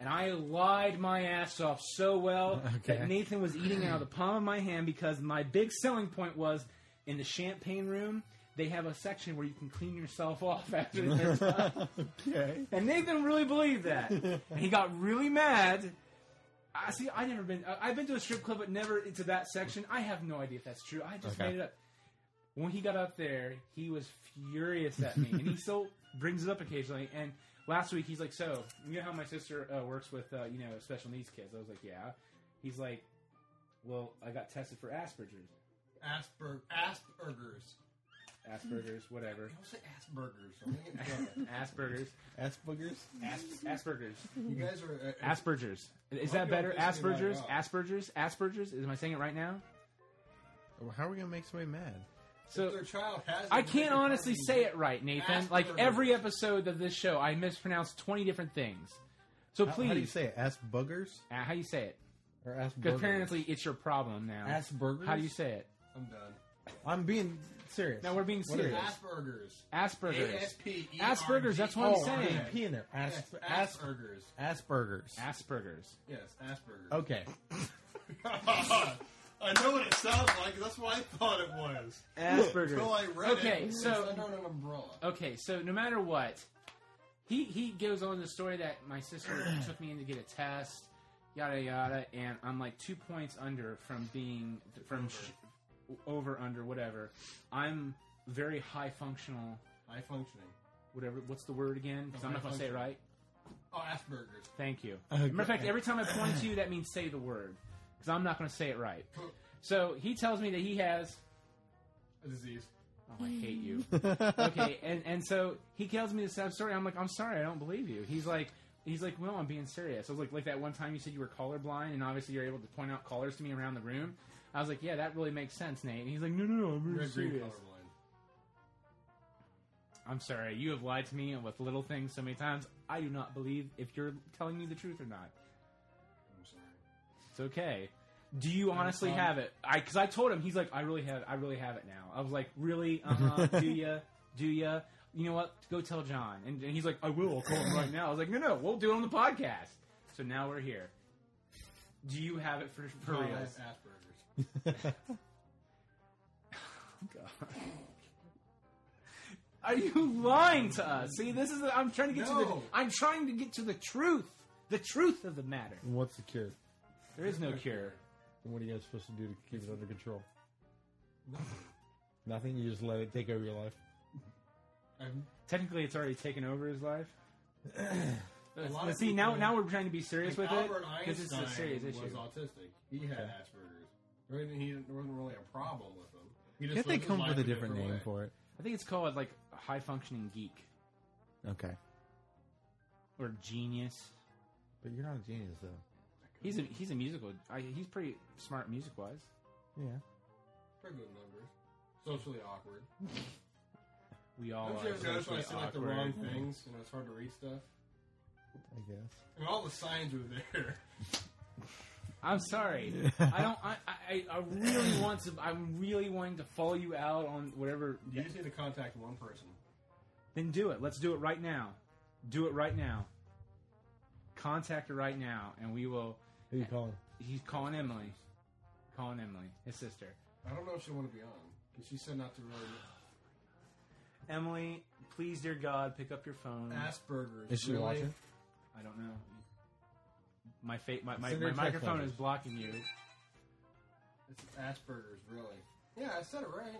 Speaker 1: And I lied my ass off so well
Speaker 4: Okay.
Speaker 1: that Nathan was eating out of the palm of my hand because my big selling point was in the champagne room, they have a section where you can clean yourself off after the
Speaker 4: okay.
Speaker 1: and Nathan really believed that. and he got really mad. I see. I never been. I- I've been to a strip club, but never into that section. I have no idea if that's true. I just
Speaker 4: Okay.
Speaker 1: made it up. When he got up there, he was furious at me, and he still brings it up occasionally. And last week, he's like, "So, you know how my sister uh, works with uh, you know special needs kids?" I was like, "Yeah." He's like, "Well, I got tested for Asperger's."
Speaker 8: Asper Asperger's.
Speaker 1: Asperger's, whatever.
Speaker 6: You also Asperger's. I'm gonna get in trouble.
Speaker 1: Asperger's.
Speaker 6: Asperger's?
Speaker 1: As- Asperger's.
Speaker 6: You guys are, uh,
Speaker 1: Asperger's. Is
Speaker 6: I'm
Speaker 1: that
Speaker 6: gonna
Speaker 1: better?
Speaker 6: piss somebody
Speaker 1: Asperger's.
Speaker 6: off.
Speaker 1: Asperger's. Asperger's. Is am I saying it right now?
Speaker 6: How are we gonna make somebody mad?
Speaker 1: So
Speaker 6: their child has.
Speaker 1: I
Speaker 6: them,
Speaker 1: can't
Speaker 6: they can
Speaker 1: honestly
Speaker 6: fucking
Speaker 1: say it right, Nathan. Like
Speaker 6: Asperger's.
Speaker 1: every episode of this show, I mispronounce twenty different things. So
Speaker 6: How-
Speaker 1: please,
Speaker 6: How do you say it? Asperger's?
Speaker 1: Uh, how you say it?
Speaker 6: Or Asperger's?
Speaker 1: Because apparently it's your problem now.
Speaker 6: Asperger's?
Speaker 1: How do you say it?
Speaker 6: I'm done. I'm being serious.
Speaker 1: No, we're being
Speaker 6: What is
Speaker 1: serious.
Speaker 6: it?
Speaker 1: Asperger's. Asperger's.
Speaker 6: A-S-P-E-R-G.
Speaker 1: Asperger's. That's what I'm
Speaker 6: Oh, I
Speaker 1: saying.
Speaker 6: put a P in there. Asp-
Speaker 1: Yes,
Speaker 6: Asperger's. Asperger's.
Speaker 1: Asperger's.
Speaker 6: Yes, Asperger's. Okay.
Speaker 8: I know what it sounds like. That's what I thought it was.
Speaker 1: Asperger's.
Speaker 8: Until I read
Speaker 1: okay,
Speaker 8: it. it was
Speaker 1: so
Speaker 8: under an umbrella.
Speaker 1: Okay, so no matter what, he he goes on the story that my sister took me in to get a test, yada yada, and I'm like two points under from being from sh- over under whatever. I'm very high functional.
Speaker 8: High functioning.
Speaker 1: Whatever. What's the word again? Because I'm not going to say it right. Uh,
Speaker 8: Oh, Asperger's.
Speaker 1: Thank you.
Speaker 8: Oh,
Speaker 1: Matter of fact, every time I point to you, that means say the word because I'm not going to say it right. So he tells me that he has
Speaker 8: A disease.
Speaker 1: Oh, I hate you. okay, and and so he tells me this sad story. I'm like, I'm sorry, I don't believe you. He's like, he's like, well, I'm being serious. I was like, like that one time you said you were colorblind, and obviously you're able to point out colors to me around the room. I was like, yeah, that really makes sense, Nate. And he's like, no, no, no, I'm
Speaker 8: You're
Speaker 1: really
Speaker 8: a green
Speaker 1: serious.
Speaker 8: colorblind.
Speaker 1: I'm sorry, you have lied to me with little things so many times. I do not believe if you're telling me the truth or not.
Speaker 8: I'm sorry.
Speaker 1: It's okay. Do you honestly
Speaker 8: um,
Speaker 1: have it? I because I told him he's like I really have I really have it now. I was like really uh-huh, do ya do ya you know what go tell John and, and he's like I will I'll call him right now. I was like no no we'll do it on the podcast. So now we're here. Do you have it for for
Speaker 8: John
Speaker 1: real?
Speaker 8: has
Speaker 1: Asperger's. God. Are you lying to us? See, this is I'm trying to get to the
Speaker 6: No.
Speaker 1: I'm trying to get to the truth, the truth of the matter.
Speaker 6: What's the cure?
Speaker 1: There is no cure.
Speaker 6: And what are you guys supposed to do to keep it under control? Nothing. You just let it take over your life.
Speaker 1: Technically, it's already taken over his life.
Speaker 8: A lot of
Speaker 1: See, now
Speaker 8: people-
Speaker 1: now we're trying to be serious
Speaker 8: like
Speaker 1: with
Speaker 8: Albert
Speaker 1: it because it's a
Speaker 8: Einstein
Speaker 1: serious issue.
Speaker 8: was autistic. He had
Speaker 1: Okay.
Speaker 8: Asperger's. There wasn't- He didn't- there wasn't really a problem with him. He
Speaker 6: Can't they
Speaker 8: lived his
Speaker 6: come
Speaker 8: life
Speaker 6: with a different name
Speaker 8: way.
Speaker 6: for it?
Speaker 1: I think it's called like high functioning geek
Speaker 6: Okay.
Speaker 1: or genius.
Speaker 6: But you're not a genius, though.
Speaker 1: He's a he's a musical. I, he's pretty smart music wise.
Speaker 6: Yeah.
Speaker 8: Pretty good numbers. Socially awkward.
Speaker 1: We all
Speaker 8: Don't you
Speaker 1: are
Speaker 8: ever notice when I say
Speaker 1: Oh, socially
Speaker 8: like the wrong
Speaker 1: awkward.
Speaker 8: things? You know, it's hard to read stuff.
Speaker 6: I guess.
Speaker 8: I mean, all the signs were there.
Speaker 1: I'm sorry. I don't. I, I, I really want to. I'm really wanting to follow you out on whatever.
Speaker 8: You just need to contact one person.
Speaker 1: Then do it. Let's do it right now. Do it right now. Contact her right now, and we will.
Speaker 6: Who you calling?
Speaker 1: He's calling Emily. Calling Emily, his sister.
Speaker 8: I don't know if she want to be on. 'cause she said not to really.
Speaker 1: Emily, please, dear God, pick up your phone.
Speaker 8: Asperger's, Is she really? watching?
Speaker 1: I don't know. My fa- my, my,
Speaker 8: Send her
Speaker 1: my
Speaker 8: a text
Speaker 1: microphone
Speaker 8: message.
Speaker 1: is blocking you.
Speaker 8: It's Asperger's, really. Yeah, I said it right.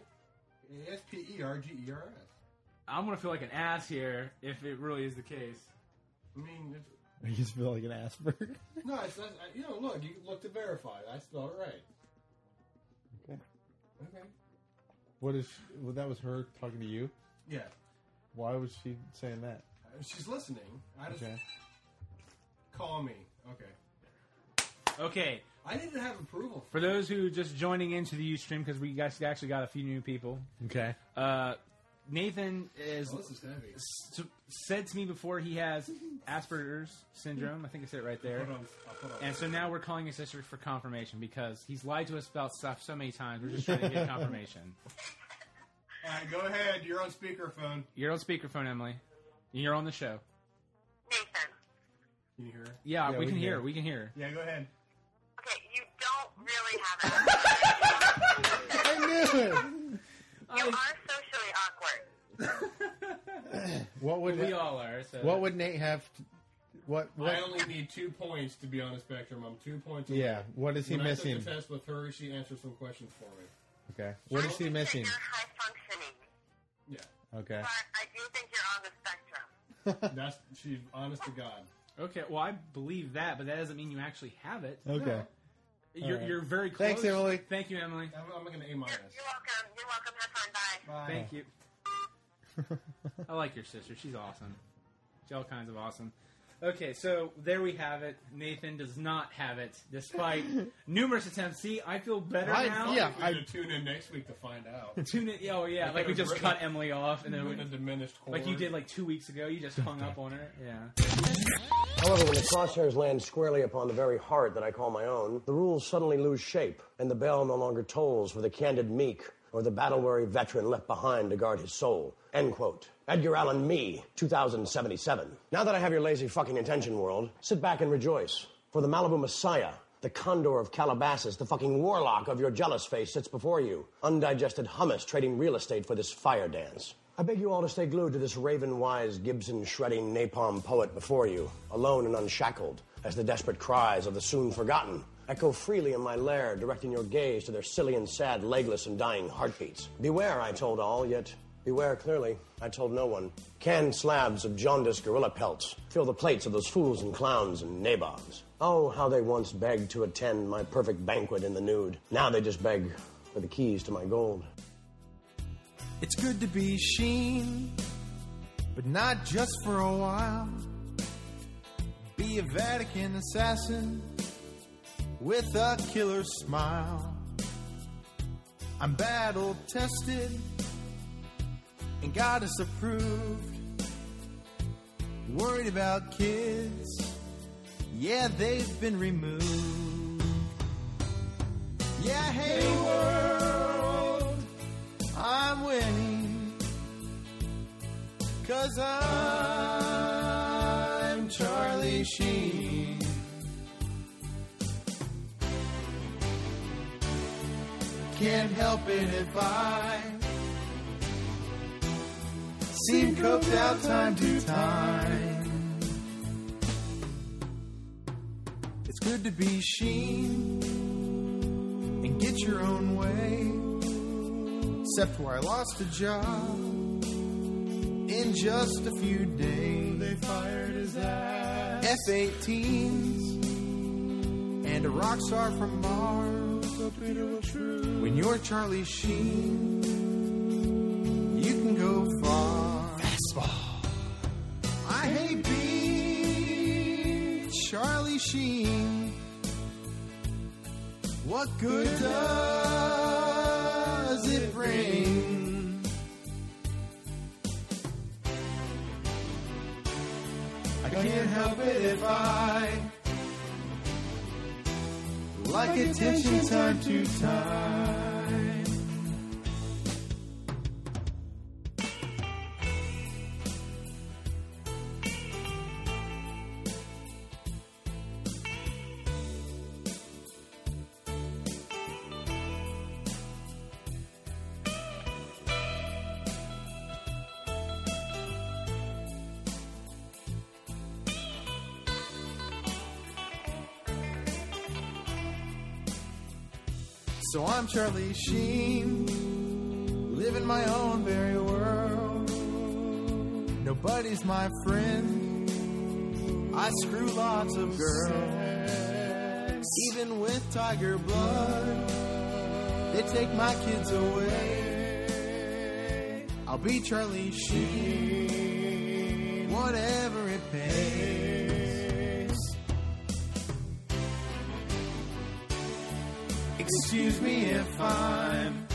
Speaker 8: A S P E R G E R S.
Speaker 1: I'm gonna feel like an ass here if it really is the case.
Speaker 8: I mean, it's,
Speaker 6: I just feel like an Asperger.
Speaker 8: No, it's not, I- you know, look, you look to verify. I spelled it right.
Speaker 6: Okay.
Speaker 8: Okay.
Speaker 6: What is? Well, that was her talking to you.
Speaker 8: Yeah.
Speaker 6: Why was she saying that?
Speaker 8: Uh, She's listening. I just
Speaker 6: Okay.
Speaker 8: call me. Okay.
Speaker 1: Okay.
Speaker 8: I need to have approval.
Speaker 1: For those who are just joining into the Ustream, because we guys actually got a few new people.
Speaker 6: Okay.
Speaker 1: Uh, Nathan is,
Speaker 8: Oh, this is heavy.
Speaker 1: s- said to me before he has Asperger's syndrome. I think I said it right there.
Speaker 8: I'll put on- I'll put on-
Speaker 1: And so now we're calling his sister for confirmation because he's lied to us about stuff so many times. We're just trying to get confirmation.
Speaker 8: All right, go ahead. You're on speakerphone.
Speaker 1: You're on speakerphone, Emily. You're on the show.
Speaker 8: Can you hear? her?
Speaker 1: Yeah, we, can hear. her. We can hear. her.
Speaker 8: Yeah, go ahead.
Speaker 6: I knew it.
Speaker 24: You are socially awkward.
Speaker 6: What would
Speaker 1: we all are? So.
Speaker 6: What would Nate have? To, what?
Speaker 8: I
Speaker 6: What?
Speaker 8: only need two points to be on the spectrum. I'm two points.
Speaker 6: Yeah,
Speaker 8: away.
Speaker 6: what is he
Speaker 8: when I
Speaker 6: missing?
Speaker 8: took the test with her. She answered some questions for me.
Speaker 6: Okay. What is he missing?
Speaker 8: Yeah.
Speaker 6: Okay.
Speaker 24: I do think you're on the spectrum.
Speaker 8: That's she's honest to God.
Speaker 1: Okay, well, I believe that, but that doesn't mean you actually have it.
Speaker 6: Okay.
Speaker 1: You're,
Speaker 6: All right.
Speaker 1: you're very close.
Speaker 6: Thanks, Emily.
Speaker 1: Thank you, Emily.
Speaker 8: I'm, I'm going to A minus.
Speaker 24: You're welcome. You're welcome. Have fun. Bye.
Speaker 25: Bye.
Speaker 1: Thank you. I like your sister. She's awesome. She's all kinds of awesome. Okay, so there we have it. Nathan does not have it, despite numerous attempts. See, I feel better
Speaker 8: I,
Speaker 1: now.
Speaker 8: Yeah, I tune in next week to find out.
Speaker 1: Tune in. Oh yeah,
Speaker 8: Like
Speaker 1: like we
Speaker 8: a
Speaker 1: just
Speaker 8: bri-
Speaker 1: cut Emily off, and then we,
Speaker 8: With a diminished
Speaker 1: like you
Speaker 8: chord.
Speaker 1: did like two weeks ago. You just hung up on her. Yeah.
Speaker 24: However, when the crosshairs land squarely upon the very heart that I call my own, the rules suddenly lose shape, and the bell no longer tolls for the candid meek or the battle-weary veteran left behind to guard his soul. End quote. Edgar Allan Mee, 2077. Now that I have your lazy fucking attention, world, sit back and rejoice. For the Malibu Messiah, the condor of Calabasas, the fucking warlock of your jealous face sits before you. Undigested hummus trading real estate for this fire dance. I beg you all to stay glued to this raven wise, Gibson shredding napalm poet before you, alone and unshackled, as the desperate cries of the soon forgotten echo freely in my lair, directing your gaze to their silly and sad, legless and dying heartbeats. Beware, I told all, yet beware clearly, I told no one. Canned slabs of jaundiced gorilla pelts fill the plates of those fools and clowns and nabobs. Oh, how they once begged to attend my perfect banquet in the nude. Now they just beg for the keys to my gold.
Speaker 4: It's good to be Sheen, but not just for a while. Be a Vatican assassin with a killer smile. I'm battle tested and goddess approved. Worried about kids, yeah, they've been removed. Yeah, hey world. I'm winning. Cause I'm Charlie Sheen. Can't help it if I seem coked out time to time. It's good to be Sheen and get your own way except where I lost a job in just a few days. They fired his ass. F-18s and a rock star from Mars. When you're Charlie Sheen, you can go far. Fastball. I hate being Charlie Sheen. What good does it bring? I can't help it if I like attention time to time. So I'm Charlie Sheen, living my own very world. Nobody's my friend. I screw lots of girls, even with tiger blood. They take my kids away. I'll be Charlie Sheen, whatever it pays. Excuse me if I'm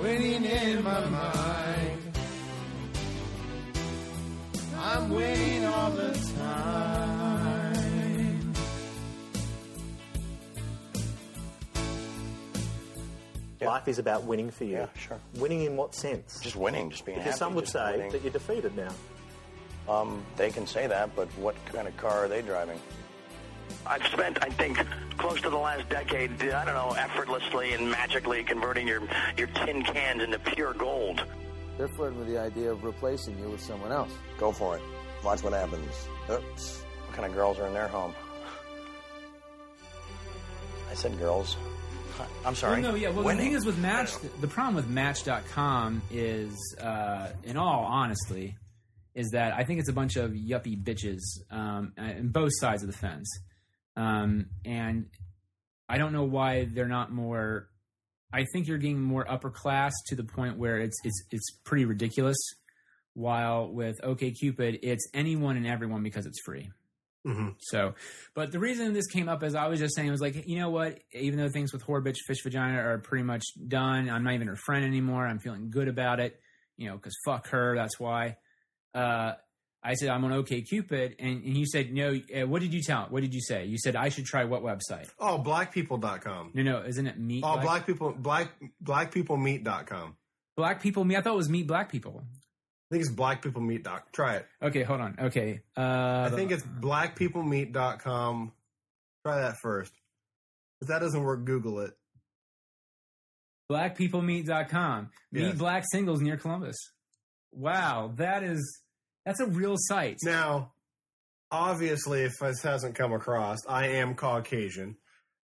Speaker 4: winning in my mind. I'm winning all the time.
Speaker 26: Life is about winning for you. Yeah, sure. Winning in what sense?
Speaker 27: Just winning, just being
Speaker 26: because
Speaker 27: happy,
Speaker 26: some would
Speaker 27: just
Speaker 26: say
Speaker 27: winning.
Speaker 26: that you're defeated now.
Speaker 27: Um, they can say that, but what kind of car are they driving? I've spent, I think, close to the last decade, I don't know, effortlessly and magically converting your, your tin cans into pure gold.
Speaker 6: They're flirting with the idea of replacing you with someone else.
Speaker 27: Go for it. Watch what happens. Oops. What kind of girls are in their home? I said girls. I'm sorry.
Speaker 1: Well, no, yeah. Well, the
Speaker 27: Winning.
Speaker 1: thing is with Match, the problem with Match.com is, uh, in all honesty, is that I think it's a bunch of yuppie bitches um, in both sides of the fence, um, and I don't know why they're not more I think you're getting more upper class to the point where it's it's it's pretty ridiculous. While with OK Cupid, it's anyone and everyone because it's free.
Speaker 6: Mm-hmm.
Speaker 1: So, but the reason this came up is I was just saying, I was like, you know what? Even though things with whore, bitch, fish, vagina are pretty much done, I'm not even her friend anymore. I'm feeling good about it, you know, because fuck her. That's why. Uh, I said, I'm on OK Cupid. And, and you said, no, uh, what did you tell? What did you say? You said, I should try what website?
Speaker 8: Oh, blackpeople.com.
Speaker 1: No, no, isn't it meet?
Speaker 8: Oh,
Speaker 1: Black-
Speaker 8: black people, black blackpeoplemeet.com.
Speaker 1: Black people meet. I thought it was meet black people.
Speaker 8: I think it's blackpeoplemeet.com. Try it.
Speaker 1: Okay, hold on. Okay. Uh,
Speaker 8: I think it's blackpeoplemeet.com. Try that first. If that doesn't work, Google it.
Speaker 1: blackpeoplemeet.com. Meet
Speaker 8: Yes.
Speaker 1: black singles near Columbus. Wow, that is that's a real site.
Speaker 8: Now, obviously, if this hasn't come across, I am Caucasian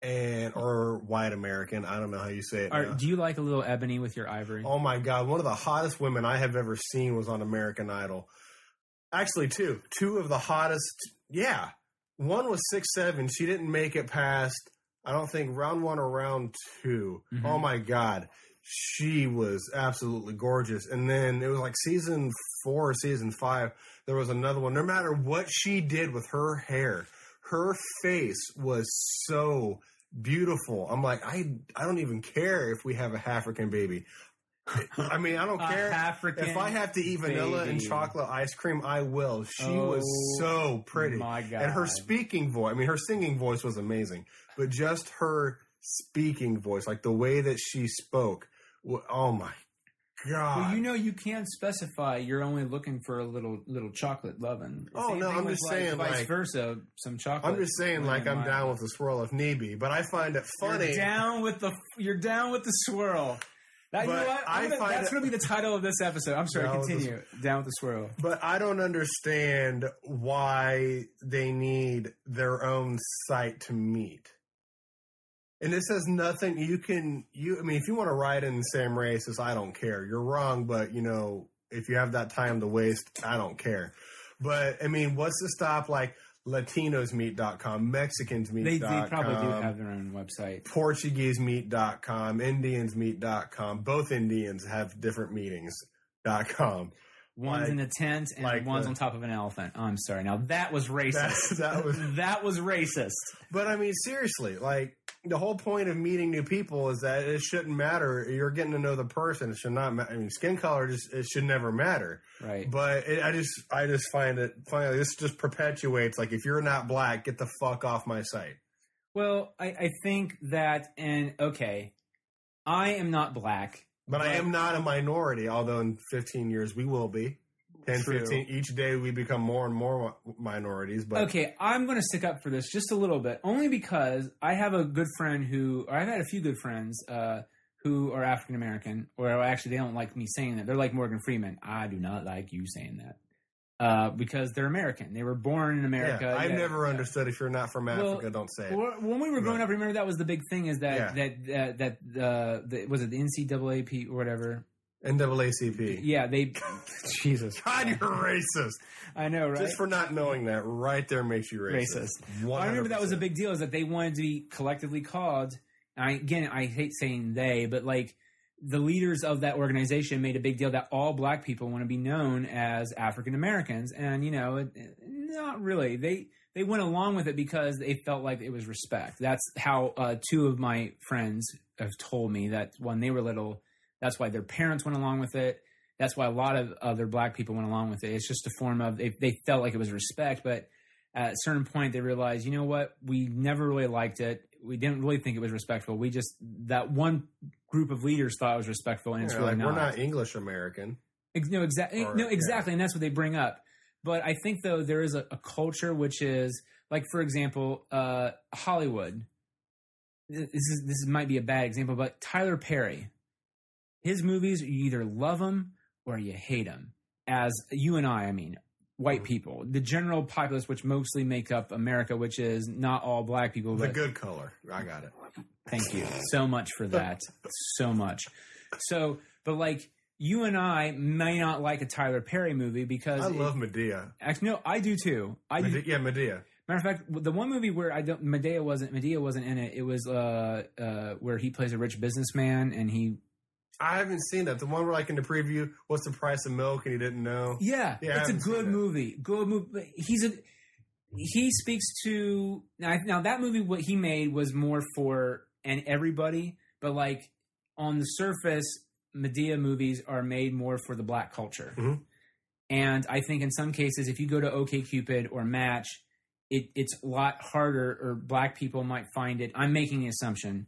Speaker 8: and or white American. I don't know how you say it.
Speaker 1: Are-
Speaker 8: now.
Speaker 1: do you like a little ebony with your ivory?
Speaker 8: Oh my god, one of the hottest women I have ever seen was on American Idol. Actually, two, two of the hottest. Yeah, one was six seven. She didn't make it past. I don't think round one or round 2
Speaker 1: Mm-hmm.
Speaker 4: Mhm.
Speaker 8: Oh my god, she was absolutely gorgeous. And then it was like season four, or season five. There was another one. No matter what she did with her hair, her face was so beautiful. I'm like, I I don't even care if we have a African baby. I mean, I don't
Speaker 1: A
Speaker 8: care
Speaker 1: African
Speaker 8: if I have to eat vanilla and
Speaker 1: baby.
Speaker 8: chocolate ice cream. I will. She
Speaker 1: Oh,
Speaker 8: was so pretty,
Speaker 1: my
Speaker 8: and her
Speaker 1: God.
Speaker 8: speaking voice. I mean, her singing voice was amazing, but just her speaking voice, like the way that she spoke. wa- Oh my god!
Speaker 1: Well, you know you can't specify you're only looking for a little little chocolate lovin'. The
Speaker 8: Oh,
Speaker 1: same
Speaker 8: no,
Speaker 1: thing
Speaker 8: I'm
Speaker 1: with,
Speaker 8: just
Speaker 1: like,
Speaker 8: saying,
Speaker 1: vice
Speaker 8: like-
Speaker 1: versa, some chocolate.
Speaker 8: I'm just saying, like I'm down with the swirl if need be, but I find it funny.
Speaker 1: You're down with the you're down with the swirl. That, you know
Speaker 8: But
Speaker 1: what? I'm
Speaker 8: I
Speaker 1: gonna-
Speaker 8: find
Speaker 1: that's
Speaker 8: it-
Speaker 1: going to be the title of this episode. I'm sorry.
Speaker 8: Down with the
Speaker 1: continue. down with the swirl.
Speaker 8: But I don't understand why they need their own site to meet. And this has nothing you can you I mean if you want to ride in the same races, I don't care. You're wrong, but you know, if you have that time to waste, I don't care. But I mean, what's to stop like LatinosMeet.com, MexicansMeet.com,
Speaker 1: They, they probably do have their own website.
Speaker 8: PortugueseMeet.com, IndiansMeet.com. Both Indians have different meetings.com.
Speaker 1: One's
Speaker 8: Like-
Speaker 1: in a tent and one's
Speaker 8: the-
Speaker 1: on top of an elephant. Oh, I'm sorry. Now that was racist.
Speaker 8: That, was
Speaker 1: that was racist.
Speaker 8: But I mean, seriously, like the whole point of meeting new people is that it shouldn't matter. You're getting to know the person. It should not. matter. I mean, skin color just it should never matter.
Speaker 1: Right.
Speaker 8: But it, I just I just find it finally this just perpetuates like if you're not black, get the fuck off my site.
Speaker 1: Well, I, I think that and okay, I am not black.
Speaker 8: But, I am not a minority, although in 15 years we will be. 10,
Speaker 1: True.
Speaker 8: 15, each day we become more and more minorities. But
Speaker 1: okay, I'm going to stick up for this just a little bit, only because I have a good friend who, or I've had a few good friends uh, who are African American, or actually they don't like me saying that. They're like Morgan Freeman. I do not like you saying that uh, because they're American. They were born in America.
Speaker 8: Yeah, I've
Speaker 1: yet-
Speaker 8: never understood if you're not from
Speaker 1: Well,
Speaker 8: Africa, don't say it.
Speaker 1: Well, When we were growing up, remember that was the big thing is that that that that uh, the, was it the NCAAP or whatever.
Speaker 8: NAACP.
Speaker 1: Yeah, they. Jesus,
Speaker 8: God, you're racist.
Speaker 1: I know, right?
Speaker 8: Just for not knowing that, right there makes you racist.
Speaker 1: Racist. Well, I remember that was a big deal is that they wanted to be collectively called. I, again, I hate saying they, but like the leaders of that organization made a big deal that all black people want to be known as African Americans, and you know, it, it- not really. They they went along with it because they felt like it was respect. That's how uh, two of my friends have told me that when they were little, that's why their parents went along with it. That's why a lot of other black people went along with it. It's just a form of they, they felt like it was respect, but at a certain point they realized, you know what, we never really liked it. We didn't really think it was respectful. We just that one group of leaders thought it was respectful, and it's
Speaker 8: Yeah,
Speaker 1: really
Speaker 8: like,
Speaker 1: not.
Speaker 8: We're not English American.
Speaker 1: Ex- No, exactly.
Speaker 8: Or-
Speaker 1: No, exactly, and that's what they bring up. But I think though there is a, a culture which is like, for example, uh, Hollywood. Th- This is this might be a bad example, but Tyler Perry, his movies you either love them or you hate them. As you and I, I mean, white
Speaker 8: Mm-hmm.
Speaker 1: people, the general populace, which mostly make up America, which is not all black people.
Speaker 8: The
Speaker 1: but
Speaker 8: good color. I got it.
Speaker 1: Thank you so much for that. so much. So, but like you and I may not like a Tyler Perry movie because
Speaker 8: I love Medea.
Speaker 1: Actually, no, I do too. I do,
Speaker 8: Medea, yeah, Medea.
Speaker 1: Matter of fact, w- the one movie where I don't Medea wasn't Medea wasn't in it. It was uh, uh, where he plays a rich businessman and he
Speaker 8: I haven't seen that. The one where like in the preview, what's the price of milk, and he didn't know.
Speaker 1: Yeah,
Speaker 8: yeah, I
Speaker 1: it's a
Speaker 8: haven't seen
Speaker 1: good
Speaker 8: that.
Speaker 1: movie. Good movie. He's a he speaks to now. Now that movie, what he made was more for and everybody, but like on the surface, Medea movies are made more for the black culture.
Speaker 8: Mm-hmm.
Speaker 1: And I think in some cases, if you go to OKCupid or Match, it, it's a lot harder, or black people might find it. I'm making an assumption,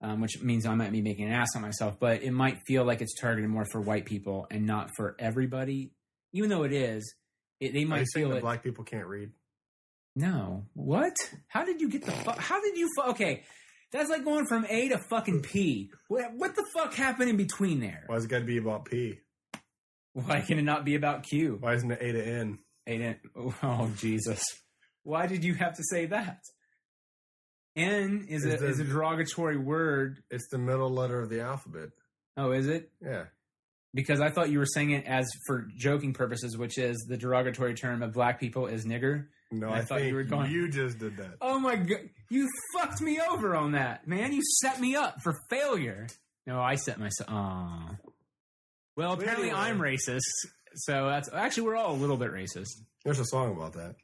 Speaker 1: um, which means I might be making an ass of myself, but it might feel like it's targeted more for white people and not for everybody, even though it is. It, they
Speaker 8: Are you
Speaker 1: might
Speaker 8: saying
Speaker 1: feel
Speaker 8: that
Speaker 1: it.
Speaker 8: black people can't read?
Speaker 1: No. What? How did you get the fuck? How did you fu- Okay. That's like going from A to fucking P. What, what the fuck happened in between there?
Speaker 8: Why's it got to be about P?
Speaker 1: Why can it not be about Q?
Speaker 8: Why isn't it A to N?
Speaker 1: A to N. Oh Jesus! Why did you have to say that? N is a
Speaker 8: Is the-
Speaker 1: is a derogatory word.
Speaker 8: It's the middle letter of the alphabet.
Speaker 1: Oh, is it?
Speaker 8: Yeah.
Speaker 1: Because I thought you were saying it as for joking purposes, which is the derogatory term of black people is nigger.
Speaker 8: No,
Speaker 1: And
Speaker 8: I, thought you were going. You just did that.
Speaker 1: Oh my god, you fucked me over on that, man. You set me up for failure. No, I set myself. Aw. Well, apparently I'm racist. So that's actually we're all a little bit racist.
Speaker 8: There's a song about that.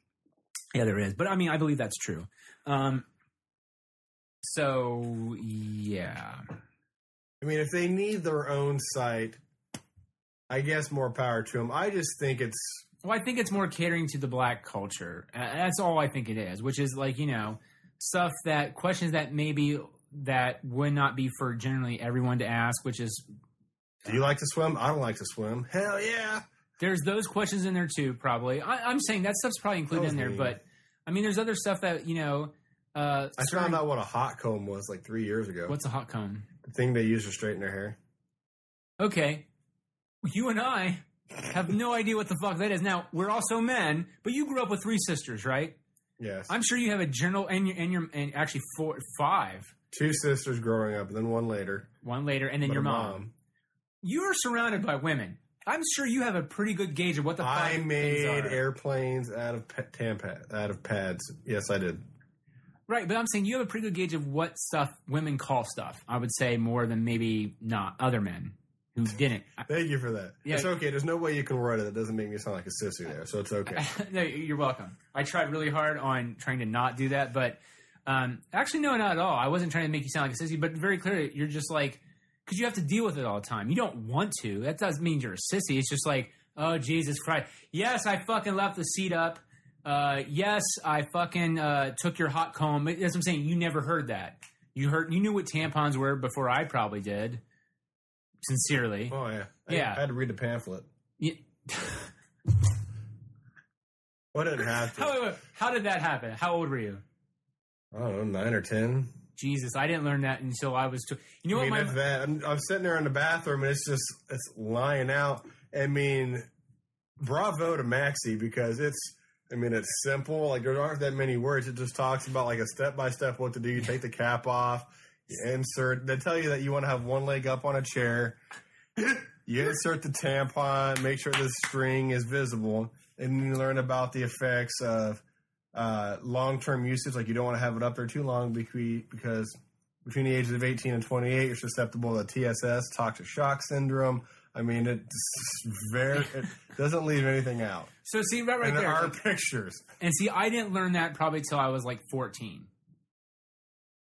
Speaker 1: Yeah, there is. But I mean, I believe that's true. Um, so yeah,
Speaker 8: I mean, if they need their own site, I guess more power to them. I just think it's
Speaker 1: well, I think it's more catering to the black culture. Uh, That's all I think it is, which is like you know stuff that questions that maybe that would not be for generally everyone to ask, which is
Speaker 8: do you like to swim? I don't like to swim. Hell yeah.
Speaker 1: There's those questions in there too, probably. I, I'm saying that stuff's probably included
Speaker 8: That
Speaker 1: in
Speaker 8: was
Speaker 1: there,
Speaker 8: me.
Speaker 1: but I mean, there's other stuff that you know. Uh,
Speaker 8: I
Speaker 1: certain-
Speaker 8: found out what a hot comb was like three years ago.
Speaker 1: What's a hot comb?
Speaker 8: The thing they use to straighten their hair.
Speaker 1: Okay, you and I have no idea what the fuck that is. Now we're also men, but you grew up with three sisters, right?
Speaker 8: Yes.
Speaker 1: I'm sure you have a general and your and your and actually four, five,
Speaker 8: Two sisters growing up, then one later.
Speaker 1: one later, and then
Speaker 8: But
Speaker 1: your
Speaker 8: a
Speaker 1: mom. You are surrounded by women. I'm sure you have a pretty good gauge of what the fuck
Speaker 8: I
Speaker 1: things
Speaker 8: made
Speaker 1: are.
Speaker 8: airplanes out of pa- tampa- out of pads. Yes, I did.
Speaker 1: Right, but I'm saying you have a pretty good gauge of what stuff women call stuff. I would say more than maybe not other men who didn't.
Speaker 8: Thank you for that.
Speaker 1: Yeah.
Speaker 8: It's okay. There's no way you can word it that doesn't make me sound like a sissy there, so it's okay.
Speaker 1: no, you're welcome. I tried really hard on trying to not do that, but um, actually, no, not at all. I wasn't trying to make you sound like a sissy, but very clearly, you're just like because you have to deal with it all the time. You don't want to. That doesn't mean you're a sissy. It's just like, oh Jesus Christ, yes, I fucking left the seat up. Uh, yes, I fucking uh, took your hot comb. That's what I'm saying. You never heard that. You heard. You knew what tampons were before I probably did. Sincerely.
Speaker 8: Oh yeah. I-
Speaker 1: Yeah.
Speaker 8: I had to read the pamphlet.
Speaker 1: Yeah.
Speaker 8: What didn't have to.
Speaker 1: How, how did that happen? How old were you?
Speaker 8: I don't know, nine or ten.
Speaker 1: Jesus, I didn't learn that until I was. Tw- you know
Speaker 8: I mean,
Speaker 1: what?
Speaker 8: if
Speaker 1: My,
Speaker 8: that, I'm, I'm sitting there in the bathroom and it's just it's lying out. I mean, bravo to Maxi because it's. I mean, it's simple. Like there aren't that many words. It just talks about like a step by step what to do. You take the cap off. You insert. They tell you that you want to have one leg up on a chair. You insert the tampon. Make sure the string is visible, and you learn about the effects of uh, long term usage. Like you don't want to have it up there too long beque- because between the ages of 18 and 28, you're susceptible to TSS, toxic shock syndrome. I mean, it's very, it doesn't leave anything out.
Speaker 1: so see right, right
Speaker 8: and there,
Speaker 1: there.
Speaker 8: are pictures.
Speaker 1: and see, I didn't learn that probably till I was like fourteen.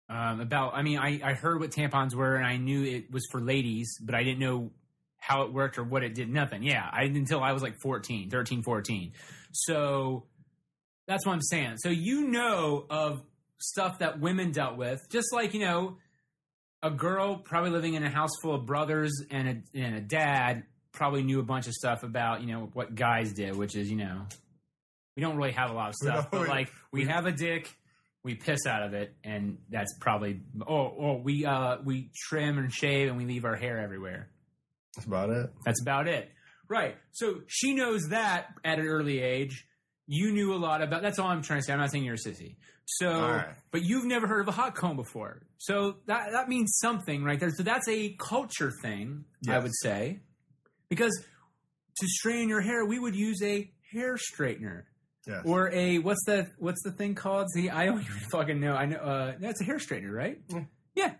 Speaker 1: Um, about, I mean, I, I heard what tampons were, and I knew it was for ladies, but I didn't know how it worked or what it did. Nothing. Yeah, I until I was like 14, 13, 14. So that's what I'm saying. So you know of stuff that women dealt with, just like you know a girl probably living in a house full of brothers and a, and a dad probably knew a bunch of stuff about you know what guys did, which is you know we don't really have a lot of
Speaker 8: We
Speaker 1: stuff,
Speaker 8: don't-
Speaker 1: but like we have a dick, we piss out of it, and that's probably or or we uh we trim and shave and we leave our hair everywhere.
Speaker 8: That's about it.
Speaker 1: That's about it. Right. So she knows that at an early age. You knew a lot about. That's all I'm trying to say. I'm not saying you're a sissy. So,
Speaker 8: All right.
Speaker 1: but you've never heard of a hot comb before. So that that means something right there. So that's a culture thing, I
Speaker 11: Yes.
Speaker 1: would say, because to straighten your hair, we would use a hair straightener.
Speaker 2: Yes.
Speaker 4: Or a what's that? What's the thing called? See, I don't even fucking know. I know uh, that's a hair straightener, right? Yeah.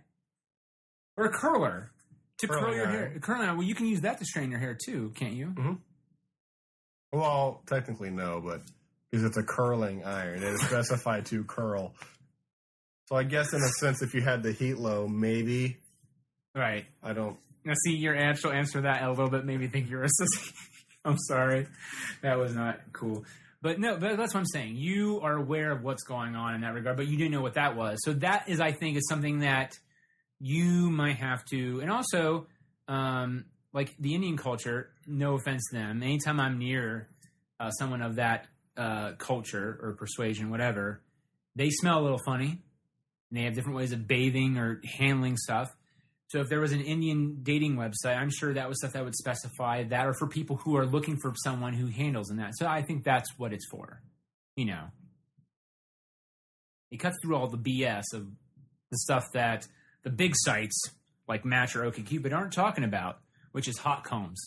Speaker 4: Or a curler to curl
Speaker 2: Curling
Speaker 4: your hair.
Speaker 2: iron.
Speaker 4: Curling iron. Well, you can use that to straighten your hair too, can't you? Mm-hmm.
Speaker 28: Well, technically no, but because it's a curling iron, it is specified to curl. So I guess in a sense, if you had the heat low, maybe.
Speaker 4: Right.
Speaker 28: I don't.
Speaker 4: Now, see, your actual answer to that a little bit made me think you're a sissy. I'm sorry. That was not cool. But no, but that's what I'm saying. You are aware of what's going on in that regard, but you didn't know what that was. So that is, I think, is something that you might have to, and also, um, like the Indian culture. No offense to them. Anytime I'm near uh, someone of that uh, culture or persuasion, whatever, they smell a little funny. And they have different ways of bathing or handling stuff. So if there was an Indian dating website, I'm sure that was stuff that would specify that, or for people who are looking for someone who handles in that. So I think that's what it's for. You know, it cuts through all the BS of the stuff that the big sites like Match or OkCupid aren't talking about, which is hot combs,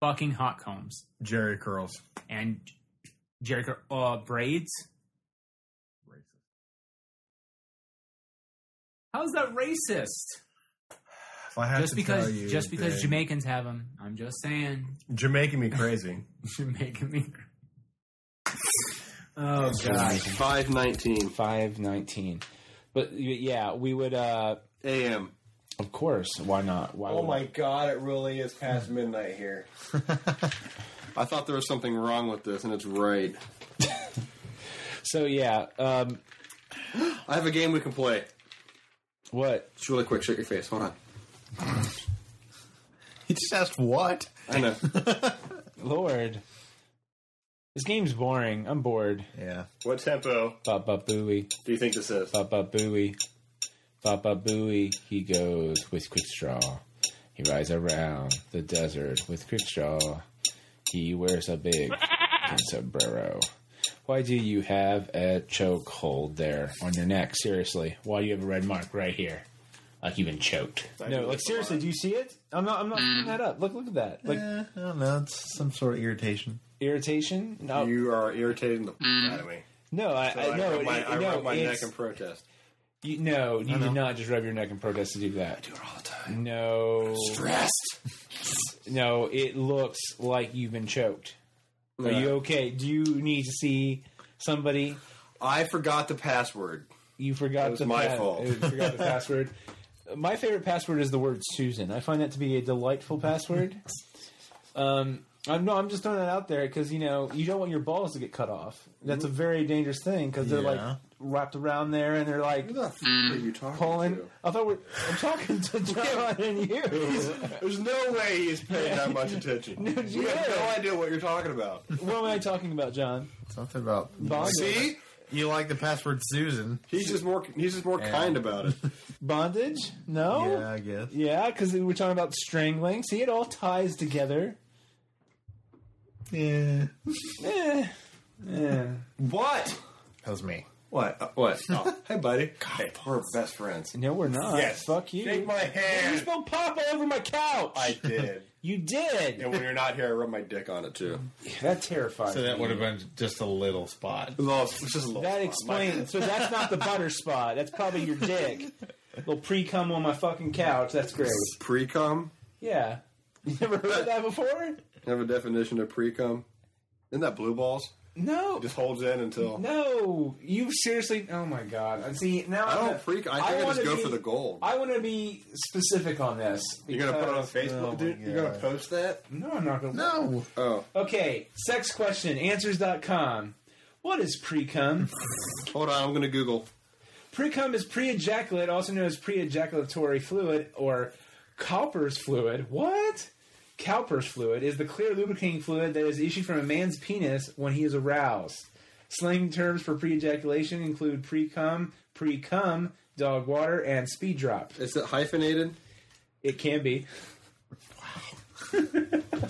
Speaker 4: fucking hot combs,
Speaker 28: Jerry curls,
Speaker 4: and Jerry cur- uh, braids. How's that racist?
Speaker 28: If I had
Speaker 4: just
Speaker 28: to
Speaker 4: because
Speaker 28: tell you,
Speaker 4: just because
Speaker 28: then-
Speaker 4: Jamaicans have them. I'm just saying.
Speaker 28: Jamaican me crazy.
Speaker 4: Jamaican me. Oh god.
Speaker 8: Five nineteen.
Speaker 1: Five nineteen. But y- yeah, we would. uh
Speaker 28: A.M.
Speaker 1: Of course. Why not? Why?
Speaker 8: Oh
Speaker 1: would-
Speaker 8: my god, it really is past midnight here. I thought there was something wrong with this, and it's right.
Speaker 1: so yeah, um,
Speaker 8: I have a game we can play.
Speaker 1: What?
Speaker 8: Just really quick, shake your face. Hold on.
Speaker 6: He just asked what?
Speaker 8: I know.
Speaker 1: Lord. This game's boring. I'm bored.
Speaker 6: Yeah.
Speaker 8: What tempo?
Speaker 1: Ba ba booey.
Speaker 8: Do you think this is?
Speaker 1: Ba ba booey. Ba ba booey. He goes with quick straw. He rides around the desert with quick straw. He wears a big fucking sombrero. Why do you have a chokehold there on your neck? Seriously, why do you have a red mark right here? Like you've been choked. Mm. No, like seriously, do you see it? I'm not. I'm not putting that up. Look, look at that. Like
Speaker 6: Eh, I don't know. It's some sort of irritation.
Speaker 1: irritation. No,
Speaker 8: you are irritating the f- out of me.
Speaker 1: No, Mm. I,
Speaker 8: So
Speaker 1: I,
Speaker 8: I
Speaker 1: no,
Speaker 8: rub my,
Speaker 1: it-
Speaker 8: I
Speaker 1: no,
Speaker 8: rub my neck
Speaker 1: it's-
Speaker 8: in protest.
Speaker 1: You, no, you
Speaker 8: I know.
Speaker 1: did not just rub your neck in protest to do that. I do it all the time. No.
Speaker 8: stressed.
Speaker 1: No, it looks like you've been choked. Are
Speaker 8: Yeah.
Speaker 1: you okay? Do you need to see somebody?
Speaker 8: I forgot the password.
Speaker 1: You forgot
Speaker 8: It was
Speaker 1: the
Speaker 8: my
Speaker 1: pa- oh,
Speaker 8: fault.
Speaker 1: You forgot the password. My favorite password is the word Susan. I find that to be a delightful password. um, I'm no, I'm just throwing that out there because you know you don't want your balls to get cut off. That's
Speaker 8: Mm-hmm.
Speaker 1: a very dangerous thing because they're
Speaker 6: Yeah.
Speaker 1: like wrapped around there and they're like pulling. I thought we're, I'm talking to John and you.
Speaker 8: There's no way he's paying that much attention.
Speaker 1: No,
Speaker 8: you have no idea what you're talking about.
Speaker 1: What am I talking about, John?
Speaker 6: Something about
Speaker 1: Bond.
Speaker 8: See?
Speaker 6: You like the password Susan?
Speaker 8: He's just more. He's just more kind about it.
Speaker 1: Bondage? No.
Speaker 6: Yeah, I guess.
Speaker 1: Yeah, because we're talking about strangling. See, it all ties together.
Speaker 6: Yeah.
Speaker 1: Eh. Yeah.
Speaker 8: What?
Speaker 6: That was me.
Speaker 8: What? Uh, what? Oh, hey, buddy. hey, we're best friends.
Speaker 1: No, we're not.
Speaker 8: Yes.
Speaker 1: Fuck you.
Speaker 8: Shake my hand.
Speaker 1: You spilled pop all over my couch.
Speaker 8: I did.
Speaker 1: you did.
Speaker 8: And when you're not here, I rub my dick on it too.
Speaker 1: that terrifies.
Speaker 6: So that
Speaker 1: me.
Speaker 6: would have been just a little spot.
Speaker 8: it's just a little.
Speaker 1: That explains. So that's not the butter spot. That's probably your dick. Little pre cum on my fucking couch. That's great.
Speaker 8: Pre cum.
Speaker 1: Yeah. You never heard that before?
Speaker 8: Have a definition of pre cum. Isn't that blue balls?
Speaker 1: No.
Speaker 8: It just holds in until.
Speaker 1: No, you seriously. Oh my god! I See now,
Speaker 8: I don't
Speaker 1: I'm-
Speaker 8: freak- I think I just
Speaker 1: wanna
Speaker 8: go for the gold.
Speaker 1: I want to be specific on this.
Speaker 8: You're gonna put it on
Speaker 1: because-
Speaker 8: Facebook, Oh dude. You're gonna post that?
Speaker 1: No, I'm not gonna.
Speaker 6: No.
Speaker 8: Oh.
Speaker 1: Okay. Sex question answers.com. What is pre cum?
Speaker 8: Hold on, I'm gonna Google.
Speaker 1: Pre cum is pre ejaculate, also known as pre ejaculatory fluid or Cowper's fluid. What? Cowper's fluid is the clear lubricating fluid that is issued from a man's penis when he is aroused. Slang terms for pre ejaculation include pre cum, pre cum, dog water, and speed drop.
Speaker 8: Is it hyphenated?
Speaker 1: It can be.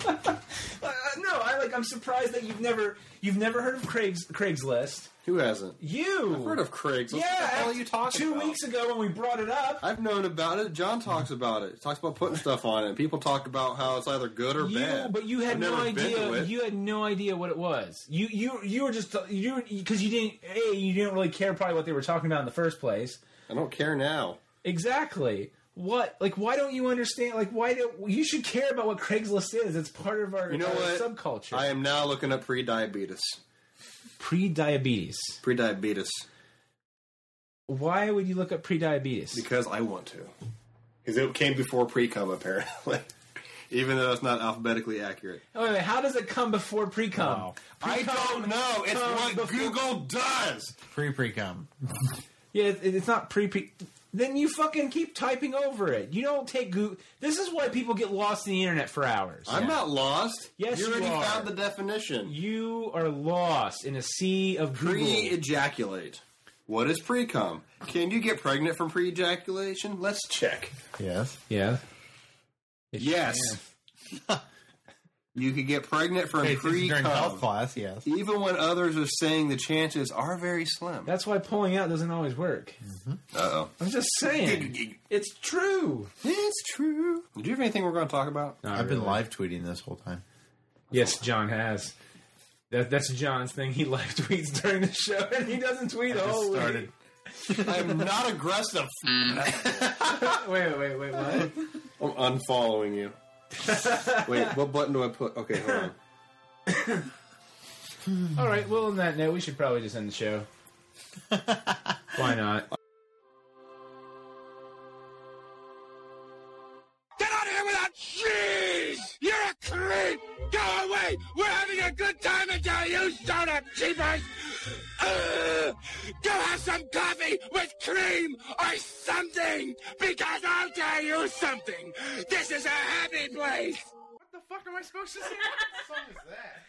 Speaker 1: Uh, Wow. no, I like. I'm surprised that you've never. You've never heard of Craigs, Craigslist.
Speaker 8: Who hasn't?
Speaker 1: You.
Speaker 8: I've heard of Craigslist.
Speaker 1: Yeah.
Speaker 8: What the hell are you talking
Speaker 1: two
Speaker 8: about?
Speaker 1: weeks ago when we brought it up.
Speaker 8: I've known about it. John talks about it. He talks about putting stuff on it. People talk about how it's either good or
Speaker 1: You,
Speaker 8: bad.
Speaker 1: but you had
Speaker 8: I've
Speaker 1: no
Speaker 8: never been to
Speaker 1: idea.
Speaker 8: it.
Speaker 1: You had no idea what it was. You you you were just you because you didn't a you didn't really care probably what they were talking about in the first place.
Speaker 8: I don't care now.
Speaker 1: Exactly. What like why don't you understand? Like why do you should care about what Craigslist is? It's part of our
Speaker 8: You know
Speaker 1: our
Speaker 8: what?
Speaker 1: subculture.
Speaker 8: I am now looking up pre-diabetes.
Speaker 1: Pre-diabetes.
Speaker 8: Pre-diabetes.
Speaker 1: Why would you look up pre-diabetes?
Speaker 8: Because I want to. Because it came before pre-cum, apparently. Even though it's not alphabetically accurate.
Speaker 1: Oh, wait, wait, how does it come before pre-cum?
Speaker 8: I don't know. It's what Google does.
Speaker 6: Pre pre cum.
Speaker 1: Yeah, it, it's not pre pre. Then you fucking keep typing over it. You don't take Google. This is why people get lost in the internet for hours.
Speaker 8: I'm not lost.
Speaker 1: Yes,
Speaker 8: you
Speaker 1: you
Speaker 8: already
Speaker 1: are.
Speaker 8: found the definition.
Speaker 1: You are lost in a sea of Google.
Speaker 8: pre-ejaculate. What is pre-cum? Can you get pregnant from pre-ejaculation? Let's check.
Speaker 6: Yes.
Speaker 1: Yeah.
Speaker 8: yes. you could get pregnant from
Speaker 6: Hey, this is during
Speaker 8: pre-cum.
Speaker 6: health class, yes.
Speaker 8: Even when others are saying the chances are very slim.
Speaker 1: That's why pulling out doesn't always work.
Speaker 6: Mm-hmm.
Speaker 8: Uh-oh.
Speaker 1: I'm just saying. it's true.
Speaker 8: It's true. Do you have anything we're going to talk about?
Speaker 6: I've been live tweeting this whole time.
Speaker 1: Yes, John has. That, that's John's thing. He live tweets during the show, and he doesn't tweet the whole week.
Speaker 8: I'm not aggressive.
Speaker 1: wait, wait, wait, what?
Speaker 8: I'm unfollowing you. Wait, what button do I put? Okay, hold on.
Speaker 1: All right. Well, on that note, we should probably just end the show. Why not?
Speaker 2: Get out of here with that cheese! You're a creep! Go away! We're having a good time until you showed up, cheapers! Ugh! go have some coffee with cream or something! Because I'll tell you something! This is a happy place!
Speaker 4: What the fuck am I supposed to say? What song is that?